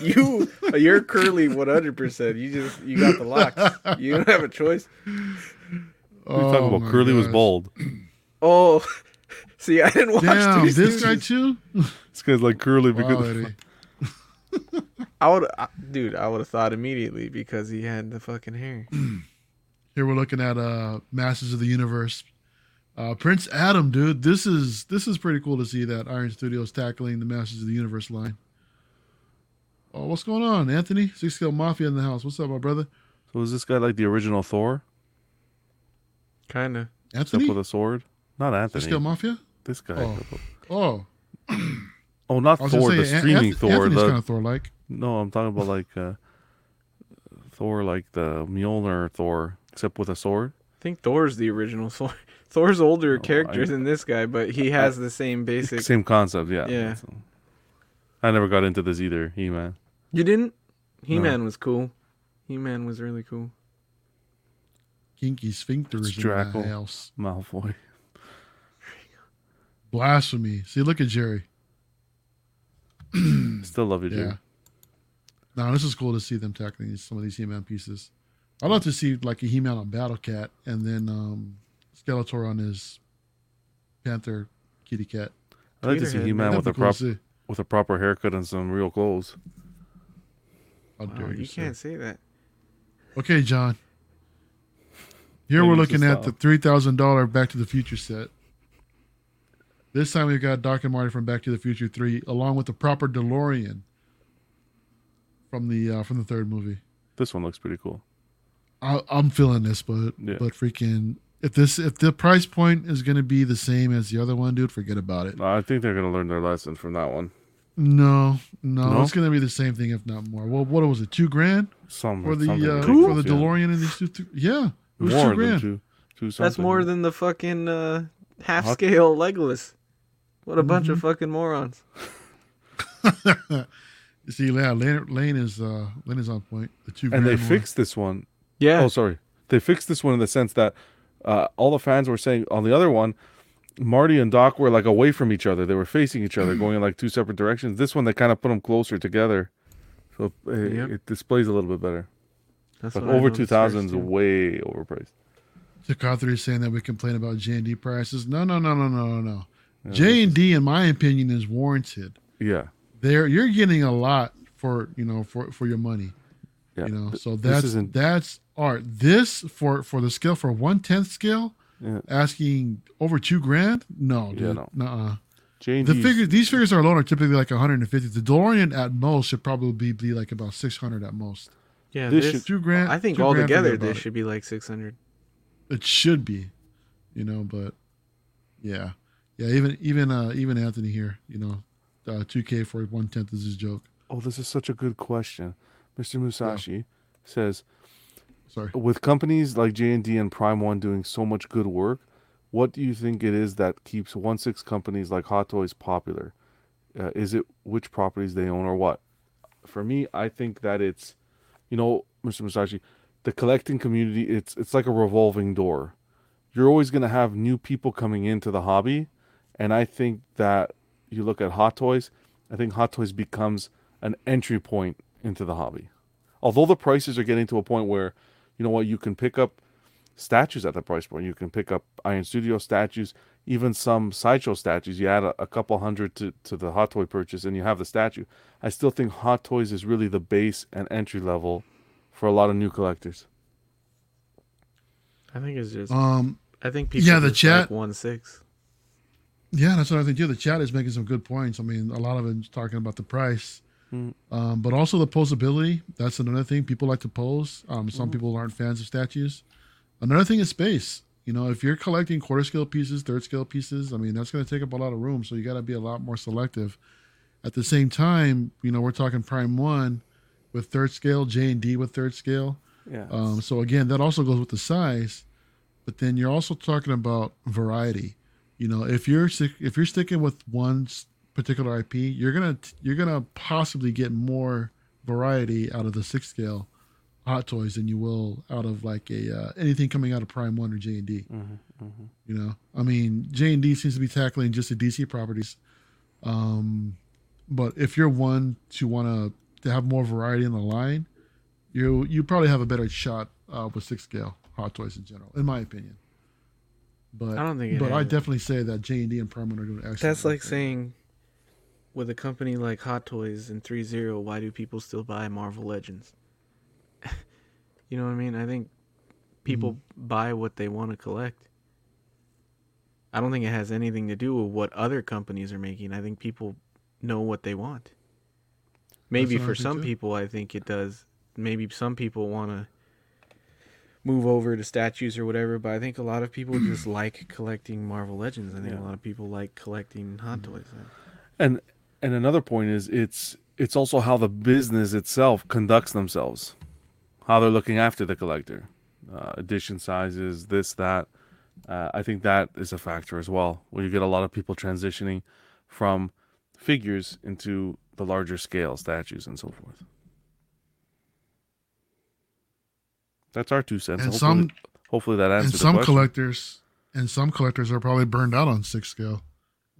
B: You, you're curly 100. percent You just you got the locks. You don't have a choice.
A: What
C: What are you
A: Oh
C: talking about? Curly was bald.
B: Oh, see, I didn't watch
A: Damn,
B: Three
A: this guy
B: Stooges.
A: too.
C: This guy's like Curly
A: Wow,
C: because
A: Eddie.
B: I would, I, dude, I would have thought immediately because he had the fucking hair.
A: Here we're looking at uh Masters of the Universe. Uh Prince Adam, dude. This is this is pretty cool to see that Iron Studios tackling the Masters of the Universe line. Oh, what's going on, Anthony? Six Scale Mafia in the house. What's up, my brother?
C: So is this guy like the original Thor,
B: Kind of.
A: Anthony?
C: except with a sword? Not Anthony.
A: Six Scale Mafia?
C: This guy.
A: Oh.
C: Oh,
A: Oh,
C: not
A: I was
C: Thor,
A: gonna
C: the
A: say An-
C: streaming
A: Anth-
C: Thor.
A: Anthony's
C: The,
A: kind of Thor-like.
C: No, I'm talking about like uh, Thor, like the Mjolnir Thor, except with a sword.
B: I think Thor's the original Thor. Thor's older
C: Oh,
B: character
C: I-
B: than this guy, but he has the same basic.
C: Same concept, yeah.
B: Yeah.
C: So- I never got into this either, He Man.
B: You didn't? He Man was cool. He Man was really cool.
A: Kinky sphincters
C: It's
A: in
C: Draco.
A: the house.
C: Malfoy.
A: Blasphemy. See, look at Jerry.
C: Still love you, dude.
A: Mm. Yeah. Now this is cool to see them tackling these, some of these He-Man pieces. I'd love to see like a He-Man on Battle Cat and then um, Skeletor on his Panther Kitty Cat.
C: I like to see
B: Peterhead,
C: He
B: man.
C: Man
A: That'd
C: with
A: be
C: a
A: cool to
C: prop
A: see.
C: with a proper haircut and some real clothes.
A: How
B: Wow,
A: dare
B: Oh, you
A: you, sir.
B: can't say that.
A: Okay, John. Here
C: Maybe
A: we're
C: it's
A: looking
C: just
A: at the three thousand dollar Back to the Future set. This time we've got Doc and Marty from Back to the Future Three, along with the proper DeLorean from the uh, from the third movie.
C: This one looks pretty cool.
A: I, I'm feeling this, but
C: Yeah.
A: but freaking if this if the price point is gonna be the same as the other one, dude, forget about it.
C: I think they're gonna learn their lesson from that one.
A: No, no,
C: No?
A: it's gonna be the same thing if not more. Well, what was it? Two grand
C: Some
A: for the
C: something
A: uh,
C: ridiculous,
A: for the
C: yeah.
A: DeLorean and these two? Th- yeah, it was
C: More
A: two
C: than
A: grand.
C: two, two something.
B: That's more than the fucking uh, half scale Legolas. What a bunch
C: Mm-hmm.
B: of fucking morons.
A: See, yeah, Lane, Lane is uh, Lane is on point. The two
C: And they
A: grand one.
C: fixed this one
B: Yeah.
C: Oh, sorry. They fixed this one in the sense that uh, all the fans were saying on the other one, Marty and Doc were like away from each other. They were facing each other, going in like two separate directions. This one, they kind of put them closer together. So uh, it,
B: Yep.
C: displays a little bit better.
B: That's
C: But
B: what I
C: over
B: noticed
C: 2000 is
B: first, too.
C: way overpriced.
A: Takatha is saying that we complain about J and D prices. No, no, no, no, no, no, no. J and D, in my opinion, is warranted.
C: Yeah.
A: There, you're getting a lot for you know for for your money.
C: Yeah.
A: You know,
C: Th-
A: so
C: this
A: that's
C: isn't-
A: that's art. This for for the scale for one tenth scale,
C: Yeah.
A: asking over two grand. No, dude,
C: Yeah, no.
A: nuh-uh.
C: J and
A: The
C: D.
A: figures, these figures are alone are typically like 150. The DeLorean at most should probably be like about 600 at most.
B: Yeah,
C: this
B: this
C: should-
A: Two grand.
B: I think
A: two grand, forget
B: altogether
A: about
B: this
A: it.
B: should be like 600.
A: it should be, you know. But yeah, yeah. Even even uh even Anthony here, you know, uh, two K for one tenth is his joke.
C: Oh, this is such a good question. Mr. Musashi says,
A: Sorry.
C: with companies like J&D and Prime One doing so much good work, what do you think it is that keeps one six companies like Hot Toys popular? Uh, is it which properties they own or what? For me, I think that it's, you know, Mr. Musashi, the collecting community. It's it's like a revolving door. You're always going to have new people coming into the hobby, and I think that you look at Hot Toys. I think Hot Toys becomes an entry point into the hobby although the prices are getting to a point where you know what you can pick up statues at that price point you can pick up iron studio statues even some sideshow statues you add a, a couple hundred to, to the hot toy purchase and you have the statue i still think hot toys is really the base and entry level for a lot of new collectors
B: I think it's just.
A: Um.
B: I think people.
A: yeah, the
B: just like
A: chat-
B: one six.
A: Yeah, that's what I think too. The chat is making some good points. I mean, a lot of it's talking about the price, um, but also the posability. That's another thing. People like to pose. Um, some people aren't fans of statues. Another thing is space. You know, if you're collecting quarter scale pieces, third scale pieces, I mean, that's going to take up a lot of room. So you got to be a lot more selective. At the same time, you know, we're talking Prime One with third scale, J and D with third scale.
C: yeah
A: Um, so again, that also goes with the size, but then you're also talking about variety. You know, if you're stick- if you're sticking with one s- particular IP, you're gonna t- you're gonna possibly get more variety out of the six scale Hot Toys than you will out of like a uh, anything coming out of Prime One or J and D. You know, I mean J and D seems to be tackling just the DC properties, um, but if you're one to want to have more variety in the line, you you probably have a better shot uh, with six scale hot toys in general, in my opinion. But
B: I don't think it
A: But I
B: is.
A: definitely say that J and D and Prime are doing excellent.
B: That's
A: work
B: like
A: there.
B: saying, with a company like Hot Toys and Three Zero, why do people still buy Marvel Legends? you know what I mean? I think people
A: Mm-hmm.
B: buy what they want to collect. I don't think it has anything to do with what other companies are making. I think people know what they want. Maybe
A: what I
B: for
A: think
B: some
A: too.
B: people, I think it does. Maybe some people want to move over to statues or whatever, but I think a lot of people just like collecting Marvel Legends. I think
C: Yeah.
B: a lot of people like collecting hot toys.
C: And and another point is it's it's also how the business itself conducts themselves, how they're looking after the collector, uh, edition sizes, this that. Uh, I think that is a factor as well, where you get a lot of people transitioning from figures into the larger scale statues and so forth. That's our two cents.
A: And
C: hopefully,
A: some-
C: hopefully that
A: and
C: answers the
A: some
C: question.
A: collectors and some collectors are probably burned out on six scale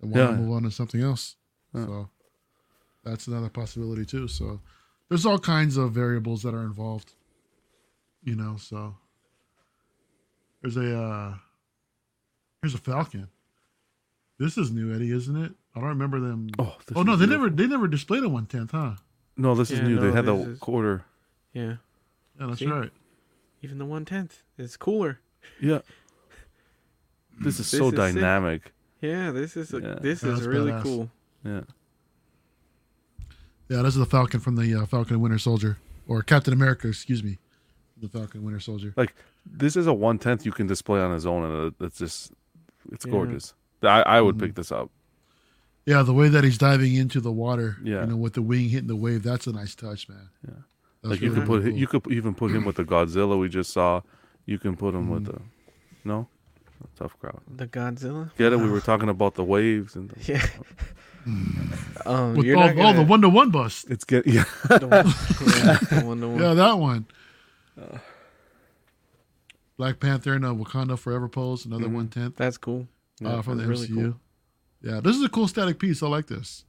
A: and want
C: Yeah.
A: to move on to something else
C: Yeah.
A: so that's another possibility too so there's all kinds of variables that are involved you know so there's a uh here's a falcon this is new eddie isn't it i don't remember them oh,
C: oh, this
A: no
C: is
A: they
C: new.
A: never they never displayed a 110th huh
C: No, this is
B: Yeah,
C: new.
B: no,
C: they had the
B: this is-
C: quarter.
B: Yeah. yeah.
A: yeah that's
B: See?
A: right
B: Even the 110th is cooler.
C: Yeah. This is
B: This
C: so
B: is sick.
C: dynamic.
B: Yeah, this is a,
C: Yeah.
B: this
A: Yeah,
B: is
A: that's
B: really
A: badass.
B: cool.
C: Yeah.
A: yeah this is the falcon from the uh, falcon and winter soldier or captain america excuse me the falcon and winter soldier
C: Like this is a one tenth you can display on his own, and it- it's just it's
B: Yeah.
C: gorgeous. I, I would pick this up.
A: Yeah, the way that he's diving into the water,
C: Yeah.
A: you know, with the wing hitting the wave, that's a nice touch, man. Yeah,
C: like you could put hi- you could even put him with the Godzilla we just saw. You can put him with the no tough crowd.
B: The Godzilla.
C: Get it? We were talking about the waves and the,
B: Yeah. um,
A: with
B: you're
A: all,
B: not
A: oh, the
B: gonna-
A: one to one bust.
C: it's get yeah.
B: the one- yeah, the one to one.
A: Yeah, that one. Black Panther and a Wakanda Forever pose, another one tenth
B: That's cool.
A: uh, from the
B: Mm-hmm. that's really
A: MCU. Yeah, this is a cool static piece. I like this.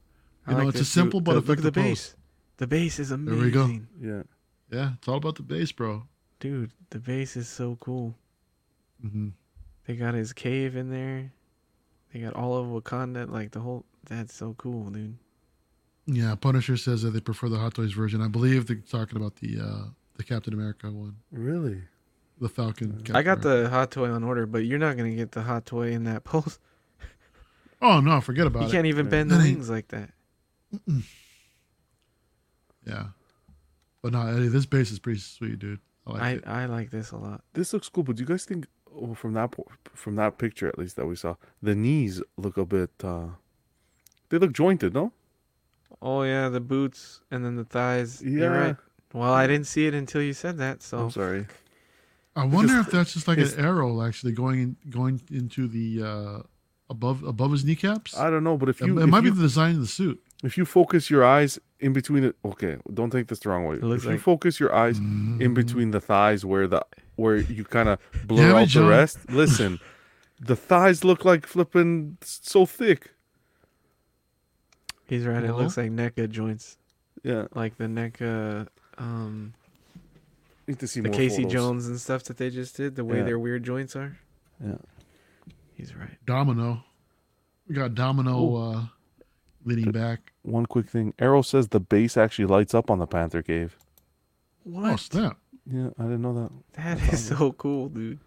A: You
B: I
A: know,
B: like
A: it's a
B: this too.
A: simple but
B: Look- look at
A: effective
B: the
A: pose.
B: bass. The bass is amazing.
A: we go.
C: yeah.
A: Yeah, it's all about the base, bro.
B: Dude, the bass is so cool. Mm-hmm.
A: hmm
B: They got his cave in there. They got all of Wakanda, like the whole. That's so cool, dude.
A: Yeah, Punisher says that they prefer the Hot Toys version. I believe they're talking about the uh, the Captain America one,
C: Really?
A: the Falcon. Captain
B: Mm. I got
A: America.
B: the hot toy on order, but you're not gonna get the hot toy in that pose.
A: Oh no, forget about
B: You
A: it.
B: can't even
C: Yeah.
B: bend the
A: That ain't-
B: wings like that.
A: Yeah. But no, Eddie, this bass is pretty sweet, dude. I like
B: I
A: it.
B: I like this a lot.
C: This looks cool, but do you guys think oh, from that po- from that picture at least that we saw the knees look a bit? uh They look jointed, no?
B: Oh yeah, the boots and then the thighs. You're
C: Yeah.
B: right. Well, I didn't see it until you said that. So
C: I'm sorry.
A: I wonder if that's just like an
C: it's-
A: arrow, actually going in, going into the uh, above above his kneecaps.
C: I don't know, but if
A: it
C: you
A: it
C: if
A: might
C: you-
A: be the design of the suit.
C: if you focus your eyes in between it okay don't take this the wrong way if
B: looks
C: you
B: like- Mm-hmm.
C: focus your eyes in between the thighs where the where you kind of blur
A: Damn it,
C: out the
A: John.
C: rest listen the thighs look like flipping so thick
B: he's right. It
A: Well.
B: looks like NECA joints,
C: yeah
B: like the NECA, um,
C: need to see
B: the
C: more
B: Casey
C: photos.
B: Jones and stuff that they just did. The way
C: Yeah.
B: their weird joints are.
C: Yeah.
B: He's right.
A: Domino. We got Domino uh, leaning back.
C: one quick thing arrow says the base actually lights up on the panther cave
A: Oh
B: What?
A: snap!
C: yeah i didn't know that
B: That is so cool, dude.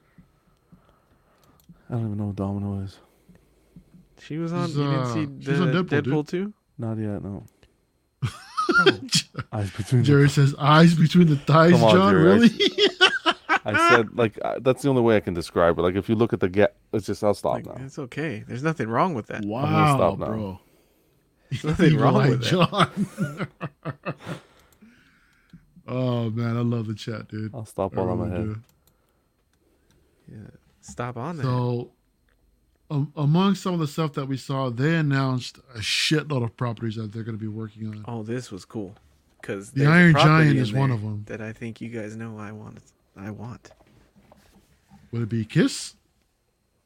C: i don't even know what domino is
B: She was on.
A: She's,
B: you didn't
A: uh,
B: see
A: she's
B: the
A: on
B: Deadpool,
A: Deadpool, dude.
B: too?
C: not yet no eyes between the
A: Jerry says eyes between the thighs.
C: Come on,
A: John,
C: Jerry,
A: really?
C: I said like I, that's the only way I can describe it. Like if you look at the get, it's just I'll stop
B: Like,
C: now.
B: it's okay. There's nothing wrong with that.
A: wow,
C: stop now.
A: bro.
B: There's nothing
A: Evil
B: wrong
A: Eye
B: with that.
A: John. oh man, I love the chat, dude.
C: I'll stop
A: I
C: while I'm
A: really
C: ahead.
A: do.
B: Stop on that.
A: So, um, among some of the stuff that we saw, they announced a shitload of properties that they're going to be working on.
B: oh, this was cool. Because
A: The Iron Giant is one of them.
B: That I think you guys know I want. I want.
A: Would it be Kiss?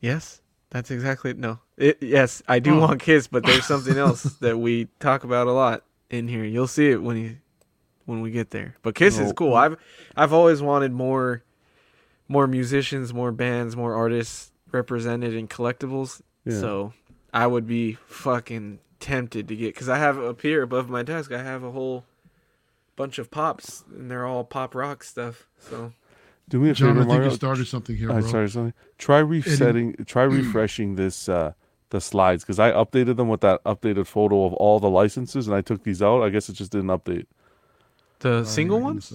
B: Yes, that's exactly no. It, yes, I do
A: Oh.
B: want kiss, but there's something else that we talk about a lot in here. You'll see it when you when we get there. But kiss is
C: No.
B: cool. I've I've always wanted more more musicians, more bands, more artists represented in collectibles.
C: Yeah.
B: So I would be fucking tempted to get because I have up here above my desk. I have a whole bunch of pops, and they're all pop rock stuff. So
C: Do me a
A: John, I
C: favor,
A: think
C: Mario.
A: you started something here,
C: I
A: bro.
C: started something. Try
A: Eddie-
C: resetting. Try refreshing this. uh the slides because I updated them with that updated photo of all the licenses, and I took these out. I guess it just didn't update.
B: The single ones.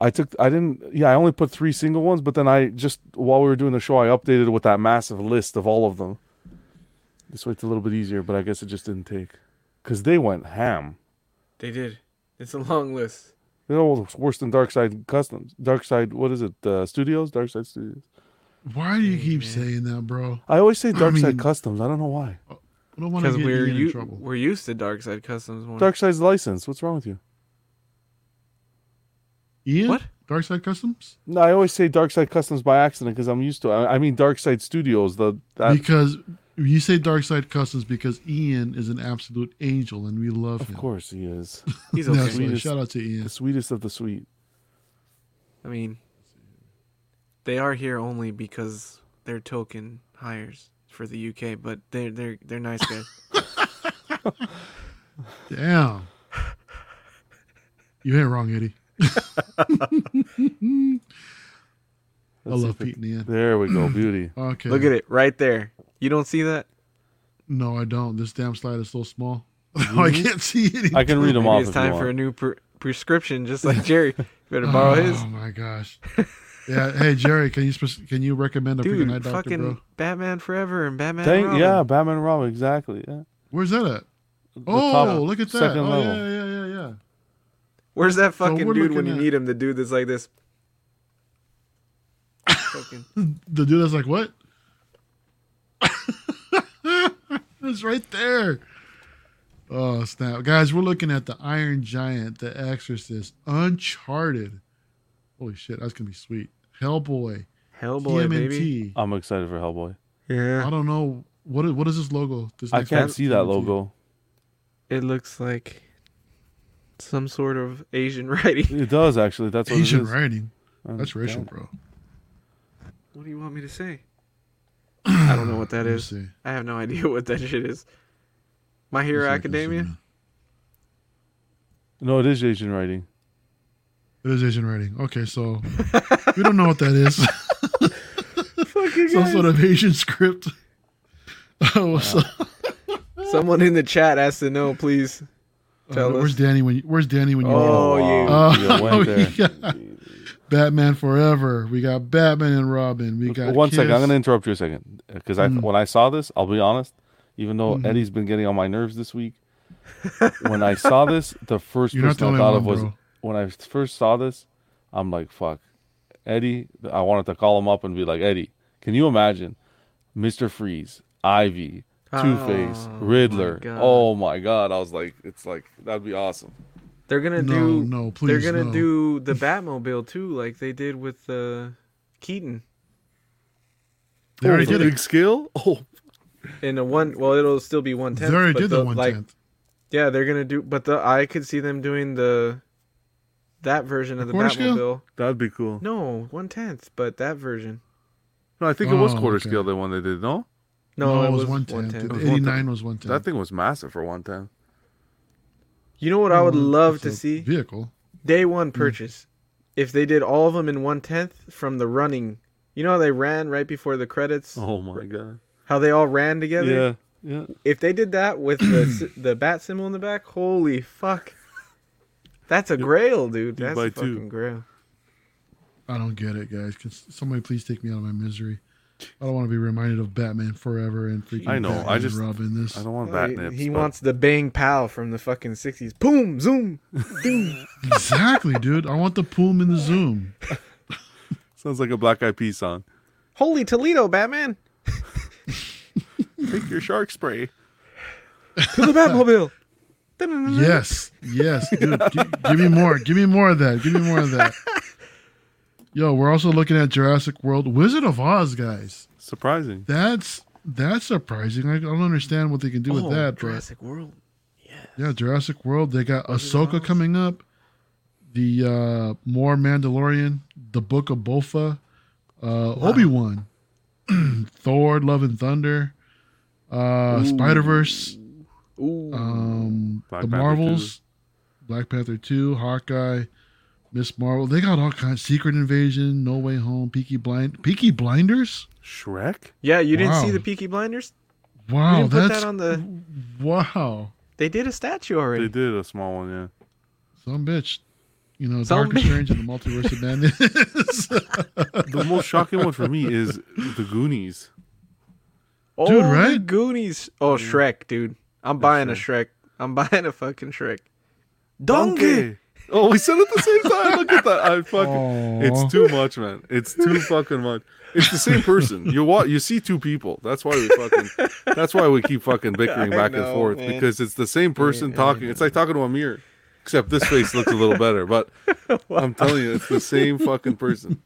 C: I took I didn't yeah, I only put three single ones, but then I just while we were doing the show I updated with that massive list of all of them. This way it's a little bit easier, but I guess it just didn't take. Cause they went ham.
B: They did. It's a long list.
C: You know it's worse than Dark Side Customs. Dark Side what is it? Uh, studios? Dark Side Studios.
A: Why do you keep man. saying that, bro?
C: I always say Dark Side I mean, Customs. I don't know why. I
A: don't want to get
B: we're
A: Ian
B: u-
A: in trouble.
B: We're used to Dark Side Customs. More.
C: Dark Side's license. What's wrong with you?
A: Ian?
B: What?
A: Dark Side Customs?
C: No, I always say Dark Side Customs by accident because I'm used to. it. I I mean Dark Side Studios. The that,
A: Because you say Dark Side Customs because Ian is an absolute angel and we love
C: of
A: him.
C: course he is
B: He's
A: That's
B: okay.
A: why-
C: Sweetest-
A: shout out to Ian.
C: the sweetest of the sweet.
B: I mean, they are here only because their token hires for the UK, but they're they're they're nice guys.
A: Damn. You ain't wrong, Eddie. I
C: Let's see
A: love
C: if it-
A: Pete and Ian.
C: There we go, beauty.
A: Okay.
B: Look at it right there. You don't see that?
A: No, I don't. This damn slide is so small. I can't see anything.
C: I can read them
B: Maybe
C: off.
B: it's
C: if
B: time
C: you want.
B: for a new pre- prescription, just like Jerry. You better borrow his.
A: Oh my gosh. Yeah. Hey Jerry, can you spec- can you recommend a freaking eye
B: Dude,
A: doctor,
B: fucking
A: bro?
B: Batman Forever and Batman.
C: Thank-
B: Robin.
C: yeah, Batman and Robin, exactly. Yeah.
A: Where's that at?
C: The top
A: Oh, look at that.
C: second
A: Oh,
C: level.
A: yeah, yeah, yeah, yeah.
B: Where's that fucking
A: we're
B: dude when
A: looking
B: you
A: at-
B: need him? The dude that's like this. fucking.
A: The dude that's like, what? it's right there. Oh, snap. Guys, we're looking at the Iron Giant, The Exorcist, Uncharted. Holy shit, that's going to be sweet. Hellboy,
B: Hellboy,
A: TMNT.
B: baby.
C: I'm excited for Hellboy.
A: I
B: Yeah.
A: don't know. What is, what is this logo? This
C: I
A: next
C: can't
A: one?
C: see that
A: TMNT.
C: logo.
B: It looks like some sort of Asian writing.
C: It does actually. That's what it
A: Asian
C: is.
A: writing.
C: Oh,
A: That's racial,
C: damn.
A: bro.
B: What do you want me to say? I don't know what
A: Let
B: that
A: me
B: is.
A: see.
B: I have no idea what that shit is. My Hero
A: Let me see if I can zoom
B: Academia?
A: in.
C: No, it is Asian writing.
A: It is Asian writing. Okay, so we don't know what that is.
B: Fucking
A: Some
B: guys.
A: sort of Asian script. Oh, what's up?
B: Someone in the chat has to know, please.
A: Uh,
B: Tell us.
A: where's Danny when you, where's Danny when you need him?
B: Oh, you-
A: Oh,
C: you went there.
A: yeah. Batman Forever. We got Batman and Robin. We got
C: One second,
A: Kiss. Mm.
C: I'm going to interrupt you a second because I when I saw this, I'll be honest. Even though
A: Mm-hmm.
C: Eddie's been getting on my nerves this week, when I saw this, the 1st
A: You're not the
C: person I
A: only
C: thought of
A: one,
C: was
A: bro.
C: when I first saw this, I'm like, "Fuck, Eddie." I wanted to call him up and be like, "Eddie, can you imagine, Mister Freeze, Ivy, Two Face,
B: Oh, my
C: Riddler?
B: God.
C: oh my god!" I was like, "It's like that'd be awesome."
B: They're gonna
A: No,
B: do.
A: no,
B: They're
A: please,
B: gonna
A: no.
B: do the Batmobile too, like they did with uh, Keaton
A: They already
C: oh, the
A: did
C: big
A: it.
C: scale. Oh,
B: in a one. Well, it'll still be one
A: They
B: tenth.
A: already
B: but
A: did the one
B: like,
A: tenth.
B: Yeah, they're gonna do. But the I could see them doing the that version of the
A: Quarter
B: Batmobile.
A: scale?
C: that'd be cool.
B: No, one tenth, but that version.
C: No, I think it
A: Oh,
C: was quarter
A: okay.
C: scale the one they did. No,
B: No,
A: it was one tenth.
C: It was
A: The Eighty nine was one
C: that
A: tenth.
C: thing was massive for one time.
B: You know what I would love to see?
A: Mm-hmm. Vehicle.
B: Day one purchase. If they did all of them in one tenth from the running, you know how they ran right before the credits,
C: Oh my god.
B: how they all ran together.
C: Yeah. Yeah.
B: If they did that with the s- the bat symbol in the back, holy fuck, that's a grail, dude. That's
C: buy
B: a
C: two.
B: fucking grail.
A: I don't get it, guys. Can s- somebody please take me out of my misery? I don't want to be reminded of Batman Forever and freaking
C: I know,
A: Batman
C: I
A: and
C: just-
A: Robin. This
C: I don't want
B: Oh,
C: bat
B: he-
C: nips.
B: he
C: but-
B: wants the bang pow from the fucking sixties. Boom, zoom.
A: exactly, dude. I want the Poom in the Zoom.
C: sounds like a black eyed pea song.
B: Holy Toledo, Batman
C: Take your shark spray.
B: to the Batmobile.
A: Yes, yes, dude. Gi- give me more. Give me more of that. Give me more of that. Yo, we're also looking at Jurassic World, Wizard of Oz, guys.
C: Surprising.
A: That's that's surprising. I I don't understand what they can do
C: Oh,
A: with that. But
B: Oh, Jurassic World.
A: yeah, Jurassic World. They got Ahsoka coming up. The uh more Mandalorian, the Book of Bofa, uh Obi Wan, Thor, Love and Thunder, uh Spider Verse.
B: Ooh.
A: um,
C: Black
A: the
C: Panther
A: Marvels, Black Panther Two, Hawkeye, Miss Marvel. They got all kinds. Secret Invasion, No Way Home, Peaky Blind, Peaky Blinders.
C: Shrek?
B: yeah, you didn't see
A: wow.
B: the Peaky Blinders?
A: Wow,
B: didn't put
A: that's
B: that on the-
A: wow,
B: They did a statue
C: They
B: already.
C: did a small one, yeah.
A: some bitch. You know,
B: Some
A: Dark and
B: bitch.
A: Strange and the Multiverse of Madness.
C: The most shocking one for me is the Goonies.
B: Oh,
A: Dude,
B: the
A: right?
B: Goonies. Oh, Shrek, dude. I'm buying a Shrek. I'm buying a fucking Shrek. Donkey.
C: Donkey. Oh, we said it at the same time. Look at that. I fucking.
A: Aw.
C: It's too much, man. It's too fucking much. It's the same person. You wa- You see two people. That's why we fucking. That's why we keep fucking bickering
B: I
C: back
B: know,
C: and forth
B: man.
C: because it's the same person talking. It's like talking to a mirror, except this face looks a little better. But I'm telling you, it's the same fucking person.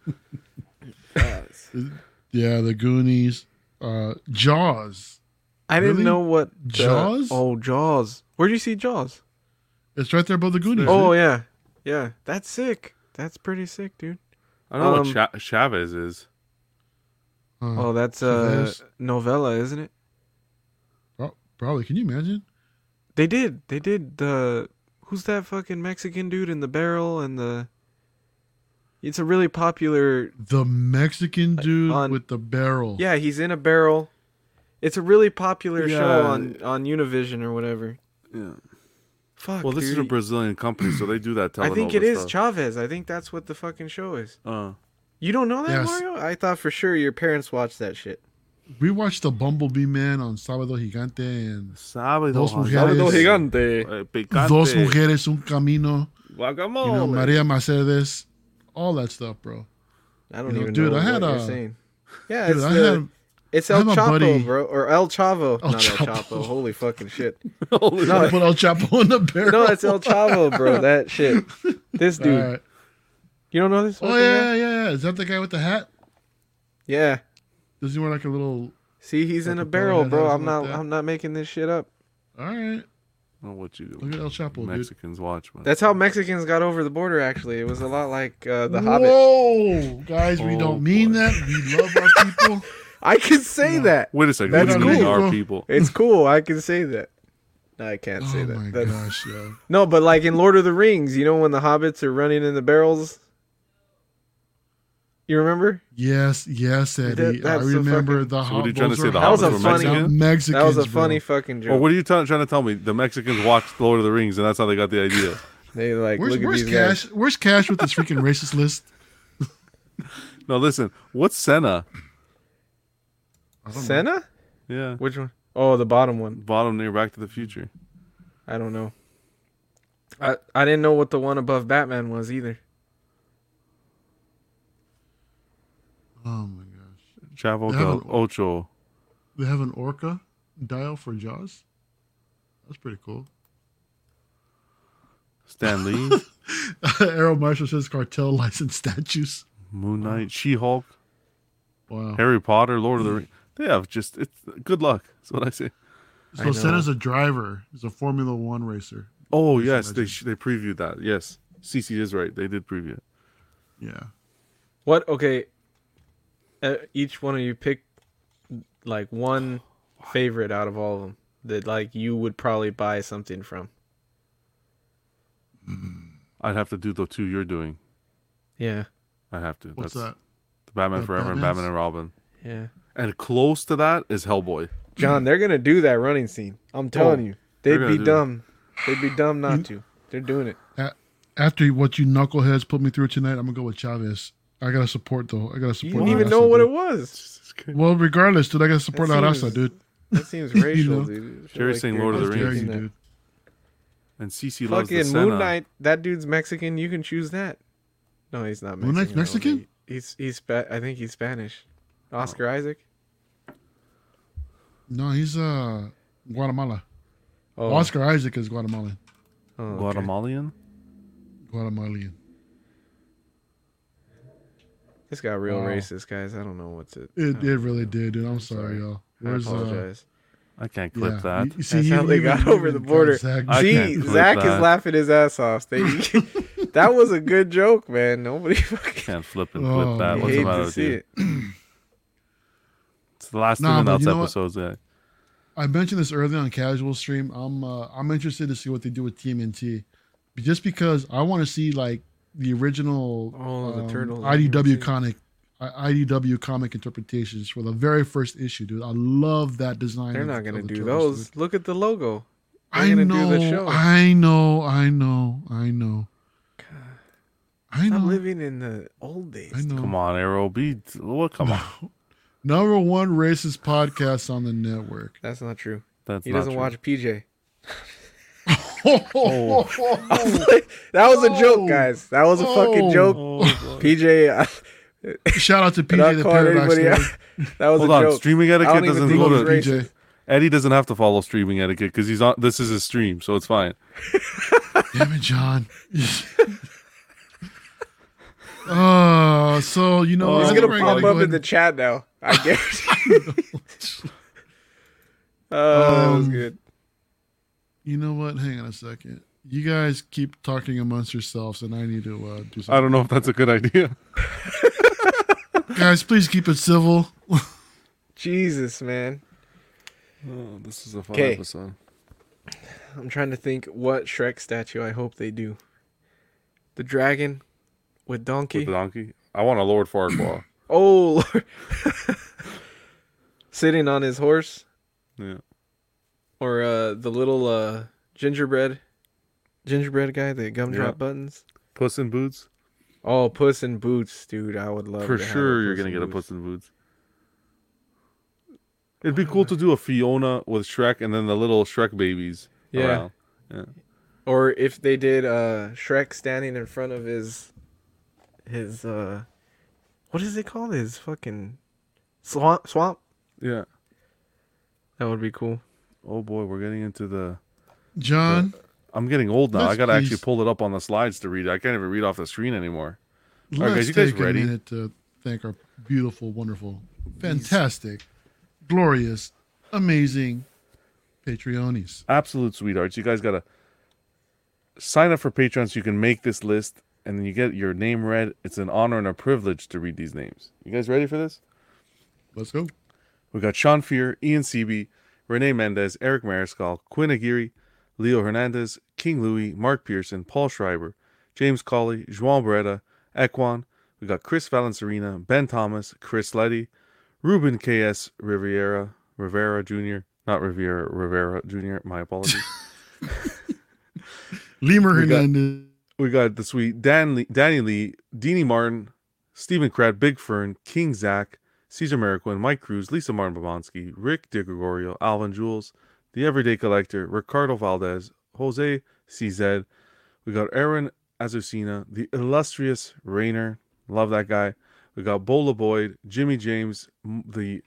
A: yeah, the Goonies, uh, Jaws.
B: I didn't
A: Really?
B: know what the-
A: Jaws?
B: Oh, Jaws. Where'd you see Jaws?
A: It's right there above the Goonies.
B: Oh yeah, yeah. That's sick. That's pretty sick, dude.
C: I don't know
B: Um,
C: what Cha- Chavez is.
A: Uh,
B: Oh, that's
A: so
B: uh
A: there's-
B: novella, isn't it?
A: pro- probably. Can you imagine?
B: They did. They did the who's that fucking Mexican dude in the barrel and the It's a really popular
A: The Mexican dude
B: on-
A: with the barrel.
B: Yeah, he's in a barrel. It's a really popular show
C: Yeah.
B: on on Univision or whatever.
C: Yeah.
B: Fuck.
C: Well, this is a
B: dude.
C: Brazilian company, so they do that.
B: I think it
C: telenova
B: is
C: stuff.
B: Chavez. I think that's what the fucking show is.
C: Uh,
B: You don't know that,
A: Yes.
B: Mario? I thought for sure your parents watched that shit.
A: We watched the Bumblebee Man on Sábado Gigante and
C: Sábado
A: Dos
C: Gigante.
A: mujeres.
C: Eh, picante.
A: Dos Mujeres Un Camino.
C: Guacamole.
B: Oh,
A: You know, Maria Mercedes, all that stuff, bro.
B: I don't
A: You know,
B: even
A: dude,
B: know
A: I had
B: what you're
A: a-
B: saying. Yeah,
A: Dude,
B: it's,
A: I
B: the,
A: had
B: it's
A: I
B: El
A: have a
B: Chapo,
A: buddy-
B: bro, or El Chavo.
A: El
B: not El
A: Chapo.
B: Chapo. Holy fucking shit.
C: Holy
A: I
B: No,
A: put El Chapo in the barrel.
B: no, it's El Chavo, bro. That shit. This
A: All
B: dude.
A: right.
B: You don't know this?
A: Oh
B: fucking
A: yeah,
B: guy?
A: yeah, yeah. Is that the guy with the hat?
B: Yeah.
A: Does he wear like a little?
B: See, he's
A: Like
B: in
A: a
B: a
A: bald
B: barrel,
A: head
B: bro.
A: or
B: I'm
A: something
B: not.
A: like that?
B: I'm not making this shit up.
A: All right,
C: know what you
A: look at El Chapo, dude.
C: Mexicans watch. But
B: That's how Mexicans got over the border. Actually, it was a lot like uh, the Hobbit.
A: Whoa, guys, we
C: Oh,
A: don't mean
C: boy.
A: that. We love our people.
B: I can say
A: No.
B: that.
C: Wait a second.
B: That's
C: That's what do you mean
A: cool.
C: our people?
B: It's cool. I can say that. No, I can't say
A: oh
B: that.
A: my
B: That's-
A: gosh, yo.
B: No, but like in Lord of the Rings, you know when the hobbits are running in the barrels. You remember?
A: Yes, yes, Eddie.
B: That- that's
A: I
B: so
A: remember
B: fucking-
A: the.
C: So what are you
A: Hob-
C: trying to
A: those
C: say,
A: are
C: the
B: That was a
A: Hobbits
B: funny-
A: are Mexicans,
B: That was
A: bro.
B: a
A: Oh,
B: funny fucking
C: Or
B: joke.
C: what are you t- trying to tell me? The Mexicans watched Lord of the Rings, and that's how they got the idea.
B: They like
A: Where's,
B: look at
A: where's
B: these
A: Cash?
B: guys.
A: Where's Cash with this freaking racist list?
C: No, listen. What's Senna?
A: I don't know.
B: Senna?
C: Yeah,
B: Which one? Oh, the bottom one.
C: bottom near Back to the Future.
B: I don't know. I I didn't know what the one above Batman was either.
A: Oh my gosh,
C: Chavo
A: They
C: del
A: have an-
C: Ocho.
A: they have an orca dial for Jaws. That's pretty cool.
C: Stan Lee,
A: Errol Marshall says cartel license statues.
C: Moon Knight, She Hulk,
A: Wow.
C: Harry Potter, Lord of the Rings. They have just it's good luck. That's what I say.
B: I
A: So
B: know.
A: Senna's a driver. He's a Formula One racer.
C: Oh yes, they sh- they previewed that. Yes, CC is right. They did preview it.
A: Yeah.
B: What? Okay. Uh, each one of you pick like one favorite out of all of them that like you would probably buy something from.
C: I'd have to do the two you're doing.
B: Yeah.
C: I have to.
A: What's
C: That's
A: that?
C: the Batman
A: The
C: Forever and
A: Batmans?
C: Batman and Robin.
B: Yeah.
C: And close to that is Hellboy.
B: John, they're gonna do that running scene. I'm telling
C: Oh,
B: you,
C: they're
B: they'd
C: gonna
B: be
C: do it.
B: dumb. They'd be dumb not to. They're doing it.
A: After what you knuckleheads put me through tonight, I'm gonna go with Chavez. I gotta support though. I gotta
B: You
A: support.
B: didn't even
A: Arasa,
B: know what it
A: dude.
B: was.
A: Well, regardless, dude, I gotta support
B: That
A: Arasa,
B: seems-
A: dude.
B: That seems
A: You
B: racial,
A: know?
B: dude. I feel
C: Jerry's saying
B: you're
C: Lord of the
A: How
B: just
C: Rings.
A: dare
B: using
A: you,
B: that.
A: dude?
C: And CC loves the
B: Fucking
C: Senna.
B: Moon Knight. That dude's Mexican. You can choose that. No, he's not.
A: Moon
B: Mexican.
A: Knight's
B: I don't
A: Mexican?
B: think. He's he's. Spa- I think he's Spanish. Oscar Isaac.
A: No, he's uh Guatemala.
B: Oh,
A: Oscar Isaac is Guatemalan.
B: oh, okay.
C: Guatemalan.
A: Guatemalan.
B: This got real
A: Wow.
B: racist, guys. I don't know what's it.
A: It
B: I
A: it really did, dude. I'm sorry,
B: Oh. sorry.
A: y'all.
B: I
A: Where's, uh,
B: apologize.
C: I can't
A: yeah.
C: clip that.
A: You- you see,
B: That's
A: he
B: how they
A: even-
B: got
A: he
B: over
A: even
B: the border.
A: got Zach-
C: I
B: See,
C: can't clip
B: Zach is
C: that.
B: laughing his ass off. They, that was a good joke, man. Nobody fucking
C: Can't flip and
A: Oh,
C: clip
A: I
C: that.
A: man.
C: What's the
B: hated
C: matter
B: to
C: with
B: see
C: you?
B: it.
C: It's the last
A: Nah,
C: nah,
A: but
C: Nuts
A: you know what?
C: episodes. Yeah.
A: I mentioned this earlier on casual stream. I'm uh, I'm interested to see what they do with TMNT, just because I want to see like the original um,
B: Oh, the turtle.
A: IDW
B: Yeah.
A: comic IDW comic interpretations for the very first issue, dude. I love that design.
B: They're
A: of-
B: not
A: of
B: gonna
A: the
B: do
A: Turtles,
B: those.
A: dude.
B: Look at the logo. They're
A: I
B: gonna
A: know.
B: do the show.
A: I know. I know. I know. I
B: Stop
A: know.
B: living in the old days.
A: I know.
C: Come on, Arrow. Be what? Come on.
A: Number one racist podcast on the network.
B: That's not true.
C: That's
B: He
C: not
B: doesn't
C: true.
B: watch PJ.
A: Oh,
B: that was a
A: Oh.
B: joke, guys. That was a fucking
A: Oh.
B: joke.
C: Oh, boy.
B: PJ, I,
A: Shout out to
B: I'm not
A: PJ the
B: calling
A: Paradox.
B: anybody
A: Nerd.
B: out. That was
C: Hold
B: a
C: on.
B: joke.
C: Streaming
B: I
C: etiquette
B: don't even
C: doesn't
B: think
C: go
A: Love
B: he's
C: to.
A: you,
B: racist.
A: PJ.
C: Eddie doesn't have to follow streaming etiquette because he's on. This is his stream, so it's fine.
A: Damn it, John. uh, so you know
C: Oh,
B: He's
A: I
C: I'm
A: think
B: gonna
A: we're
B: pop
A: go
B: up
A: ahead
B: in the
A: and-
B: chat now. I guarantee. oh, that was
A: Um,
B: good.
A: You know what? Hang on a second. You guys keep talking amongst yourselves, and I need to uh, do
C: I
A: something.
C: don't know if that's a good idea.
A: Guys, please keep it civil.
B: Jesus, man.
C: Oh, this is a fun
B: 'Kay.
C: episode.
B: I'm trying to think what Shrek statue I hope they do. The dragon with donkey.
C: With the donkey. I want a Lord Farquaad.
B: oh, Lord. Sitting on his horse.
C: yeah.
B: Or uh, the little uh, gingerbread. Gingerbread guy, the gumdrop
C: Yeah.
B: buttons.
C: Puss in Boots.
B: Oh, Puss in Boots, dude. I would love
C: For
B: to have a
C: sure, you're
B: Puss
C: gonna
B: in
C: get a
B: Boots.
C: Puss in Boots. It'd be cool to do a Fiona with Shrek and then the little Shrek babies.
B: Yeah.
C: around.
B: or if they did uh Shrek standing in front of his his uh what is it called his fucking swamp swamp
C: Yeah.
B: that would be cool
C: Oh boy, we're getting into the.
A: John,
C: I'm getting old now.
A: Let's
C: I gotta actually
A: please-
C: pull it up on the slides to read. it. I can't even read off the screen anymore. right,
A: let's
C: guys, you guys
A: take
C: ready?
A: a minute to thank our beautiful, wonderful, fantastic, glorious, amazing Patreonies.
C: absolute sweethearts. You guys gotta sign up for Patreon so you can make this list and then you get your name read. It's an honor and a privilege to read these names. You guys ready for this?
A: Let's go.
C: We got Sean Fear, Ian Seabee, Renee Mendez, Eric Mariscal, Quinn Aguirre, Leo Hernandez, King Louis, Mark Pearson, Paul Schreiber, James Colley, Joan Beretta, Ekwan. We got Chris Valencerina, Ben Thomas, Chris Letty, Ruben K.S. Riviera, Rivera Jr., not Riviera, Rivera Jr., my apologies.
A: Lemur
C: We got-
A: Hernandez.
C: we got the sweet Dan Lee, Danny Lee, Deanie Martin, Stephen Crad, Big Fern, King Zach, Caesar Mariquin, Mike Cruz, Lisa Martin Babonsky, Rick DiGregorio, Alvin Jules, The Everyday Collector, Ricardo Valdez, Jose CZ. We got Aaron Azucena, the illustrious Rainer. Love that guy. We got Bola Boyd, Jimmy James, m- the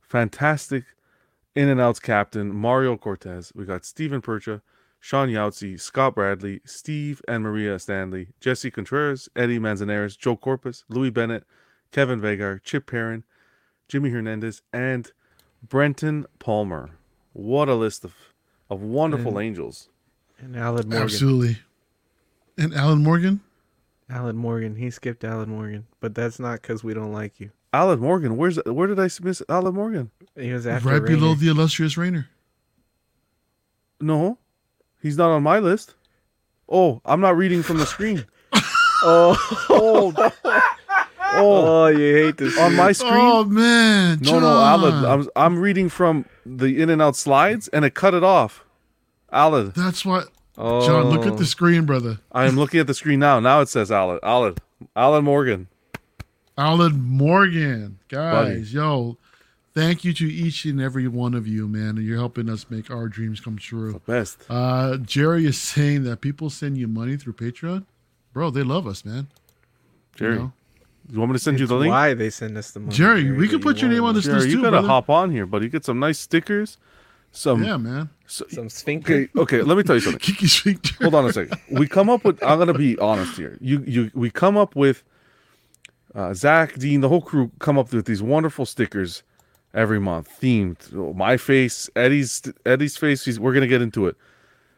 C: fantastic in and outs captain, Mario Cortez. We got Stephen Percha, Sean Yahtzee, Scott Bradley, Steve and Maria Stanley, Jesse Contreras, Eddie Manzanares, Joe Corpus, Louis Bennett, Kevin Vagar, Chip Perrin, Jimmy Hernandez, and Brenton Palmer. What a list of, of wonderful angels.
B: and Alan Morgan
A: Absolutely. And Alan Morgan?
B: Alan Morgan he skipped Alan Morgan but that's not cuz we don't like you
C: Alan Morgan, where's where did I miss Alan Morgan?
B: he was after
A: right below
B: Rainier.
A: the illustrious Rainer.
C: No, he's not on my list. Oh, I'm not reading from the screen.
B: oh
C: Oh, oh,
B: oh you hate this
C: on my screen.
A: Oh man.
C: No, no,
A: John.
C: Alad. I'm, I'm reading from the in and out slides and it cut it off. Alad.
A: That's why
B: oh.
A: John, look at the screen, brother.
C: I am looking at the screen now. Now it says Alad. Alad. Alan Morgan.
A: Alan Morgan. Guys, yo. Thank you to each and every one of you, man. You're helping us make our dreams come true.
C: Best.
A: Uh, Jerry is saying that people send you money through Patreon. Bro, they love us, man. You
C: Jerry.
A: know?
C: You want me to send you
B: It's
C: the link?
B: why they send us the money
A: Jerry, we could
B: that you
A: put your name
B: wanted
A: on this
C: Jerry,
A: list
C: you
A: too,
C: gotta
A: brother.
C: hop on here, buddy. Get some nice stickers. Some
A: Yeah, man.
C: so-
B: some sphincter
C: okay, okay, let me tell you something.
A: Kiki Sphincter.
C: Hold on a second. We come up with I'm gonna be honest here. You you we come up with uh, Zach, Dean, the whole crew come up with these wonderful stickers every month, themed. Oh, My face, Eddie's Eddie's face. he's- we're gonna get into it.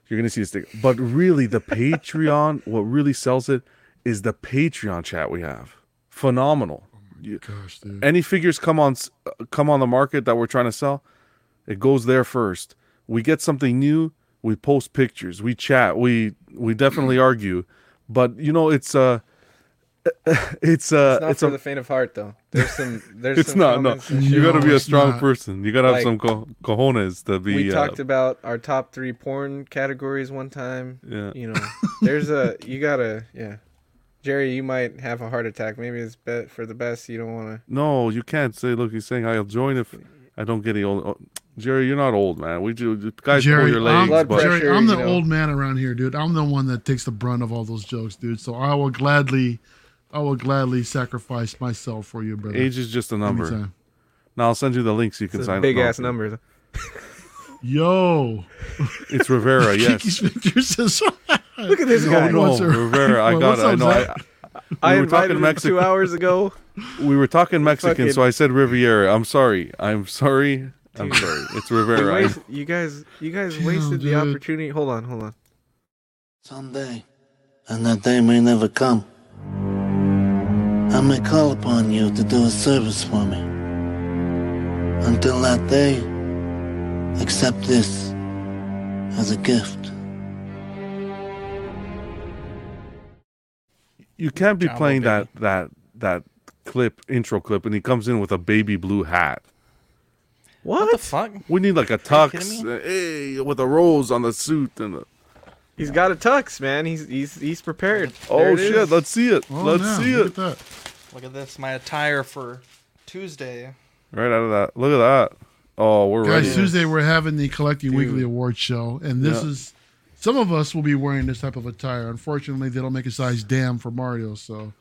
C: You're gonna see the sticker. But really, the Patreon, what really sells it, is the Patreon chat we have. Phenomenal. You-
A: Gosh, dude.
C: any figures come on s- uh, come on the market that we're trying to sell, it goes there first. We get something new, we post pictures, we chat, we we definitely argue, but you know it's uh it's uh,
B: it's not
C: it's
B: for
C: a
B: the faint of heart, though. There's some. There's
C: it's
B: some
C: not no.
B: comments and shit.
C: You got to be
A: No,
C: a
A: it's
C: strong
A: not.
C: person. You got to have
B: Like,
C: some co- cojones to be.
B: we
C: uh,
B: talked about our top three porn categories one time.
C: yeah.
B: You know, there's a you gotta yeah. Jerry, you might have a heart attack. Maybe it's bet for the best. You don't want
C: No, you can't say. Look, he's saying I'll join if I don't get any old. oh, Jerry, you're not old, man. We do guys pull
A: Jerry,
C: your
A: I'm,
C: legs,
B: Blood
C: but
B: pressure.
A: Jerry, I'm the
B: you know.
A: old man around here, dude. I'm the one that takes the brunt of all those jokes, dude. So I will gladly, I will gladly sacrifice myself for you, brother.
C: age is just a number.
A: Anytime.
C: Now I'll send you the links. You
B: to.
C: can
B: It's
C: sign
B: a
C: up.
B: big ass
C: now.
B: number.
A: Yo,
C: It's Rivera. Uh, yes.
A: Kiki's pictures says,
B: Look at this
C: Oh
B: guy.
C: no,
A: What's her-
C: Rivera. I
A: Well,
C: got.
A: what's
C: it. I
A: up,
C: know. I,
A: Zach?
B: I
C: we were
B: invited
C: talking
B: him
C: Mexican.
B: two hours ago.
C: we were talking Mexican,
B: Fucking-
C: so I said Riviera. I'm sorry. I'm sorry. I'm
B: Dude.
C: sorry. It's
B: You,
C: Rivera.
B: waste- you guys, you guys
A: Damn,
B: wasted the
A: dude.
B: opportunity. Hold on, hold on.
E: Someday, and that day may never come. I may call upon you to do a service for me. Until that day, accept this as a gift.
C: you can't be
D: Jumbo
C: playing
D: baby.
C: that that that clip intro clip, and he comes in with a baby blue hat.
D: What the fuck?
C: We need like a
D: kidding
C: tux, uh, hey, with a rose on the suit and a,
B: He's got a tux, man. He's he's he's prepared. There
C: oh
B: it
C: shit,
B: is.
C: let's see it,
A: Oh,
C: let's
A: yeah,
C: see
A: look
C: it,
A: at that.
D: Look at this. My attire for Tuesday.
C: right out of that. Look at that. Oh, we're
A: Guys,
C: ready.
A: Tuesday we're having the Collecting
C: Dude.
A: Weekly Award show, and this
C: Yeah.
A: is some of us will be wearing this type of attire. Unfortunately, they don't make a size damn for Mario, so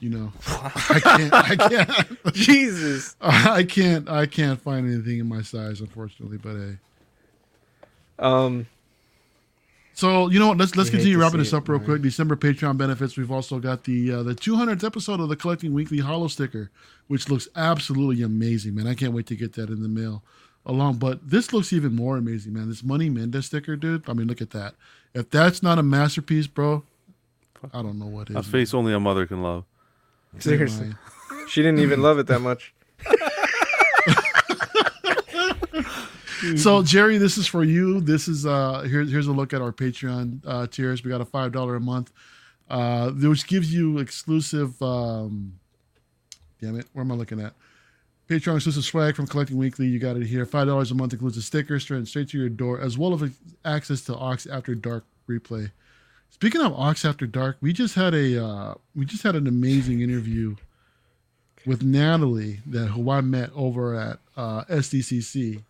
A: you know, I can't, I can't,
B: Jesus.
A: I can't, I can't find anything in my size, unfortunately. But hey,
B: Um,
A: so you know what? Let's let's
B: We hate
A: continue
B: to
A: wrapping
B: see
A: this
B: it,
A: up real
B: man.
A: quick. December Patreon benefits. We've also got the uh, the 200th episode of the Collecting Weekly Hollow Sticker, which looks absolutely amazing, man. I can't wait to get that in the mail. Along, but this looks even more amazing, man. This Money Mendez sticker, dude. I mean, look at that. If that's not a masterpiece, bro, I don't know what is.
C: a face only a mother can love.
A: man.
B: seriously, she didn't even love it that much.
A: So Jerry, this is for you. This is uh here's here's a look at our Patreon uh tiers. We got a five dollar a month, uh, which gives you exclusive um damn it, where am I looking at? Patreon exclusive swag from Collecting Weekly. You got it here. Five dollars a month includes a sticker straight straight to your door, as well as access to Ox After Dark replay. Speaking of Ox After Dark, we just had a uh, we just had an amazing interview with Natalie that who I met over at uh, SDCC.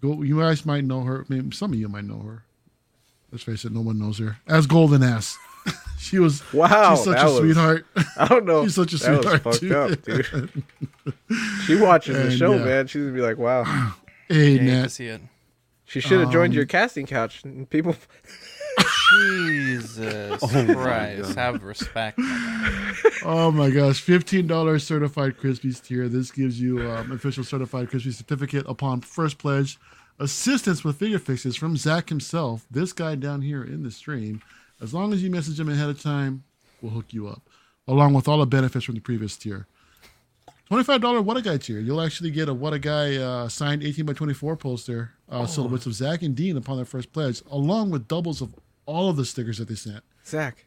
A: Go, you guys might know her. I mean, some of you might know her. Let's face it, no one knows her as Golden Ass. she was
B: Wow,
A: she's such
B: that
A: a
B: was-
A: sweetheart.
B: I don't know.
A: She's such a
B: That was
A: sweetheart,
B: fucked
A: dude.
B: up, dude. she watches the
A: And,
B: show,
A: yeah.
B: man. She's gonna be like, "Wow,
A: hey,
D: Yeah, you can
A: Nat.
D: see it.
B: she should have joined
A: Um,
B: your casting couch." And people,
D: Jesus
B: Oh
D: Christ. Have respect.
A: Oh my gosh, fifteen dollars certified Krispies tier. This gives you um, official certified Krispie certificate upon first pledge. Assistance with figure fixes from Zach himself, this guy down here in the stream. As long as you message him ahead of time, we'll hook you up, along with all the benefits from the previous tier. Twenty-five dollar What a Guy tier. You'll actually get a What a Guy uh, signed eighteen by twenty-four poster, uh, silhouettes of Zach and Dean upon their first pledge, along with doubles of all of the stickers that they sent.
B: Zach,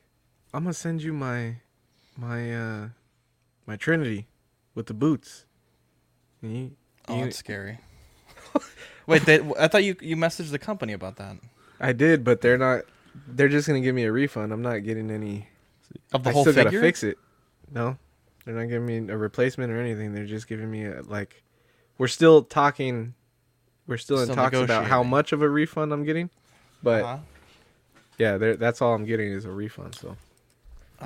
B: I'm gonna send you my, my, uh, my Trinity with the boots. And you-
D: Oh,
B: you-
D: that's scary. Wait, they, I thought you you messaged the company about that.
B: I did, but they're not. They're just gonna give me a refund. I'm not getting any.
D: Of the
B: I
D: whole
B: still
D: figure.
B: gotta fix it. No, they're not giving me a replacement or anything. They're just giving me a, like, we're still talking. We're still,
D: Still
B: in talks about how
D: negotiating. Uh-huh.
B: much of a refund I'm getting, but
D: Huh?
B: yeah, they're- that's all I'm getting is a refund. So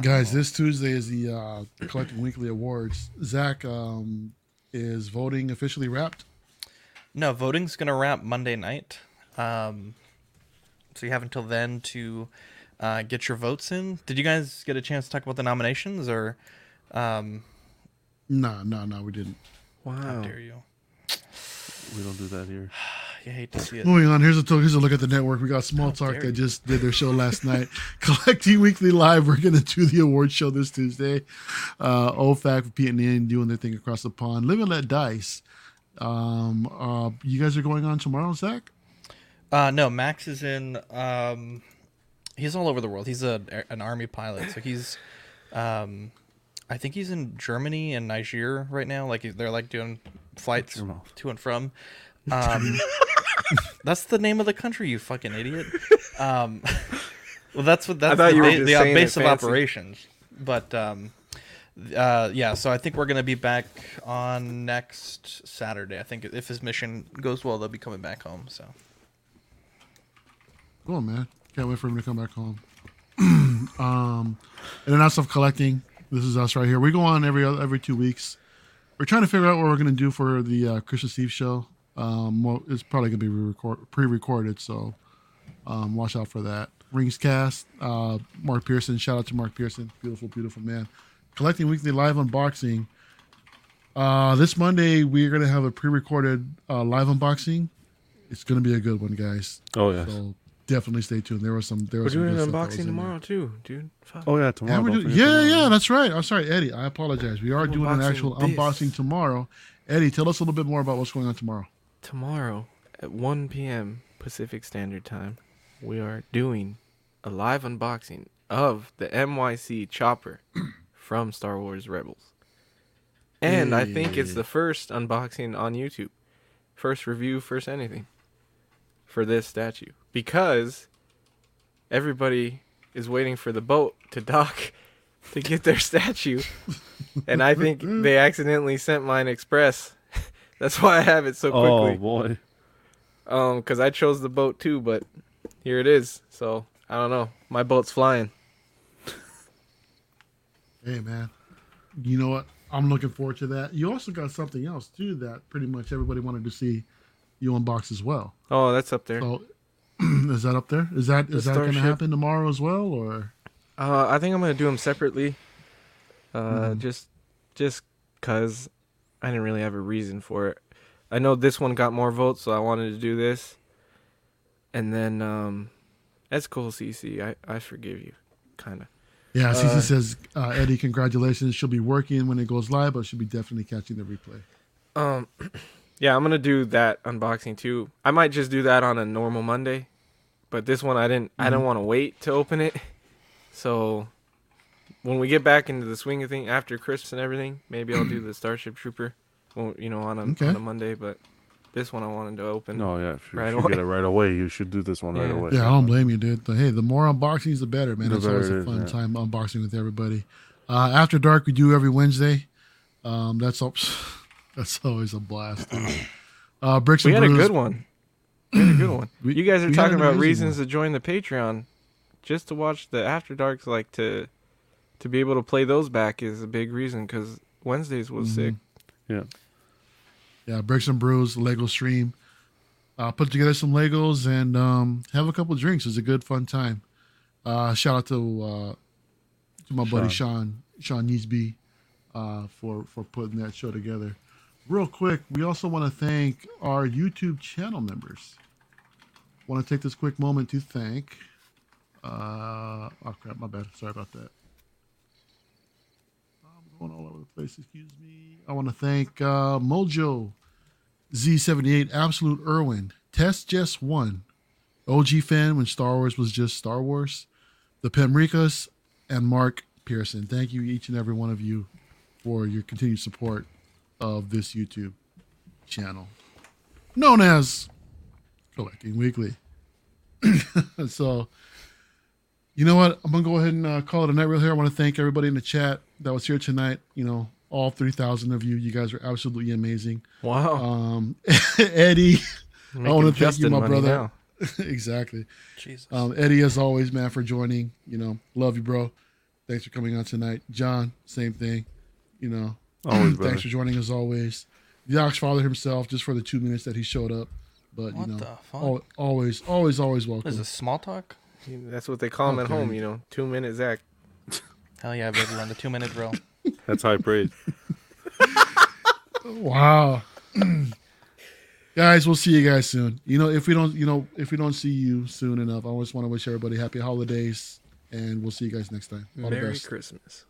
A: Guys, this Tuesday is the uh, Collecting Weekly Awards. Zach um, is voting officially wrapped.
D: No, voting's gonna wrap Monday night. Um, so you have until then to uh, get your votes in. Did you guys get a chance to talk about the nominations, or um,
A: No, no, no, we didn't.
D: how
B: wow,
D: dare you?
C: We don't do that here.
D: You hate to see it.
A: Moving on, here's a, here's a look at the network. We got Small Talk
D: dare
A: that
D: you.
A: just did their show last night. Collecting Weekly Live, we're going to do the awards show this Tuesday. Uh, OFAC for PNN doing their thing across the pond. Live and Let Dice. Um, uh, you guys are going on tomorrow, Zach?
D: Uh, no, Max is in. Um, he's all over the world. He's a an army pilot, so he's um, I think he's in Germany and Niger right now. Like they're like doing flights
C: your mouth.
D: to and from. Um, that's the name of the country, you fucking idiot. Um, well, that's what that's
B: thought
D: the,
B: you were
D: ba-
B: just
D: the, uh,
B: saying it
D: base of
B: fancy.
D: operations. But um, th- uh, yeah, so I think we're gonna be back on next Saturday. I think if his mission goes well, they'll be coming back home. So
A: Cool, man. Can't wait for him to come back home. um, and then us of collecting. This is us right here. We go on every oth- every two weeks. We're trying to figure out what we're going to do for the uh, Christmas Eve show. Um, well, it's probably going to be re-record, pre-recorded, so um, watch out for that. Rings cast. Uh, Mark Pearson. Shout out to Mark Pearson. Beautiful, beautiful man. Collecting weekly live unboxing. Uh, this Monday we're going to have a pre-recorded uh, live unboxing. It's going to be a good one, guys.
C: Oh yes.
A: So definitely stay tuned. There was some. There
B: We're
A: was some
B: doing
A: good
B: an
A: stuff that was
B: unboxing
A: in there.
B: tomorrow too, dude. Fuck.
C: Oh yeah,
A: Yeah,
C: tomorrow.
A: we're
C: don't
A: doing-
C: forget
A: yeah,
C: tomorrow.
A: yeah, that's right. I'm sorry, Eddie. I apologize. We are doing an
B: Unboxing
A: actual
B: this.
A: unboxing tomorrow. Eddie, tell us a little bit more about what's going on tomorrow.
B: Tomorrow at 1 p.m. Pacific Standard Time, we are doing a live unboxing of the MYC Chopper from Star Wars Rebels. And I think it's the first unboxing on YouTube. First review, first anything for this statue. Because everybody is waiting for the boat to dock to get their statue. and I think they accidentally sent mine express. That's why I have it so
C: Oh
B: quickly.
C: boy.
B: Um, cause I chose the boat too, but here it is. So I don't know. My boat's flying.
A: Hey, man. You know what? I'm looking forward to that. You also got something else too that pretty much everybody wanted to see you unbox as well.
B: Oh, that's up there.
A: So, is that up there? Is that is
B: The
A: that going to
B: Starship.
A: happen tomorrow as well, or
B: Uh, I think I'm gonna do them separately. Uh, just, just cause I didn't really have a reason for it. I know this one got more votes, so I wanted to do this. And then, um, that's cool, CC. I I forgive you, kind of.
A: yeah? CC says uh, Eddie, congratulations. She'll be working when it goes live, but she'll be definitely catching the replay.
B: Um, yeah, I'm gonna do that unboxing too. I might just do that on a normal Monday, but this one I didn't. I
A: Mm-hmm.
B: didn't want to wait to open it. So when we get back into the swing of thing after Christmas and everything, maybe I'll do the Starship Trooper. Well, you know, on a
A: Okay.
B: on a Monday, but this one I wanted to open.
C: No, yeah. If you,
B: Right
C: if you
B: away.
C: get it right away, you should do this one right
B: Yeah.
C: away.
A: Yeah, I don't blame you, dude. The- hey, the more unboxings, the better, man.
C: The
A: it's always
C: better
A: a
C: it is,
A: fun
C: yeah.
A: time unboxing with everybody. Uh, After dark, we do every Wednesday. Um, that's al- that's always a blast. dude. Uh, Bricks
B: we
A: and
B: had a
A: Brews-
B: good one. We had a good one.
A: We-
B: you guys are
A: we had
B: talking
A: an
B: about
A: amazing
B: reasons to join the Patreon, just to watch the After Darks. Like to to be able to play those back is a big reason because Wednesdays was
A: Mm-hmm.
B: sick.
C: Yeah.
A: Yeah, Bricks and Brews Lego stream. Uh, put together some Legos and um, have a couple drinks. It's a good fun time. Uh, shout out to uh, to my buddy Sean Sean Neesby uh, for for putting that show together. Real quick, we also want to thank our YouTube channel members. Want to take this quick moment to thank. Uh, oh crap! My bad. Sorry about that. I'm going all over the place. Excuse me. I want to thank uh, Mojo, Z78, Absolute Irwin, Test Jess One, OG fan when Star Wars was just Star Wars, the Pemricas, and Mark Pearson. Thank you each and every one of you for your continued support of this YouTube channel, known as Collecting Weekly. so. You know what? I'm gonna go ahead and uh, call it a night real here. I want to thank everybody in the chat that was here tonight. You know, all 3,000 of you. You guys are absolutely amazing.
B: Wow.
A: Um, Eddie, I want to thank you,
B: Justin
A: my
B: money
A: brother.
B: now.
A: exactly,
D: Jesus.
A: um, Eddie, as always, man, for joining. You know, love you, bro. Thanks for coming on tonight, John. Same thing. You know,
C: Always better.
A: thanks for joining as always. The Oxfather himself, just for the two minutes that he showed up. But
D: What
A: you know, Oh,
D: the fuck?
A: al- always, always, always welcome.
D: What is this small talk?
A: Um,
B: That's what they call him at home, you know. Two minute Zach.
D: Hell yeah, baby! We're on the two minute drill.
C: That's high praise.
A: Wow. guys, we'll see you guys soon. You know, if we don't, you know, if we don't see you soon enough, I just want to wish everybody happy holidays and we'll see you guys next time. All the
B: Merry
A: best.
B: Christmas.